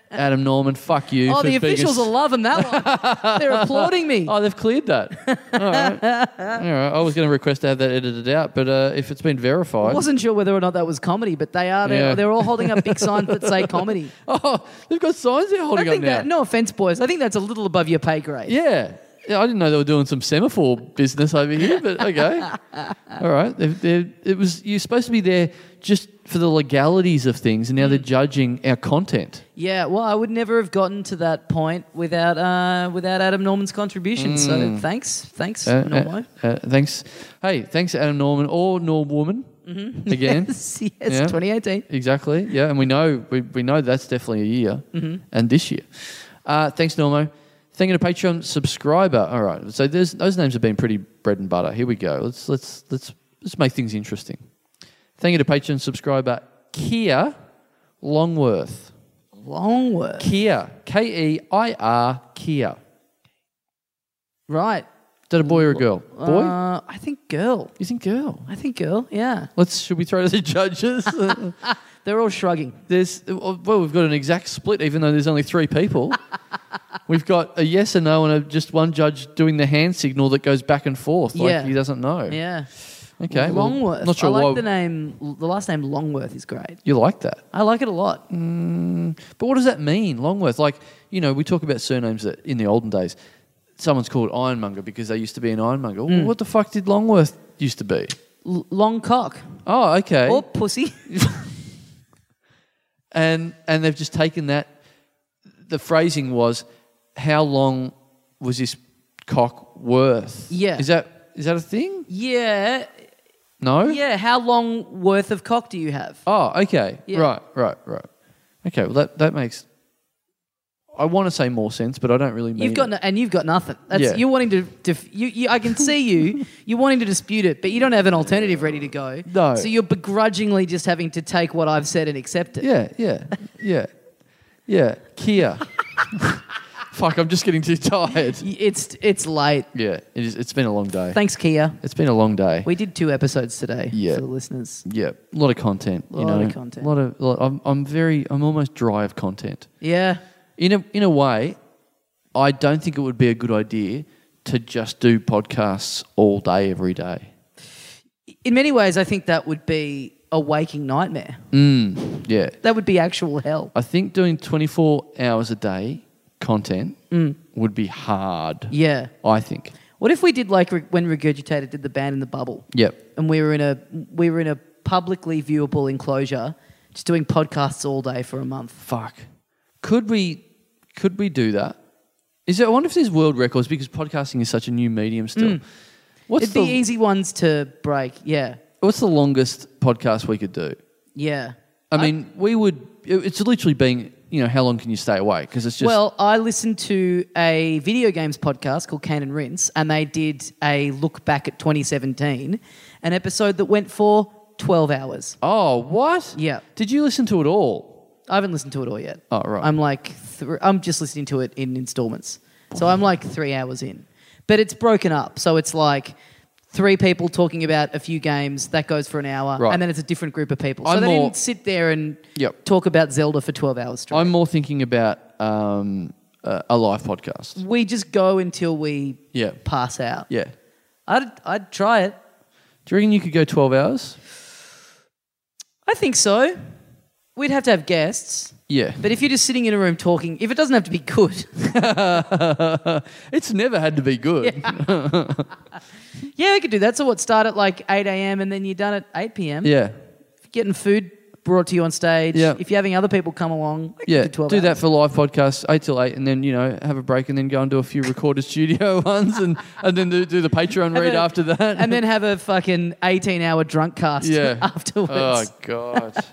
Speaker 4: Adam Norman, fuck you.
Speaker 3: oh,
Speaker 4: for
Speaker 3: the
Speaker 4: being a
Speaker 3: officials
Speaker 4: s-
Speaker 3: are loving that one. They're applauding me.
Speaker 4: Oh, they've cleared that. All right. All right. I was going to request to have that edited out, but uh, if it's been verified.
Speaker 3: I wasn't sure whether or not that was comedy, but they are. They're,
Speaker 4: Yeah.
Speaker 3: they're all holding up big signs that say comedy.
Speaker 4: Oh, they've got signs they're
Speaker 3: I
Speaker 4: holding up
Speaker 3: think
Speaker 4: now.
Speaker 3: that, no offense, boys, I think that's a little above your pay grade.
Speaker 4: Yeah. Yeah, I didn't know they were doing some semaphore business over here, but okay. All right. They're, they're, it was you're supposed to be there just for the legalities of things, and now they're judging our content.
Speaker 3: Yeah, well, I would never have gotten to that point without uh, without Adam Norman's contribution. So thanks, thanks,
Speaker 4: Hmm. Uh,
Speaker 3: Normo.
Speaker 4: uh, uh, thanks. Hey, thanks, Adam Norman or Norm Woman again.
Speaker 3: yes, yes,
Speaker 4: Yeah.
Speaker 3: 2018.
Speaker 4: Exactly. Yeah, and we know we, we know that's definitely a year and this year. Uh, thanks, Normo. Thank you to Patreon subscriber. All right, so there's, those names have been pretty bread and butter. Here we go. Let's let's let's let's make things interesting. Thank you to Patreon subscriber Kia Longworth.
Speaker 3: Longworth.
Speaker 4: Kia K E I R Kia.
Speaker 3: Right.
Speaker 4: Is that a boy or a girl? Boy.
Speaker 3: Uh, I think girl.
Speaker 4: you think girl?
Speaker 3: I think girl. Yeah.
Speaker 4: Let's should we throw to the judges?
Speaker 3: They're all shrugging.
Speaker 4: There's well, we've got an exact split, even though there's only three people. we've got a yes and no, and a, just one judge doing the hand signal that goes back and forth, like
Speaker 3: Yeah.
Speaker 4: he doesn't know.
Speaker 3: Yeah.
Speaker 4: Okay. well,
Speaker 3: Longworth.
Speaker 4: not sure
Speaker 3: I like
Speaker 4: why
Speaker 3: the name. The last name Longworth is great.
Speaker 4: you like that.
Speaker 3: I like it a lot.
Speaker 4: Mm. But what does that mean, Longworth? Like, you know, we talk about surnames that in the olden days, someone's called Ironmonger because they used to be an Ironmonger.
Speaker 3: Hmm.
Speaker 4: Well, what the fuck did Longworth used to be?
Speaker 3: L- long cock
Speaker 4: Oh, okay.
Speaker 3: or pussy.
Speaker 4: and and they've just taken that. The phrasing was, "How long was this cock worth?"
Speaker 3: Yeah.
Speaker 4: is that is that a thing?
Speaker 3: yeah.
Speaker 4: No.
Speaker 3: Yeah. How long worth of cock do you have?
Speaker 4: Oh, okay.
Speaker 3: Yeah.
Speaker 4: Right, right, right. Okay. Well, that that makes. I want to say more sense, but I don't really mean.
Speaker 3: You've got
Speaker 4: it.
Speaker 3: no, and you've got nothing. That's,
Speaker 4: Yeah.
Speaker 3: You're wanting to, def, you, you, I can see you. You're wanting to dispute it, but you don't have an alternative ready to go.
Speaker 4: No.
Speaker 3: So you're begrudgingly just having to take what I've said and accept it.
Speaker 4: Yeah, yeah, yeah, yeah. Kia. Fuck! I'm just getting too tired.
Speaker 3: Y- It's it's late.
Speaker 4: Yeah, it is, it's been a long day.
Speaker 3: Thanks, Kia.
Speaker 4: it's been a long day.
Speaker 3: We did two episodes today
Speaker 4: Yeah.
Speaker 3: for the listeners.
Speaker 4: Yeah, a lot of content. you
Speaker 3: Lot of
Speaker 4: know?
Speaker 3: content.
Speaker 4: lot of. Lot, I'm, I'm very. I'm almost dry of content.
Speaker 3: Yeah.
Speaker 4: In a in a way, I don't think it would be a good idea to just do podcasts all day every day.
Speaker 3: In many ways, I think that would be a waking nightmare.
Speaker 4: Yeah,
Speaker 3: That would be actual hell.
Speaker 4: I think doing 24 hours a day content
Speaker 3: Mm.
Speaker 4: would be hard.
Speaker 3: Yeah.
Speaker 4: I think.
Speaker 3: What if we did like re- when Regurgitator did the band in the bubble?
Speaker 4: Yep.
Speaker 3: and we were in a we were in a publicly viewable enclosure, just doing podcasts all day for a month.
Speaker 4: Fuck. Could we could we do that? Is there, I wonder if there's world records because podcasting is such a new medium still. What's
Speaker 3: Mm. It'd be
Speaker 4: the
Speaker 3: easy ones to break. Yeah,
Speaker 4: what's the longest podcast we could do?
Speaker 3: yeah.
Speaker 4: I mean, we would. it- It's literally being, you know, how long can you stay away? Because it's just.
Speaker 3: well, I listened to a video games podcast called Can and Rinse, and they did a look back at 2017, an episode that went for 12 hours.
Speaker 4: oh, what?
Speaker 3: Yeah.
Speaker 4: Did you listen to it all?
Speaker 3: I haven't listened to it all yet.
Speaker 4: Oh, right.
Speaker 3: I'm like, thr I'm just listening to it in installments. So I'm like three hours in. But it's broken up. So it's like three people talking about a few games. That goes for an hour.
Speaker 4: Right.
Speaker 3: And then it's a different group of people. So
Speaker 4: I'm
Speaker 3: they
Speaker 4: more-
Speaker 3: didn't sit there and
Speaker 4: Yep.
Speaker 3: talk about Zelda for 12 hours straight.
Speaker 4: I'm more thinking about um, a, a live podcast.
Speaker 3: we just go until we
Speaker 4: Yeah.
Speaker 3: pass out.
Speaker 4: Yeah. Do
Speaker 3: I'd, I'd try it.
Speaker 4: you reckon you could go 12 hours?
Speaker 3: I think so. We'd have to have guests.
Speaker 4: Yeah.
Speaker 3: But if you're just sitting in a room talking, if it doesn't have to be good,
Speaker 4: It's never had to be good. Yeah.
Speaker 3: yeah, we could do that. So what, start at like 8 a.m. and then you're done at 8 p.m.?
Speaker 4: Yeah.
Speaker 3: getting food brought to you on stage.
Speaker 4: Yeah.
Speaker 3: If you're having other people come along, I could do, 12
Speaker 4: do that
Speaker 3: hours.
Speaker 4: for live podcasts, eight till eight, and then you know have a break, and then go and do a few recorded studio ones, and and then do, do the Patreon read
Speaker 3: then-
Speaker 4: after that,
Speaker 3: and then have a fucking 18 hour drunk cast
Speaker 4: yeah
Speaker 3: afterwards.
Speaker 4: Oh god,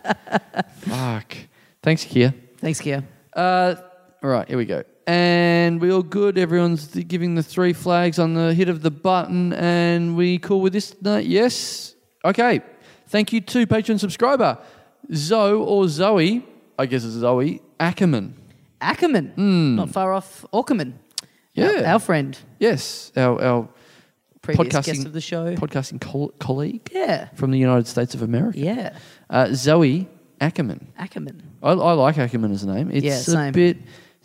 Speaker 4: fuck. Thanks, Kia.
Speaker 3: Thanks, Kia.
Speaker 4: Uh, all right, here we go. And we all good. Everyone's th- giving the three flags on the hit of the button, and we cool with this. No, yes. Okay. Thank you to Patreon subscriber Zoe or Zoe. I guess it's Zoe Ackerman.
Speaker 3: Ackerman, not far off Ackerman.
Speaker 4: Hmm. Yeah.
Speaker 3: Our, our friend,
Speaker 4: Yes, our our
Speaker 3: previous
Speaker 4: podcasting
Speaker 3: guest of the show.
Speaker 4: podcasting col- colleague
Speaker 3: yeah.
Speaker 4: from the United States of America.
Speaker 3: Yeah.
Speaker 4: Uh, Zoe Ackerman.
Speaker 3: Ackerman.
Speaker 4: I, I like Ackerman as a name. It's
Speaker 3: Yeah,
Speaker 4: a
Speaker 3: same.
Speaker 4: bit.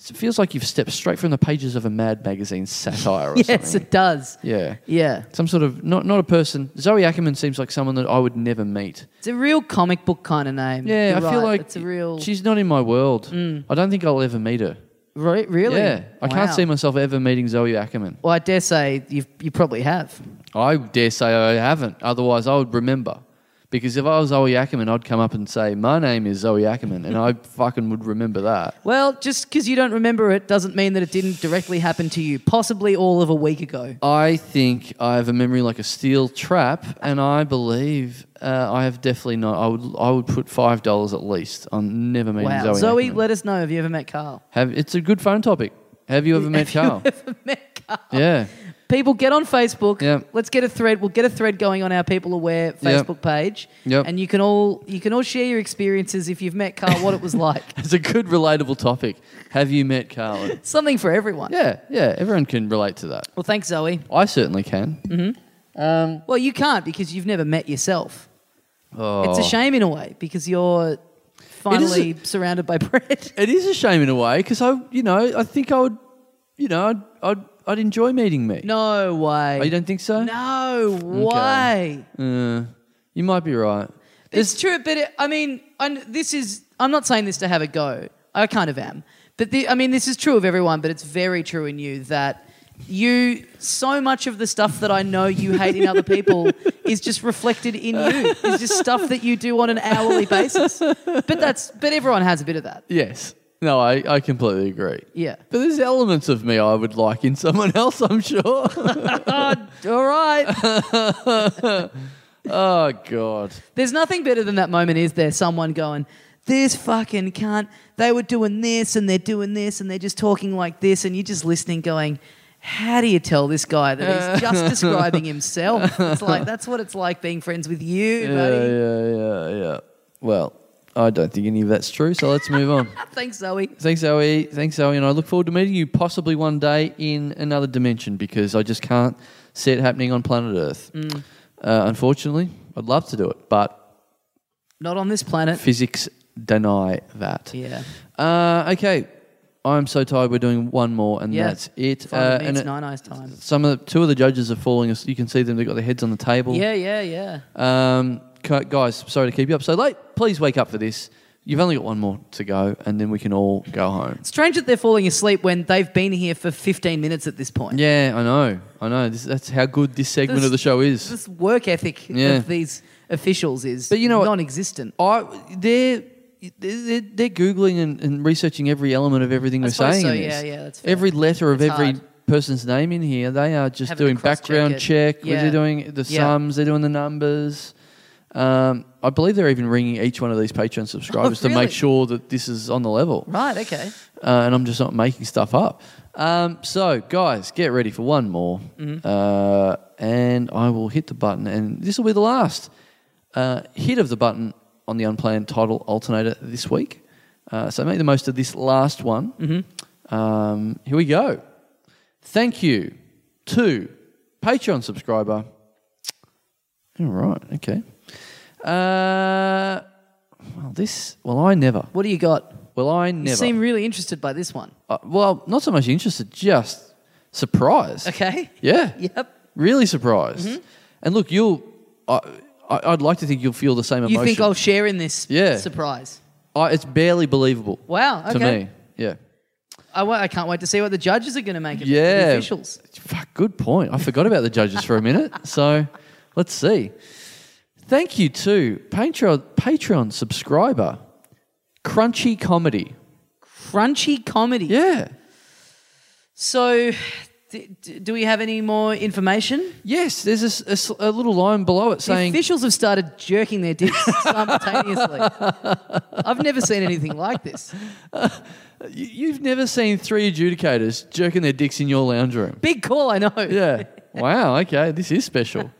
Speaker 4: It feels like you've stepped straight from the pages of a Mad magazine satire or
Speaker 3: Yes,
Speaker 4: something.
Speaker 3: it does.
Speaker 4: Yeah.
Speaker 3: Yeah.
Speaker 4: Some sort of not not a person. Zoe Ackerman seems like someone that I would never meet.
Speaker 3: It's a real comic book kind of name.
Speaker 4: Yeah,
Speaker 3: Mm, You're
Speaker 4: I feel
Speaker 3: right.
Speaker 4: like
Speaker 3: it's a real.
Speaker 4: She's not in my world. I don't think I'll ever meet her.
Speaker 3: Re- really?
Speaker 4: Yeah, I can't
Speaker 3: Wow.
Speaker 4: see myself ever meeting Zoe Ackerman.
Speaker 3: Well, I dare say you you probably have.
Speaker 4: I dare say I haven't. Otherwise, I would remember. Because if I was Zoe Ackerman, I'd come up and say, "My name is Zoe Ackerman," and I fucking would remember that.
Speaker 3: Well, just because you don't remember it doesn't mean that it didn't directly happen to you. Possibly all of a week ago.
Speaker 4: I think I have a memory like a steel trap, and I believe uh, I have definitely not. I would I would put five dollars at least on never meeting
Speaker 3: Wow. Zoe,
Speaker 4: Zoe. Ackerman.
Speaker 3: let us know. Have you ever met Carl?
Speaker 4: have it's a good phone topic. Have you ever met Carl?
Speaker 3: met Carl.
Speaker 4: yeah,
Speaker 3: People get on Facebook.
Speaker 4: Yep.
Speaker 3: Let's get a thread. We'll get a thread going on our People Aware
Speaker 4: Yep.
Speaker 3: Facebook page.
Speaker 4: Yep.
Speaker 3: And you can all you can all share your experiences if you've met Carl, what it was like.
Speaker 4: it's a good relatable topic. Have you met Carl?
Speaker 3: Something for everyone.
Speaker 4: yeah, yeah. Everyone can relate to that.
Speaker 3: Well, thanks, Zoe.
Speaker 4: I certainly can.
Speaker 3: Mm. Well, you can't because you've never met yourself.
Speaker 4: Oh.
Speaker 3: It's a shame in a way because you're finally surrounded by bread.
Speaker 4: It is a shame in a way because I, you know, I think I would, you know, I'd, I'd, I'd enjoy meeting me.
Speaker 3: No way.
Speaker 4: Oh, you don't think so?
Speaker 3: No way.
Speaker 4: Uh, you might be right.
Speaker 3: It's true, but it, I mean, i this is. I'm not saying this to have a go. I kind of am, but the, I mean, this is true of everyone. But it's very true in you that you so much of the stuff that I know you hate in other people is just reflected in you. It's just stuff that you do on an hourly basis. But that's. But everyone has a bit of that.
Speaker 4: Yes. No, I, I completely agree.
Speaker 3: Yeah.
Speaker 4: But there's elements of me I would like in someone else, I'm sure.
Speaker 3: All right.
Speaker 4: oh, God.
Speaker 3: There's nothing better than that moment, is there? Someone going, this fucking cunt, they were doing this and they're doing this and they're just talking like this, and you're just listening going, how do you tell this guy that he's just describing himself? It's like, that's what it's like being friends with you,
Speaker 4: Yeah,
Speaker 3: buddy.
Speaker 4: yeah, yeah, yeah. Well, I don't think any of that's true, so let's move on.
Speaker 3: Thanks, Zoe.
Speaker 4: Thanks, Zoe. Thanks, Zoe. And I look forward to meeting you possibly one day in another dimension because I just can't see it happening on planet Earth.
Speaker 3: Mm.
Speaker 4: Uh, unfortunately, I'd love to do it, but
Speaker 3: Not on this planet.
Speaker 4: physics deny that.
Speaker 3: Yeah.
Speaker 4: Uh, okay. I'm so tired. We're doing one more, and
Speaker 3: Yeah.
Speaker 4: that's it.
Speaker 3: Finally
Speaker 4: Uh,
Speaker 3: means
Speaker 4: and it-
Speaker 3: nine eyes time.
Speaker 4: Some of the, two of the judges are falling. as- You can see them. They've got their heads on the table.
Speaker 3: Yeah, yeah, yeah.
Speaker 4: Um, cu- guys, sorry to keep you up so late. Please wake up for this. You've only got one more to go, and then we can all go home.
Speaker 3: Strange that they're falling asleep when they've been here for 15 minutes at this point.
Speaker 4: Yeah, I know. I know. This, that's how good this segment
Speaker 3: This-
Speaker 4: of the show is.
Speaker 3: This work ethic
Speaker 4: Yeah.
Speaker 3: of these officials is
Speaker 4: But you know what-
Speaker 3: non-existent.
Speaker 4: I they're they're, they're googling and, and researching every element of everything
Speaker 3: I
Speaker 4: we're
Speaker 3: suppose
Speaker 4: saying.
Speaker 3: so,
Speaker 4: in this.
Speaker 3: yeah, yeah, that's fair.
Speaker 4: Every letter of
Speaker 3: It's
Speaker 4: every
Speaker 3: hard.
Speaker 4: person's name in here, they are just
Speaker 3: Having to
Speaker 4: doing
Speaker 3: cross-check
Speaker 4: background
Speaker 3: it.
Speaker 4: check.
Speaker 3: Yeah.
Speaker 4: They're doing the
Speaker 3: Yeah.
Speaker 4: sums. They're doing the numbers. Um, I believe they're even ringing each one of these Patreon subscribers to
Speaker 3: really?
Speaker 4: make sure that this is on the level.
Speaker 3: Right, okay.
Speaker 4: uh, and I'm just not making stuff up. Um, so, guys, get ready for one more,
Speaker 3: Mm-hmm.
Speaker 4: uh, and I will hit the button, and this will be the last uh, hit of the button on the unplanned title alternator this week. Uh, so, make the most of this last one.
Speaker 3: Mm-hmm.
Speaker 4: Um, here we go. Thank you to Patreon subscriber. All right, okay. Uh, well, this. Well, I never.
Speaker 3: What do you got?
Speaker 4: Well, I never.
Speaker 3: You seem really interested by this one.
Speaker 4: Uh, well, not so much interested, just surprised.
Speaker 3: Okay.
Speaker 4: Yeah.
Speaker 3: Yep.
Speaker 4: Really surprised.
Speaker 3: Mm-hmm.
Speaker 4: And look, you'll. I, I, I'd like to think you'll feel the same emotion.
Speaker 3: You think I'll share in this
Speaker 4: Yeah.
Speaker 3: surprise?
Speaker 4: I, it's barely believable.
Speaker 3: Wow,
Speaker 4: To
Speaker 3: okay.
Speaker 4: me. Yeah.
Speaker 3: I wa- I can't wait to see what the judges are going to make of it.
Speaker 4: Yeah.
Speaker 3: The officials.
Speaker 4: Fuck, good point. I forgot about the judges for a minute. So let's see. Thank you to Patreon, Patreon subscriber, Crunchy Comedy.
Speaker 3: Crunchy comedy.
Speaker 4: Yeah.
Speaker 3: So, d- d- do we have any more information?
Speaker 4: Yes, there's a s- a, s- a little line below it saying.
Speaker 3: the officials have started jerking their dicks simultaneously. I've never seen anything like this.
Speaker 4: You- You've never seen three adjudicators jerking their dicks in your lounge room.
Speaker 3: Big call, I know.
Speaker 4: Yeah. wow. Okay. This is special.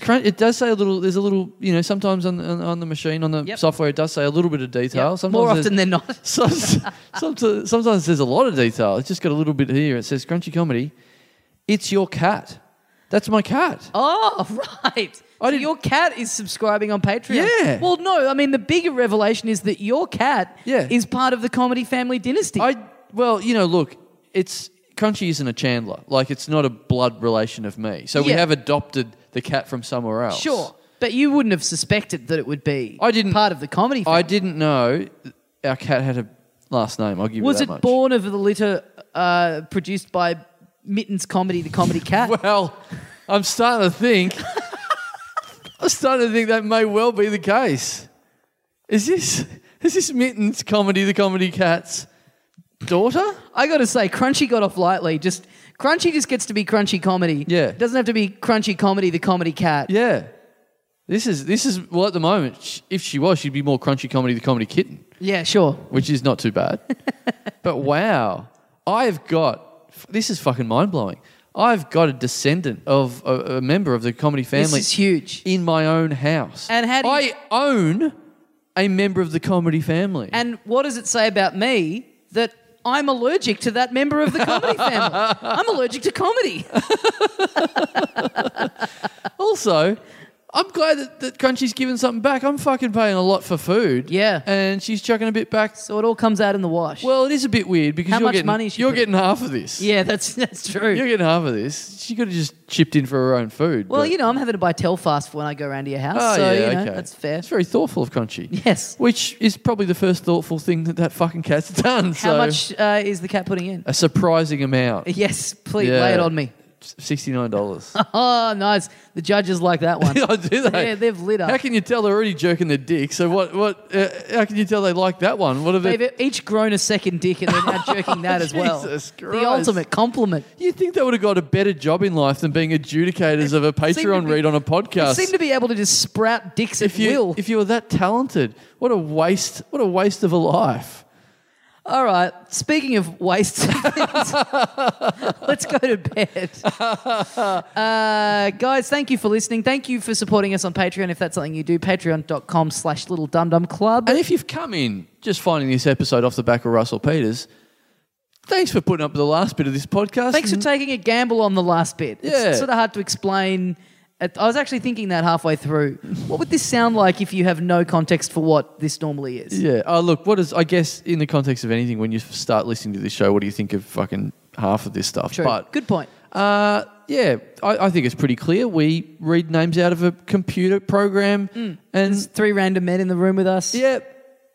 Speaker 4: Crunch, it does say a little. There's a little. You know, sometimes on on, on the machine on the
Speaker 3: Yep.
Speaker 4: software, it does say a little bit of detail.
Speaker 3: Yep.
Speaker 4: Sometimes
Speaker 3: More
Speaker 4: there's-
Speaker 3: often than not.
Speaker 4: some- sometimes, sometimes there's a lot of detail. It's just got a little bit here. It says crunchy comedy. It's your cat. That's my cat.
Speaker 3: Oh, right. So
Speaker 4: didn't-
Speaker 3: your cat is subscribing on Patreon.
Speaker 4: Yeah.
Speaker 3: Well, no, I mean, the bigger revelation is that your cat
Speaker 4: Yeah.
Speaker 3: is part of the comedy family dynasty.
Speaker 4: I well, you know, look, it's Crunchy isn't a Chandler. Like it's not a blood relation of me. So we
Speaker 3: Yeah.
Speaker 4: have adopted the cat from somewhere else.
Speaker 3: sure. But you wouldn't have suspected that it would be
Speaker 4: I didn't-
Speaker 3: part of the comedy family.
Speaker 4: I didn't know our cat had a last name. I'll give you
Speaker 3: Was
Speaker 4: that
Speaker 3: it
Speaker 4: much.
Speaker 3: born of the litter uh, produced by Mittens Comedy, the Comedy Cat?
Speaker 4: Well, I'm starting to think. I'm starting to think that may well be the case. Is this is this Mittens comedy the comedy cat's daughter?
Speaker 3: I got to say, Crunchy got off lightly. Just Crunchy just gets to be Crunchy Comedy.
Speaker 4: Yeah.
Speaker 3: It doesn't have to be Crunchy Comedy, the Comedy Cat.
Speaker 4: Yeah. This is this is well at the moment. sh- If she was, she'd be more crunchy comedy the comedy kitten,
Speaker 3: Yeah, sure.
Speaker 4: which is not too bad. but wow, I've got f- this is fucking mind blowing. I've got a descendant of a, a member of the comedy family.
Speaker 3: This is huge.
Speaker 4: in my own house.
Speaker 3: And how do you-
Speaker 4: I own a member of the comedy family.
Speaker 3: And what does it say about me that I'm allergic to that member of the comedy family? I'm allergic to comedy.
Speaker 4: also, I'm glad that, that Crunchy's given something back. I'm fucking paying a lot for food.
Speaker 3: Yeah.
Speaker 4: And she's chucking a bit back.
Speaker 3: So it all comes out in the wash.
Speaker 4: Well, it is a bit weird because
Speaker 3: How
Speaker 4: you're
Speaker 3: much
Speaker 4: getting
Speaker 3: money is she
Speaker 4: you're
Speaker 3: putting-
Speaker 4: getting half of this.
Speaker 3: yeah, that's that's true.
Speaker 4: You're getting half of this. She could have just chipped in for her own food.
Speaker 3: well,
Speaker 4: but-
Speaker 3: you know, I'm having to buy Telfast for when I go round to your house.
Speaker 4: Oh,
Speaker 3: so,
Speaker 4: yeah,
Speaker 3: you know,
Speaker 4: okay.
Speaker 3: that's fair.
Speaker 4: It's very thoughtful of Crunchy.
Speaker 3: Yes.
Speaker 4: Which is probably the first thoughtful thing that that fucking cat's
Speaker 3: How
Speaker 4: done. so
Speaker 3: much uh, is the cat putting in?
Speaker 4: A surprising amount.
Speaker 3: Yes, please
Speaker 4: Yeah.
Speaker 3: lay it on me.
Speaker 4: Sixty-nine dollars.
Speaker 3: Oh, nice. The judges like that one.
Speaker 4: Oh, do they?
Speaker 3: Yeah, they've lit up.
Speaker 4: How can you tell they're already jerking their dick? So what? What? Uh, how can you tell they like that one? What have they?
Speaker 3: They've each grown a second dick and they're now jerking that as well.
Speaker 4: Jesus
Speaker 3: The
Speaker 4: Christ.
Speaker 3: ultimate compliment.
Speaker 4: You think they would have got a better job in life than being adjudicators of a Patreon
Speaker 3: be-
Speaker 4: read on a
Speaker 3: They
Speaker 4: podcast?
Speaker 3: seem to be able to just sprout dicks
Speaker 4: if
Speaker 3: at
Speaker 4: you
Speaker 3: will.
Speaker 4: if you were that talented, what a waste! What a waste of a life.
Speaker 3: All right. Speaking of waste, let's go to bed. Uh, guys, thank you for listening. Thank you for supporting us on Patreon. If that's something you do, patreon.com slash little dum dum club.
Speaker 4: And if you've come in just finding this episode off the back of Russell Peters, thanks for putting up with the last bit of this podcast. Mm,
Speaker 3: Thanks for taking a gamble on the last bit.
Speaker 4: Yeah.
Speaker 3: It's sort of hard to explain. At- I was actually thinking that halfway through. What would this sound like if you have no context for what this normally is?
Speaker 4: Yeah. Oh, look, what is, I guess, in the context of anything, when you start listening to this show, what do you think of fucking half of this stuff?
Speaker 3: True.
Speaker 4: But,
Speaker 3: Good point.
Speaker 4: uh, yeah, I, I think it's pretty clear. We read names out of a computer program
Speaker 3: Mm.
Speaker 4: and,
Speaker 3: Three random men in the room with us.
Speaker 4: yeah,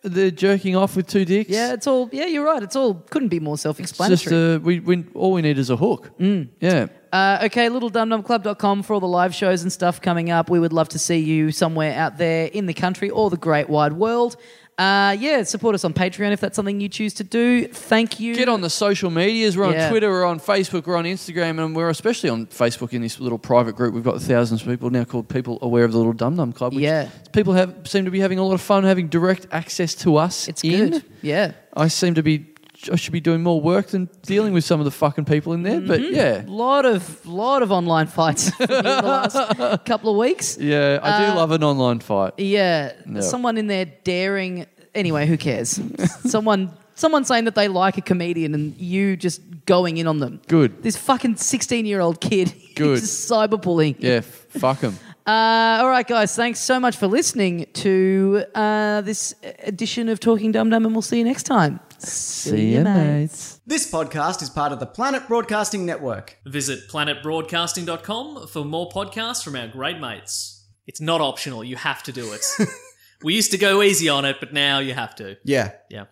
Speaker 4: they're jerking off with two dicks.
Speaker 3: Yeah, it's all. Yeah, you're right. It's all couldn't be more
Speaker 4: It's just,
Speaker 3: self-explanatory.
Speaker 4: uh, we, we, all we need is a hook. Yeah.
Speaker 3: Uh, okay, littledumdumclub.com for all the live shows and stuff coming up. We would love to see you somewhere out there in the country or the great wide world. Uh, yeah, support us on Patreon if that's something you choose to do. Thank you.
Speaker 4: Get on the social medias. We're on
Speaker 3: Yeah.
Speaker 4: Twitter, we're on Facebook, we're on Instagram, and we're especially on Facebook in this little private group. We've got thousands of people now called People Aware of the Little Dum Dum Club. Which
Speaker 3: Yeah.
Speaker 4: People have seem to be having a lot of fun having direct access to us.
Speaker 3: It's
Speaker 4: in.
Speaker 3: good. Yeah.
Speaker 4: I seem to be. I should be doing more work than dealing with some of the fucking people in
Speaker 3: Mm-hmm.
Speaker 4: there. But yeah,
Speaker 3: Lot of lot of online fights in the last couple of weeks.
Speaker 4: yeah, I do love an online fight.
Speaker 3: Yeah,
Speaker 4: No.
Speaker 3: someone in there daring. Anyway, who cares? someone, someone saying that they like a comedian, and you just going in on them.
Speaker 4: Good.
Speaker 3: This fucking sixteen-year-old kid. He's
Speaker 4: Good.
Speaker 3: just cyberbullying.
Speaker 4: Yeah, f- fuck them.
Speaker 3: Uh, all right, guys. Thanks so much for listening to uh, this edition of Talking Dum Dum, and we'll see you next time.
Speaker 4: See ya, mates.
Speaker 1: This podcast is part of the Planet Broadcasting Network.
Speaker 2: Visit planetbroadcasting.com for more podcasts from our great mates. It's not optional, you have to do it. we used to go easy on it, but now you have to.
Speaker 1: Yeah.
Speaker 2: Yeah.